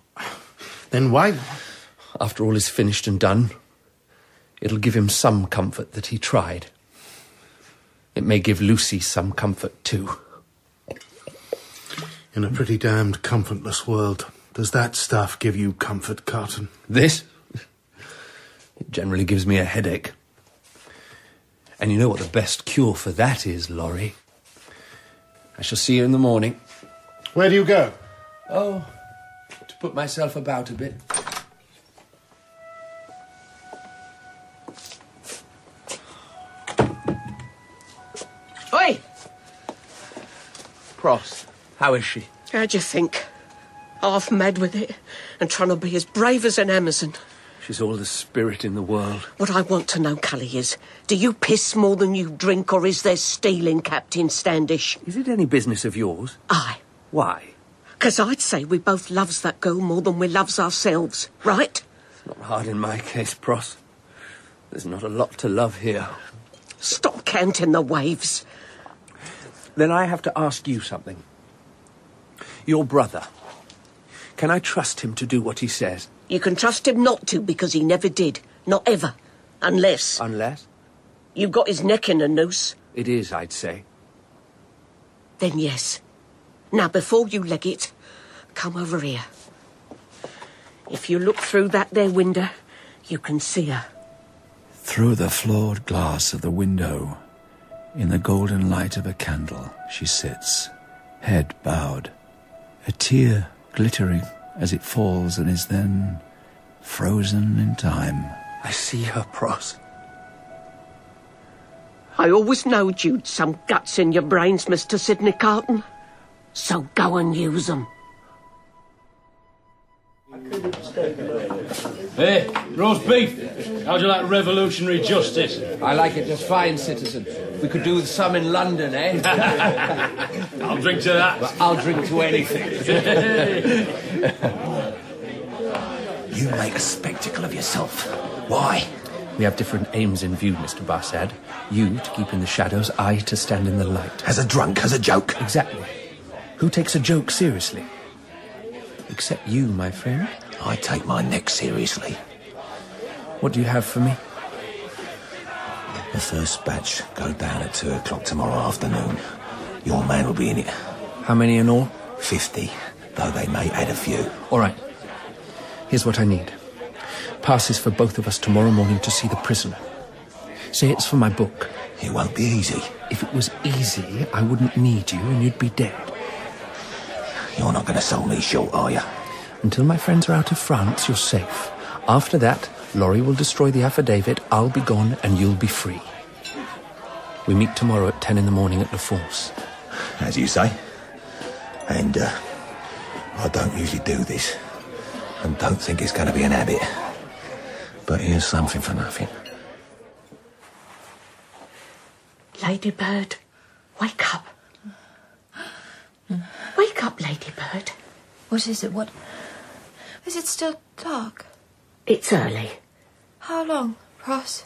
[SPEAKER 8] Then why?
[SPEAKER 27] After all is finished and done, it'll give him some comfort that he tried. It may give Lucy some comfort too.
[SPEAKER 8] In a pretty damned comfortless world, does that stuff give you comfort, Carton?
[SPEAKER 27] This? It generally gives me a headache. And you know what the best cure for that is, Laurie? I shall see you in the morning.
[SPEAKER 8] Where do you go?
[SPEAKER 27] Oh, to put myself about a bit.
[SPEAKER 3] Oi!
[SPEAKER 27] Pross, how is she?
[SPEAKER 3] How'd you think? Half mad with it and trying to be as brave as an Amazon.
[SPEAKER 27] She's all the spirit in the world.
[SPEAKER 3] What I want to know, Cully, is do you piss more than you drink or is there stealing, Captain Standish?
[SPEAKER 27] Is it any business of yours?
[SPEAKER 3] Aye.
[SPEAKER 27] Why?
[SPEAKER 3] Because I'd say we both loves that girl more than we loves ourselves, right?
[SPEAKER 27] Not hard in my case, Pross. There's not a lot to love here.
[SPEAKER 3] Stop counting the waves.
[SPEAKER 27] Then I have to ask you something. Your brother. Can I trust him to do what he says?
[SPEAKER 3] You can trust him not to because he never did. Not ever. Unless
[SPEAKER 27] Unless?
[SPEAKER 3] you've got his neck in a noose,
[SPEAKER 27] It is, I'd say.
[SPEAKER 3] then yes. Now, before you leg it, come over here. If you look through that there window, you can see her.
[SPEAKER 1] Through the flawed glass of the window, in the golden light of a candle, she sits, head bowed, a tear glittering as it falls and is then frozen in time.
[SPEAKER 27] I see her, Pross.
[SPEAKER 3] I always knowed you'd some guts in your brains, Mr. Sidney Carton. So go and use 'em.
[SPEAKER 10] Hey, roast beef. How'd you like revolutionary justice?
[SPEAKER 27] I like it just fine, citizen. We could do with some in London, eh?
[SPEAKER 10] I'll drink to that.
[SPEAKER 27] I'll drink to anything.
[SPEAKER 38] You make a spectacle of yourself.
[SPEAKER 27] Why? We have different aims in view, Mr. Barsad. You to keep in the shadows, I to stand in the light.
[SPEAKER 38] As a drunk, as a joke.
[SPEAKER 27] Exactly. Who takes a joke seriously? Except you, my friend.
[SPEAKER 38] I take my neck seriously.
[SPEAKER 27] What do you have for me?
[SPEAKER 38] The first batch go down at two o'clock tomorrow afternoon. Your man will be in it.
[SPEAKER 27] How many in all?
[SPEAKER 38] Fifty, though they may add a few.
[SPEAKER 27] All right. Here's what I need passes for both of us tomorrow morning to see the prisoner. Say it's for my book.
[SPEAKER 38] It won't be easy.
[SPEAKER 27] If it was easy, I wouldn't need you and you'd be dead.
[SPEAKER 38] You're not going to sell me short, are you?
[SPEAKER 27] Until my friends are out of France, you're safe. After that, Laurie will destroy the affidavit, I'll be gone, and you'll be free. We meet tomorrow at 10 in the morning at La Force.
[SPEAKER 38] As you say. And uh, I don't usually do this. And don't think it's going to be an habit. But here's something for nothing.
[SPEAKER 3] Ladybird, wake up.
[SPEAKER 2] Wake up, Ladybird. What is it? What? Is it still dark?
[SPEAKER 3] It's early.
[SPEAKER 2] How long, Ross?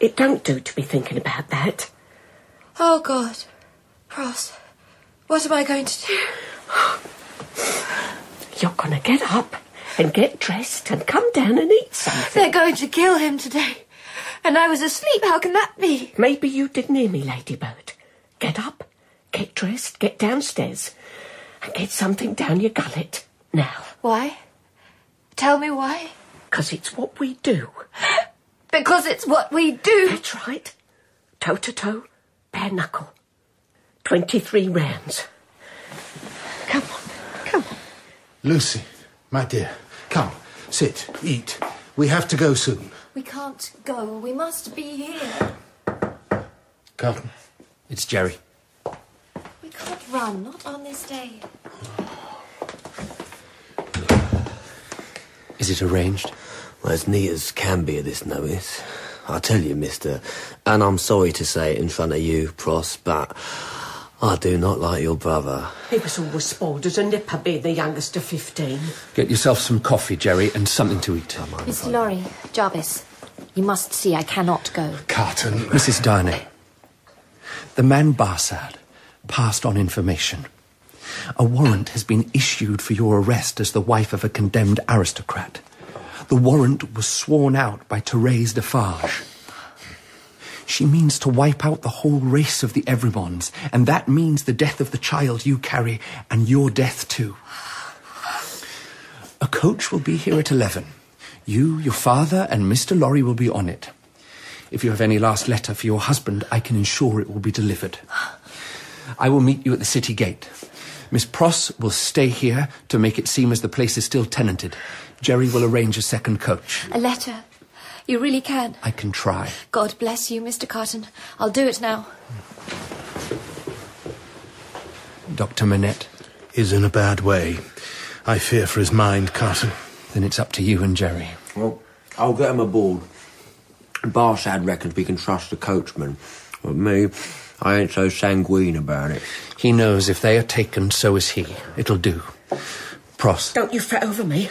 [SPEAKER 3] It don't do to be thinking about that.
[SPEAKER 2] Oh, God. Ross, what am I going to do?
[SPEAKER 3] You're gonna get up and get dressed and come down and eat something.
[SPEAKER 2] They're going to kill him today. And I was asleep. How can that be?
[SPEAKER 3] Maybe you didn't hear me, Ladybird. Get up, get dressed, get downstairs, and get something down your gullet. Now.
[SPEAKER 2] Why? Tell me why.
[SPEAKER 3] Because it's what we do.
[SPEAKER 2] Because it's what we do.
[SPEAKER 3] That's right. Toe to toe, bare knuckle. 23 rounds.
[SPEAKER 8] Lucy, my dear, come, sit, eat. We have to go soon.
[SPEAKER 2] We can't go. We must be here.
[SPEAKER 8] Carlton,
[SPEAKER 27] It's Jerry.
[SPEAKER 2] We can't run. Not on this day.
[SPEAKER 6] Is it arranged? Well, as neat as can be at this notice. I tell you, mister, and I'm sorry to say it in front of you, Pross, but I do not like your brother.
[SPEAKER 3] He was always spoiled as a nipper being the youngest of 15.
[SPEAKER 27] Get yourself some coffee, Jerry, and something to eat.
[SPEAKER 2] Mr. Lorry, Jarvis, you must see I cannot go.
[SPEAKER 27] Carton. Mrs. Darnay. The man Barsad passed on information. A warrant has been issued for your arrest as the wife of a condemned aristocrat. The warrant was sworn out by Therese Defarge. She means to wipe out the whole race of the Everymonds, and that means the death of the child you carry and your death too. A coach will be here at 11. You, your father, and Mr. Lorry will be on it. If you have any last letter for your husband, I can ensure it will be delivered. I will meet you at the city gate. Miss Pross will stay here to make it seem as the place is still tenanted. Jerry will arrange a second coach.
[SPEAKER 2] A letter. You really can.
[SPEAKER 27] I can try.
[SPEAKER 2] God bless you, Mr. Carton. I'll do it now.
[SPEAKER 27] Dr. Manette
[SPEAKER 8] is in a bad way. I fear for his mind, Carton.
[SPEAKER 27] Then it's up to you and Jerry.
[SPEAKER 6] Well, I'll get him aboard. Barshad reckons we can trust the coachman. But me, I ain't so sanguine about it.
[SPEAKER 27] He knows if they are taken, so is he. It'll do. Pross.
[SPEAKER 3] Don't you fret over me.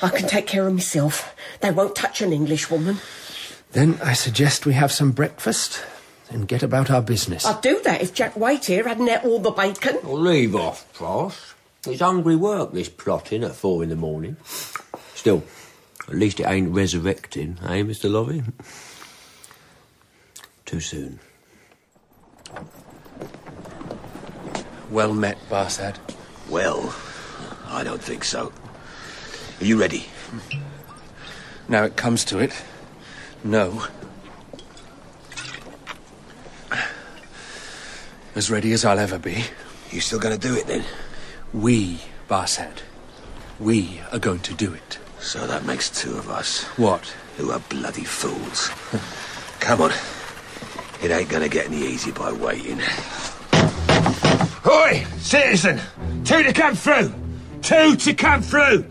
[SPEAKER 3] I can take care of myself. They won't touch an Englishwoman.
[SPEAKER 27] Then I suggest we have some breakfast and get about our business.
[SPEAKER 3] I'd do that if Jack White here hadn't ate all the bacon.
[SPEAKER 6] Well, leave off, Pross. It's hungry work, this plotting at four in the morning. Still, at least it ain't resurrecting, eh, Mr. Lorry? Too soon.
[SPEAKER 38] Well met, Barsad.
[SPEAKER 22] Well, I don't think so. Are you ready?
[SPEAKER 38] Now it comes to it. No. As ready as I'll ever be.
[SPEAKER 22] You still gonna do it then?
[SPEAKER 38] We, Barsad. We are going to do it.
[SPEAKER 22] So that makes two of us.
[SPEAKER 38] What?
[SPEAKER 22] Who are bloody fools. Come on. It ain't gonna get any easier by waiting. Oi, citizen! Two to come through! Two to come through!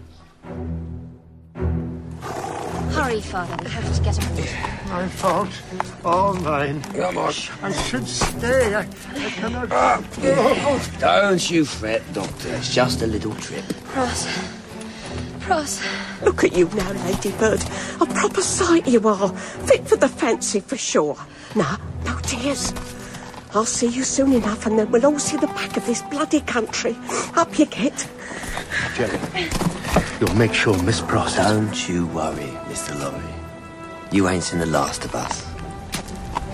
[SPEAKER 2] Hurry, Father. We have to get aboard.
[SPEAKER 7] My fault. All mine. Come on. I should stay. I, I cannot.
[SPEAKER 22] Don't you fret, Doctor. It's just a little trip.
[SPEAKER 2] Ross. Ross.
[SPEAKER 3] Look at you now, Ladybird. A proper sight you are. Fit for the fancy for sure. Now, no tears. I'll see you soon enough, and then we'll all see the back of this bloody country. Up you get.
[SPEAKER 8] Jerry, you'll make sure Miss Pross.
[SPEAKER 6] Don't you worry, Mr. Lorry. You ain't seen the last of us.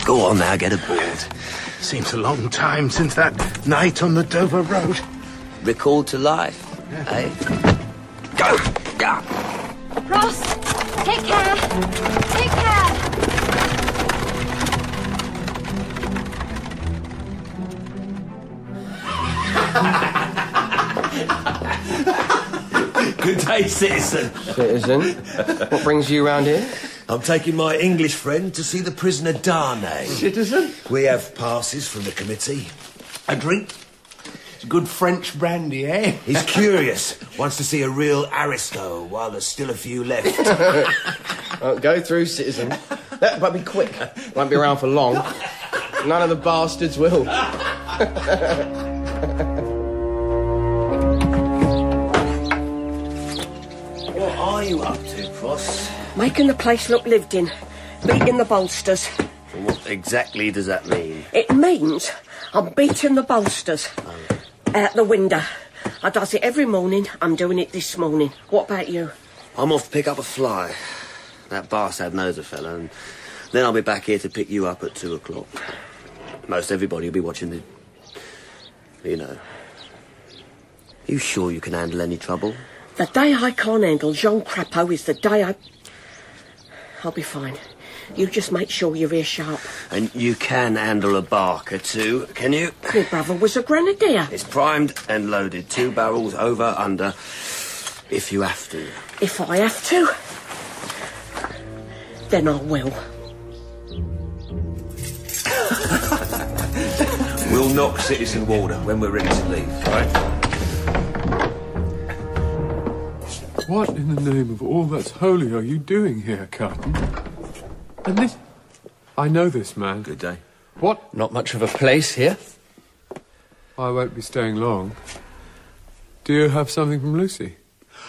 [SPEAKER 6] Go on now, get aboard.
[SPEAKER 8] Seems a long time since that night on the Dover Road.
[SPEAKER 6] Recalled to life, eh? Go! Yeah.
[SPEAKER 53] Ross, take care. Take care.
[SPEAKER 22] Good day, citizen.
[SPEAKER 4] Citizen, what brings you round here?
[SPEAKER 22] I'm taking my English friend to see the prisoner Darnay.
[SPEAKER 4] Citizen?
[SPEAKER 22] We have passes from the committee. A drink?
[SPEAKER 4] It's good French brandy, eh?
[SPEAKER 22] He's curious. Wants to see a real aristo while there's still a few left.
[SPEAKER 4] Well, Uh, go through, citizen. That, but be quick. Won't be around for long. None of the bastards will.
[SPEAKER 22] are you up to, Cross?
[SPEAKER 3] Making the place look lived in, beating the bolsters.
[SPEAKER 6] And what exactly does that mean?
[SPEAKER 3] It means I'm beating the bolsters out the window. I does it every morning. I'm doing it this morning. What about you?
[SPEAKER 6] I'm off to pick up a fly. That Barsad knows a fella, and then I'll be back here to pick you up at two o'clock. Most everybody will be watching the. You know. You sure you can handle any trouble?
[SPEAKER 3] The day I can't handle Jean Crapeau is the day I. I'll be fine. You just make sure you're ear sharp.
[SPEAKER 6] And you can handle a barker too, can you?
[SPEAKER 3] My brother was a grenadier.
[SPEAKER 6] It's primed and loaded. Two barrels over, under, if you have to.
[SPEAKER 3] If I have to, then I will.
[SPEAKER 22] We'll knock Citizen Warder when we're ready to leave. Right.
[SPEAKER 17] What in the name of all that's holy are you doing here, Carton? And this. I know this man. Good day. What?
[SPEAKER 27] Not much of a place here.
[SPEAKER 17] I won't be staying long. Do you have something from Lucy?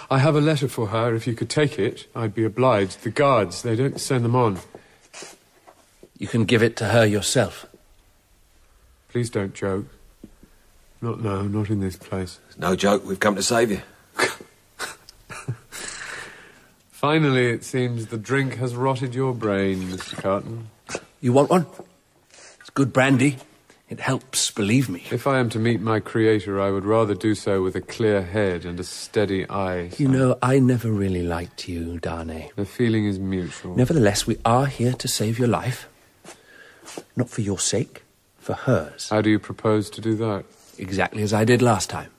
[SPEAKER 17] I have a letter for her. If you could take it, I'd be obliged. The guards, they don't send them on.
[SPEAKER 27] You can give it to her yourself.
[SPEAKER 17] Please don't joke. Not now, not in this place.
[SPEAKER 22] No joke, we've come to save you.
[SPEAKER 17] Finally, it seems the drink has rotted your brain, Mr. Carton.
[SPEAKER 27] You want one? It's good brandy. It helps, believe me.
[SPEAKER 17] If I am to meet my creator, I would rather do so with a clear head and a steady eye.
[SPEAKER 27] You know, I never really liked you, Darnay.
[SPEAKER 17] The feeling is mutual.
[SPEAKER 27] Nevertheless, we are here to save your life. Not for your sake, for hers.
[SPEAKER 17] How do you propose to do that?
[SPEAKER 27] Exactly as I did last time.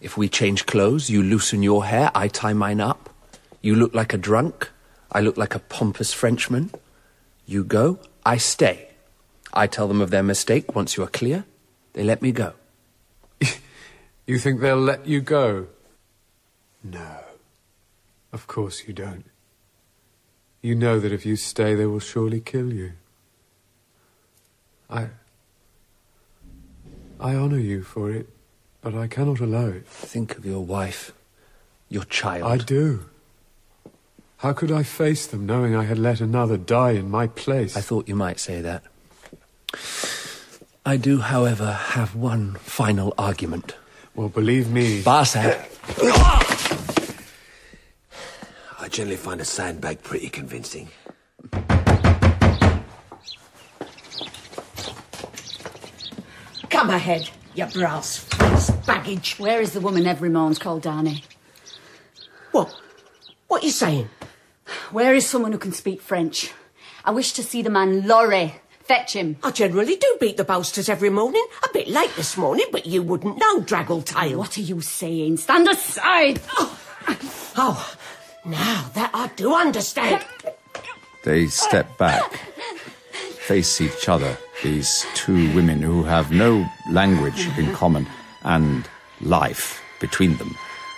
[SPEAKER 27] If we change clothes, you loosen your hair, I tie mine up. You look like a drunk, I look like a pompous Frenchman. You go, I stay. I tell them of their mistake once you are clear. They let me go.
[SPEAKER 17] You think they'll let you go? No. Of course you don't. You know that if you stay, they will surely kill you. I. I honour you for it, but I cannot allow it.
[SPEAKER 27] Think of your wife, your child.
[SPEAKER 17] I do. How could I face them knowing I had let another die in my place?
[SPEAKER 27] I thought you might say that. I do, however, have one final argument.
[SPEAKER 17] Well, believe me.
[SPEAKER 27] Barsad,
[SPEAKER 38] Ah!
[SPEAKER 22] I generally find a sandbag pretty convincing.
[SPEAKER 11] Come ahead, you brass face baggage. Where is the woman every morn's called Darnay?
[SPEAKER 3] What? What are you saying?
[SPEAKER 11] Where is someone who can speak French? I wish to see the man Lorry. Fetch him.
[SPEAKER 3] I generally do beat the bolsters every morning. A bit late this morning, but you wouldn't know, draggle tail.
[SPEAKER 11] What are you saying? Stand aside!
[SPEAKER 3] Oh, now that I do understand.
[SPEAKER 1] They step back, face each other, these two women who have no language in common and life between them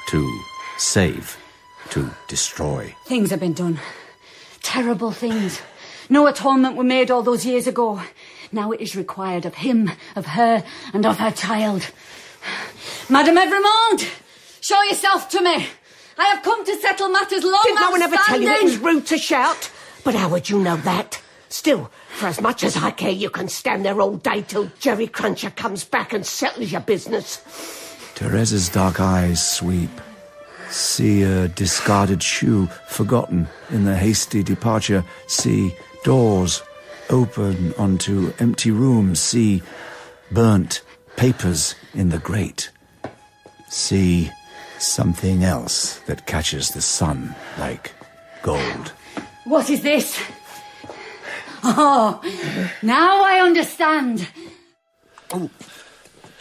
[SPEAKER 1] to save, to destroy.
[SPEAKER 11] Things have been done. Terrible things. No atonement were made all those years ago. Now it is required of him, of her, and of her child. Madame Evremond, show yourself to me. I have come to settle matters long
[SPEAKER 3] Did no one ever tell you it was
[SPEAKER 11] outstanding.
[SPEAKER 3] rude to shout? But how would you know that? Still, for as much as I care, you can stand there all day till Jerry Cruncher comes back and settles your business.
[SPEAKER 1] Therese's dark eyes sweep. See a discarded shoe, forgotten in the hasty departure. See doors open onto empty rooms. See burnt papers in the grate. See something else that catches the sun like gold.
[SPEAKER 11] What is this? Oh, now I understand.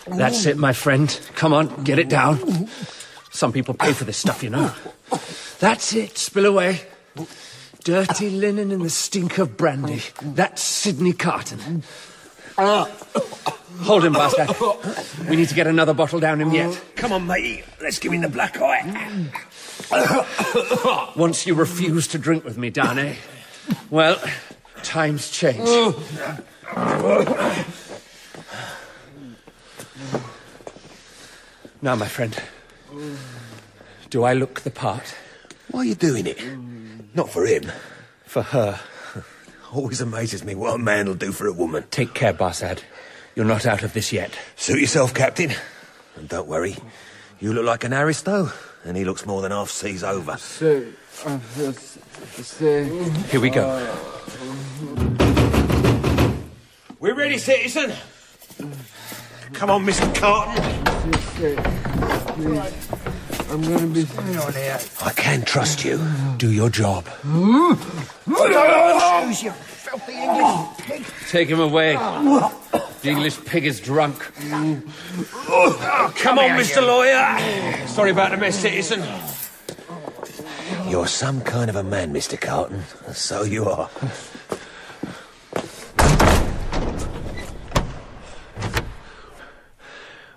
[SPEAKER 27] that's it, my friend. Come on, get it down. Some people pay for this stuff, you know. That's it, spill away. Dirty linen and the stink of brandy. That's Sidney Carton. Hold him, bastard. We need to get another bottle down him yet.
[SPEAKER 22] Come on, matey. Let's give him the black eye.
[SPEAKER 27] Once you refuse to drink with me, Darnay, well, times change. Now, my friend, do I look the part?
[SPEAKER 22] Why are you doing it? Not for him. For her. Always amazes me what a man will do for a woman. Take care, Barsad. You're not out of this yet. Suit yourself, Captain. And don't worry. You look like an aristo, and he looks more than half seas over.
[SPEAKER 54] So, uh, let's- let's, uh,
[SPEAKER 22] Here we go. We're ready, citizen. Come on, Mr. Carton.
[SPEAKER 54] I'm going to be. Hang on here.
[SPEAKER 22] I can trust you. Do your job.
[SPEAKER 54] Shoes, you filthy English pig.
[SPEAKER 4] Take him away. The English pig is drunk.
[SPEAKER 22] Oh, Come on,
[SPEAKER 4] here,
[SPEAKER 22] Mr. Lawyer. Sorry about the mess, citizen. You're some kind of a man, Mr. Carton. So you are.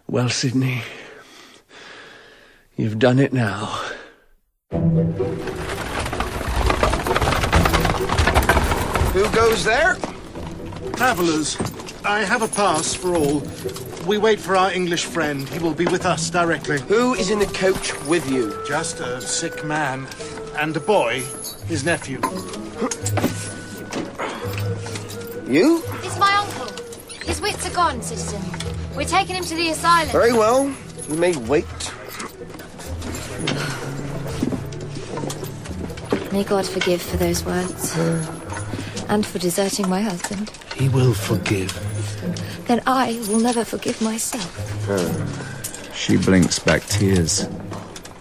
[SPEAKER 27] Well, Sydney, you've done it now.
[SPEAKER 8] Who goes there? Travellers, I have a pass for all. We wait for our English friend. He will be with us directly. Who is in the coach with you? Just a sick man and a boy, his nephew. You?
[SPEAKER 44] It's my uncle. His wits are gone, citizen. We're taking him to the asylum.
[SPEAKER 10] Very well. You may wait.
[SPEAKER 2] May God forgive for those words. And for deserting my husband.
[SPEAKER 22] He will forgive.
[SPEAKER 2] Then I will never forgive myself.
[SPEAKER 1] She blinks back tears.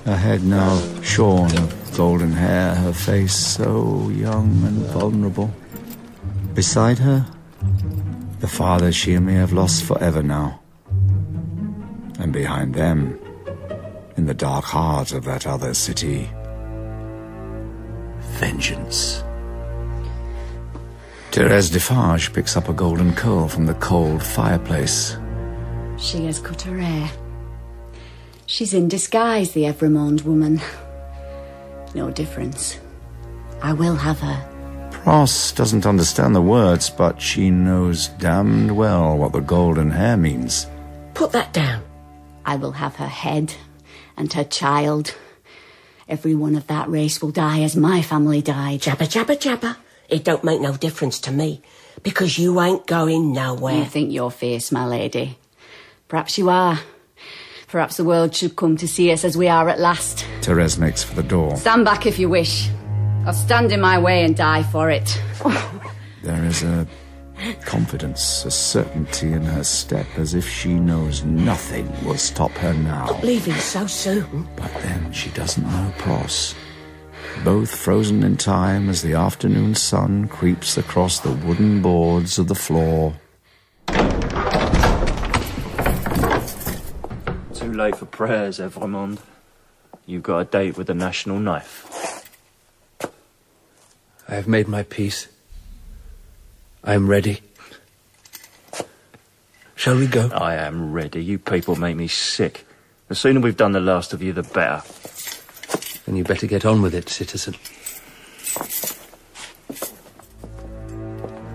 [SPEAKER 1] Her head now shorn of golden hair, her face so young and vulnerable. Beside her, the father she may have lost forever now. And behind them, in the dark heart of that other city, vengeance. Therese Defarge picks up a golden curl from the cold fireplace.
[SPEAKER 11] She has cut her hair. She's in disguise, the Evremond woman. No difference. I will have her.
[SPEAKER 1] Ross doesn't understand the words, but she knows damned well what the golden hair means.
[SPEAKER 11] Put that down. I will have her head and her child. Every one of that race will die as my family died.
[SPEAKER 29] Jabba, jabba, jabba. It don't make no difference to me, because you ain't going nowhere.
[SPEAKER 11] You think you're fierce, my lady. Perhaps you are. Perhaps the world should come to see us as we are at last.
[SPEAKER 1] Therese makes for the door.
[SPEAKER 11] Stand back if you wish. Or stand in my way and die for it.
[SPEAKER 1] There is a confidence, a certainty in her step, as if she knows nothing will stop her now.
[SPEAKER 29] Leaving so soon.
[SPEAKER 1] Then she doesn't know Pross. Both frozen in time as the afternoon sun creeps across the wooden boards of the floor.
[SPEAKER 17] Too late for prayers, Evremond. You've got a date with the national knife.
[SPEAKER 27] I have made my peace. I am ready.
[SPEAKER 17] Shall we go? I am ready. You people make me sick. The sooner we've done the last of you, the better.
[SPEAKER 27] Then you better get on with it, citizen.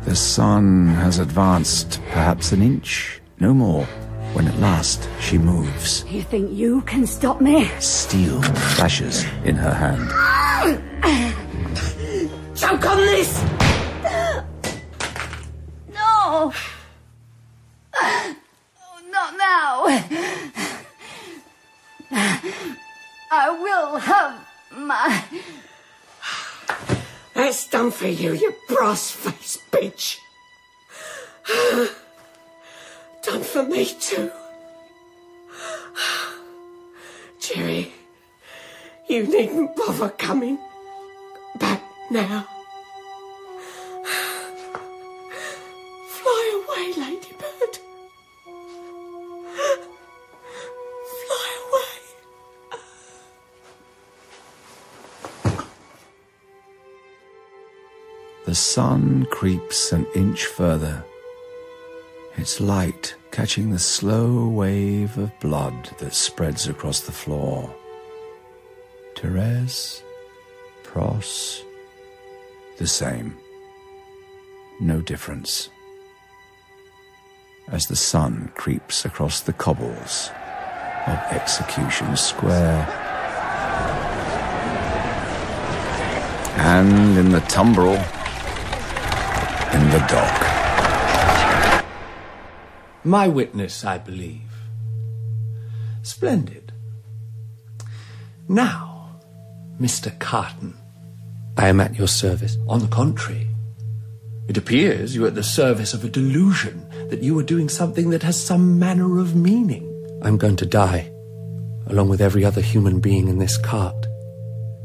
[SPEAKER 1] The sun has advanced perhaps an inch, no more, when at last she moves.
[SPEAKER 11] You think you can stop me?
[SPEAKER 1] Steel flashes in her hand.
[SPEAKER 29] Choke on this!
[SPEAKER 11] No! Not now! I will have my.
[SPEAKER 29] That's done for you, you brass faced bitch. done for me too. Jerry, you needn't bother coming back now. Fly away, Ladybird. Fly away.
[SPEAKER 1] The sun creeps an inch further, its light catching the slow wave of blood that spreads across the floor. Therese, Pross, the same. No difference. As the sun creeps across the cobbles of Execution Square. and in the tumbrel, in the dock.
[SPEAKER 27] My witness, I believe. Splendid. Now, Mr. Carton,
[SPEAKER 55] I am at your service.
[SPEAKER 27] on the contrary, it appears you're at the service of a delusion that you are doing something that has some manner of meaning.
[SPEAKER 55] I'm going to die, along with every other human being in this cart.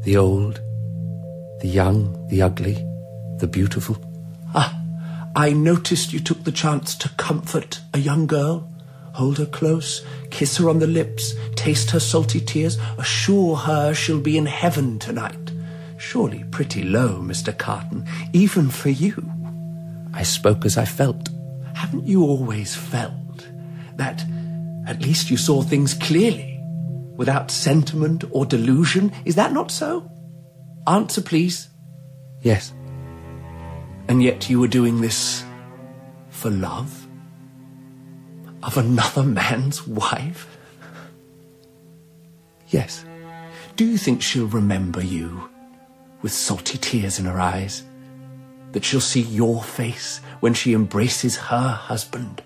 [SPEAKER 55] The old, the young, the ugly, the beautiful.
[SPEAKER 27] Ah, I noticed you took the chance to comfort a young girl. Hold her close, kiss her on the lips, taste her salty tears, assure her she'll be in heaven tonight. Surely pretty low, Mr. Carton, even for you.
[SPEAKER 55] I spoke as I felt.
[SPEAKER 27] Haven't you always felt that at least you saw things clearly, without sentiment or delusion? Is that not so? Answer, please.
[SPEAKER 55] Yes,
[SPEAKER 27] And yet you were doing this for love? Of another man's wife?
[SPEAKER 55] yes.
[SPEAKER 27] Do you think she'll remember you with salty tears in her eyes? That she'll see your face when she embraces her husband?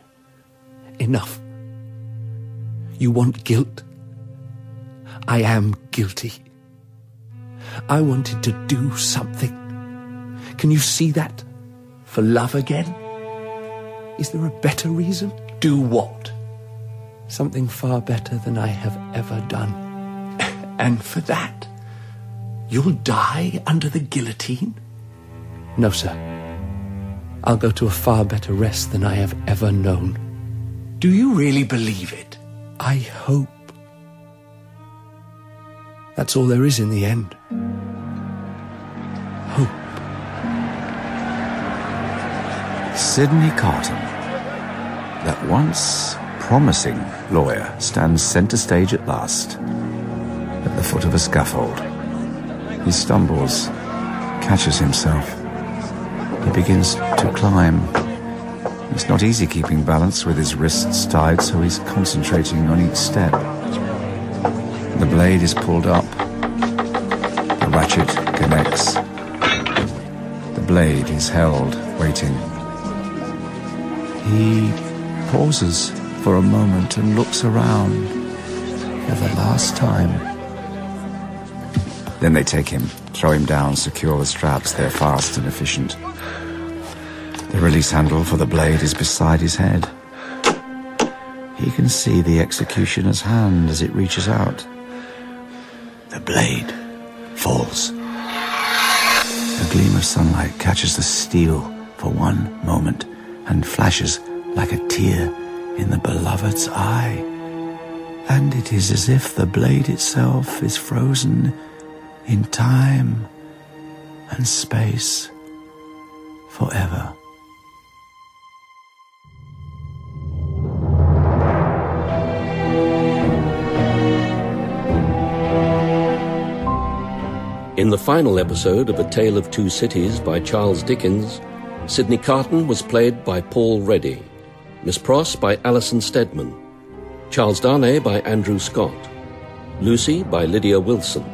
[SPEAKER 55] Enough. You want guilt? I am guilty. I wanted to do something. Can you see that?
[SPEAKER 27] For love again? Is there a better reason? Do what?
[SPEAKER 55] Something far better than I have ever done.
[SPEAKER 27] And for that, you'll die under the guillotine?
[SPEAKER 55] No, sir. I'll go to a far better rest than I have ever known.
[SPEAKER 27] Do you really believe it?
[SPEAKER 55] I hope. That's all there is in the end.
[SPEAKER 1] Sidney Carton, that once promising lawyer, stands centre stage at last, at the foot of a scaffold. He stumbles, catches himself. He begins to climb. It's not easy keeping balance with his wrists tied, so he's concentrating on each step. The blade is pulled up. The ratchet connects. The blade is held, waiting. He pauses for a moment and looks around for the last time. Then they take him, throw him down, secure the straps. They're fast and efficient. The release handle for the blade is beside his head. He can see the executioner's hand as it reaches out. The blade falls. A gleam of sunlight catches the steel for one moment and flashes like a tear in the beloved's eye. And it is as if the blade itself is frozen in time and space forever.
[SPEAKER 19] In the final episode of A Tale of Two Cities by Charles Dickens, Sidney Carton was played by Paul Reddy, Miss Pross by Alison Stedman, Charles Darnay by Andrew Scott, Lucy by Lydia Wilson,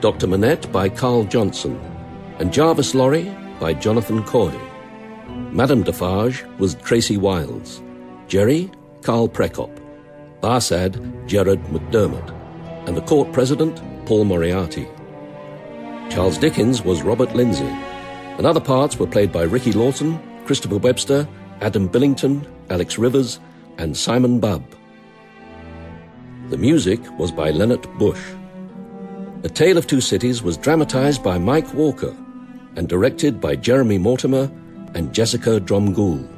[SPEAKER 19] Dr. Manette by Carl Johnson, and Jarvis Lorry by Jonathan Cordy. Madame Defarge was Tracy Wiles, Jerry, Carl Prekop, Barsad, Gerard McDermott, and the court president, Paul Moriarty. Charles Dickens was Robert Lindsay, and other parts were played by Ricky Lawton, Christopher Webster, Adam Billington, Alex Rivers, and Simon Bubb. The music was by Leonard Bush. A Tale of Two Cities was dramatized by Mike Walker and directed by Jeremy Mortimer and Jessica Dromgoole.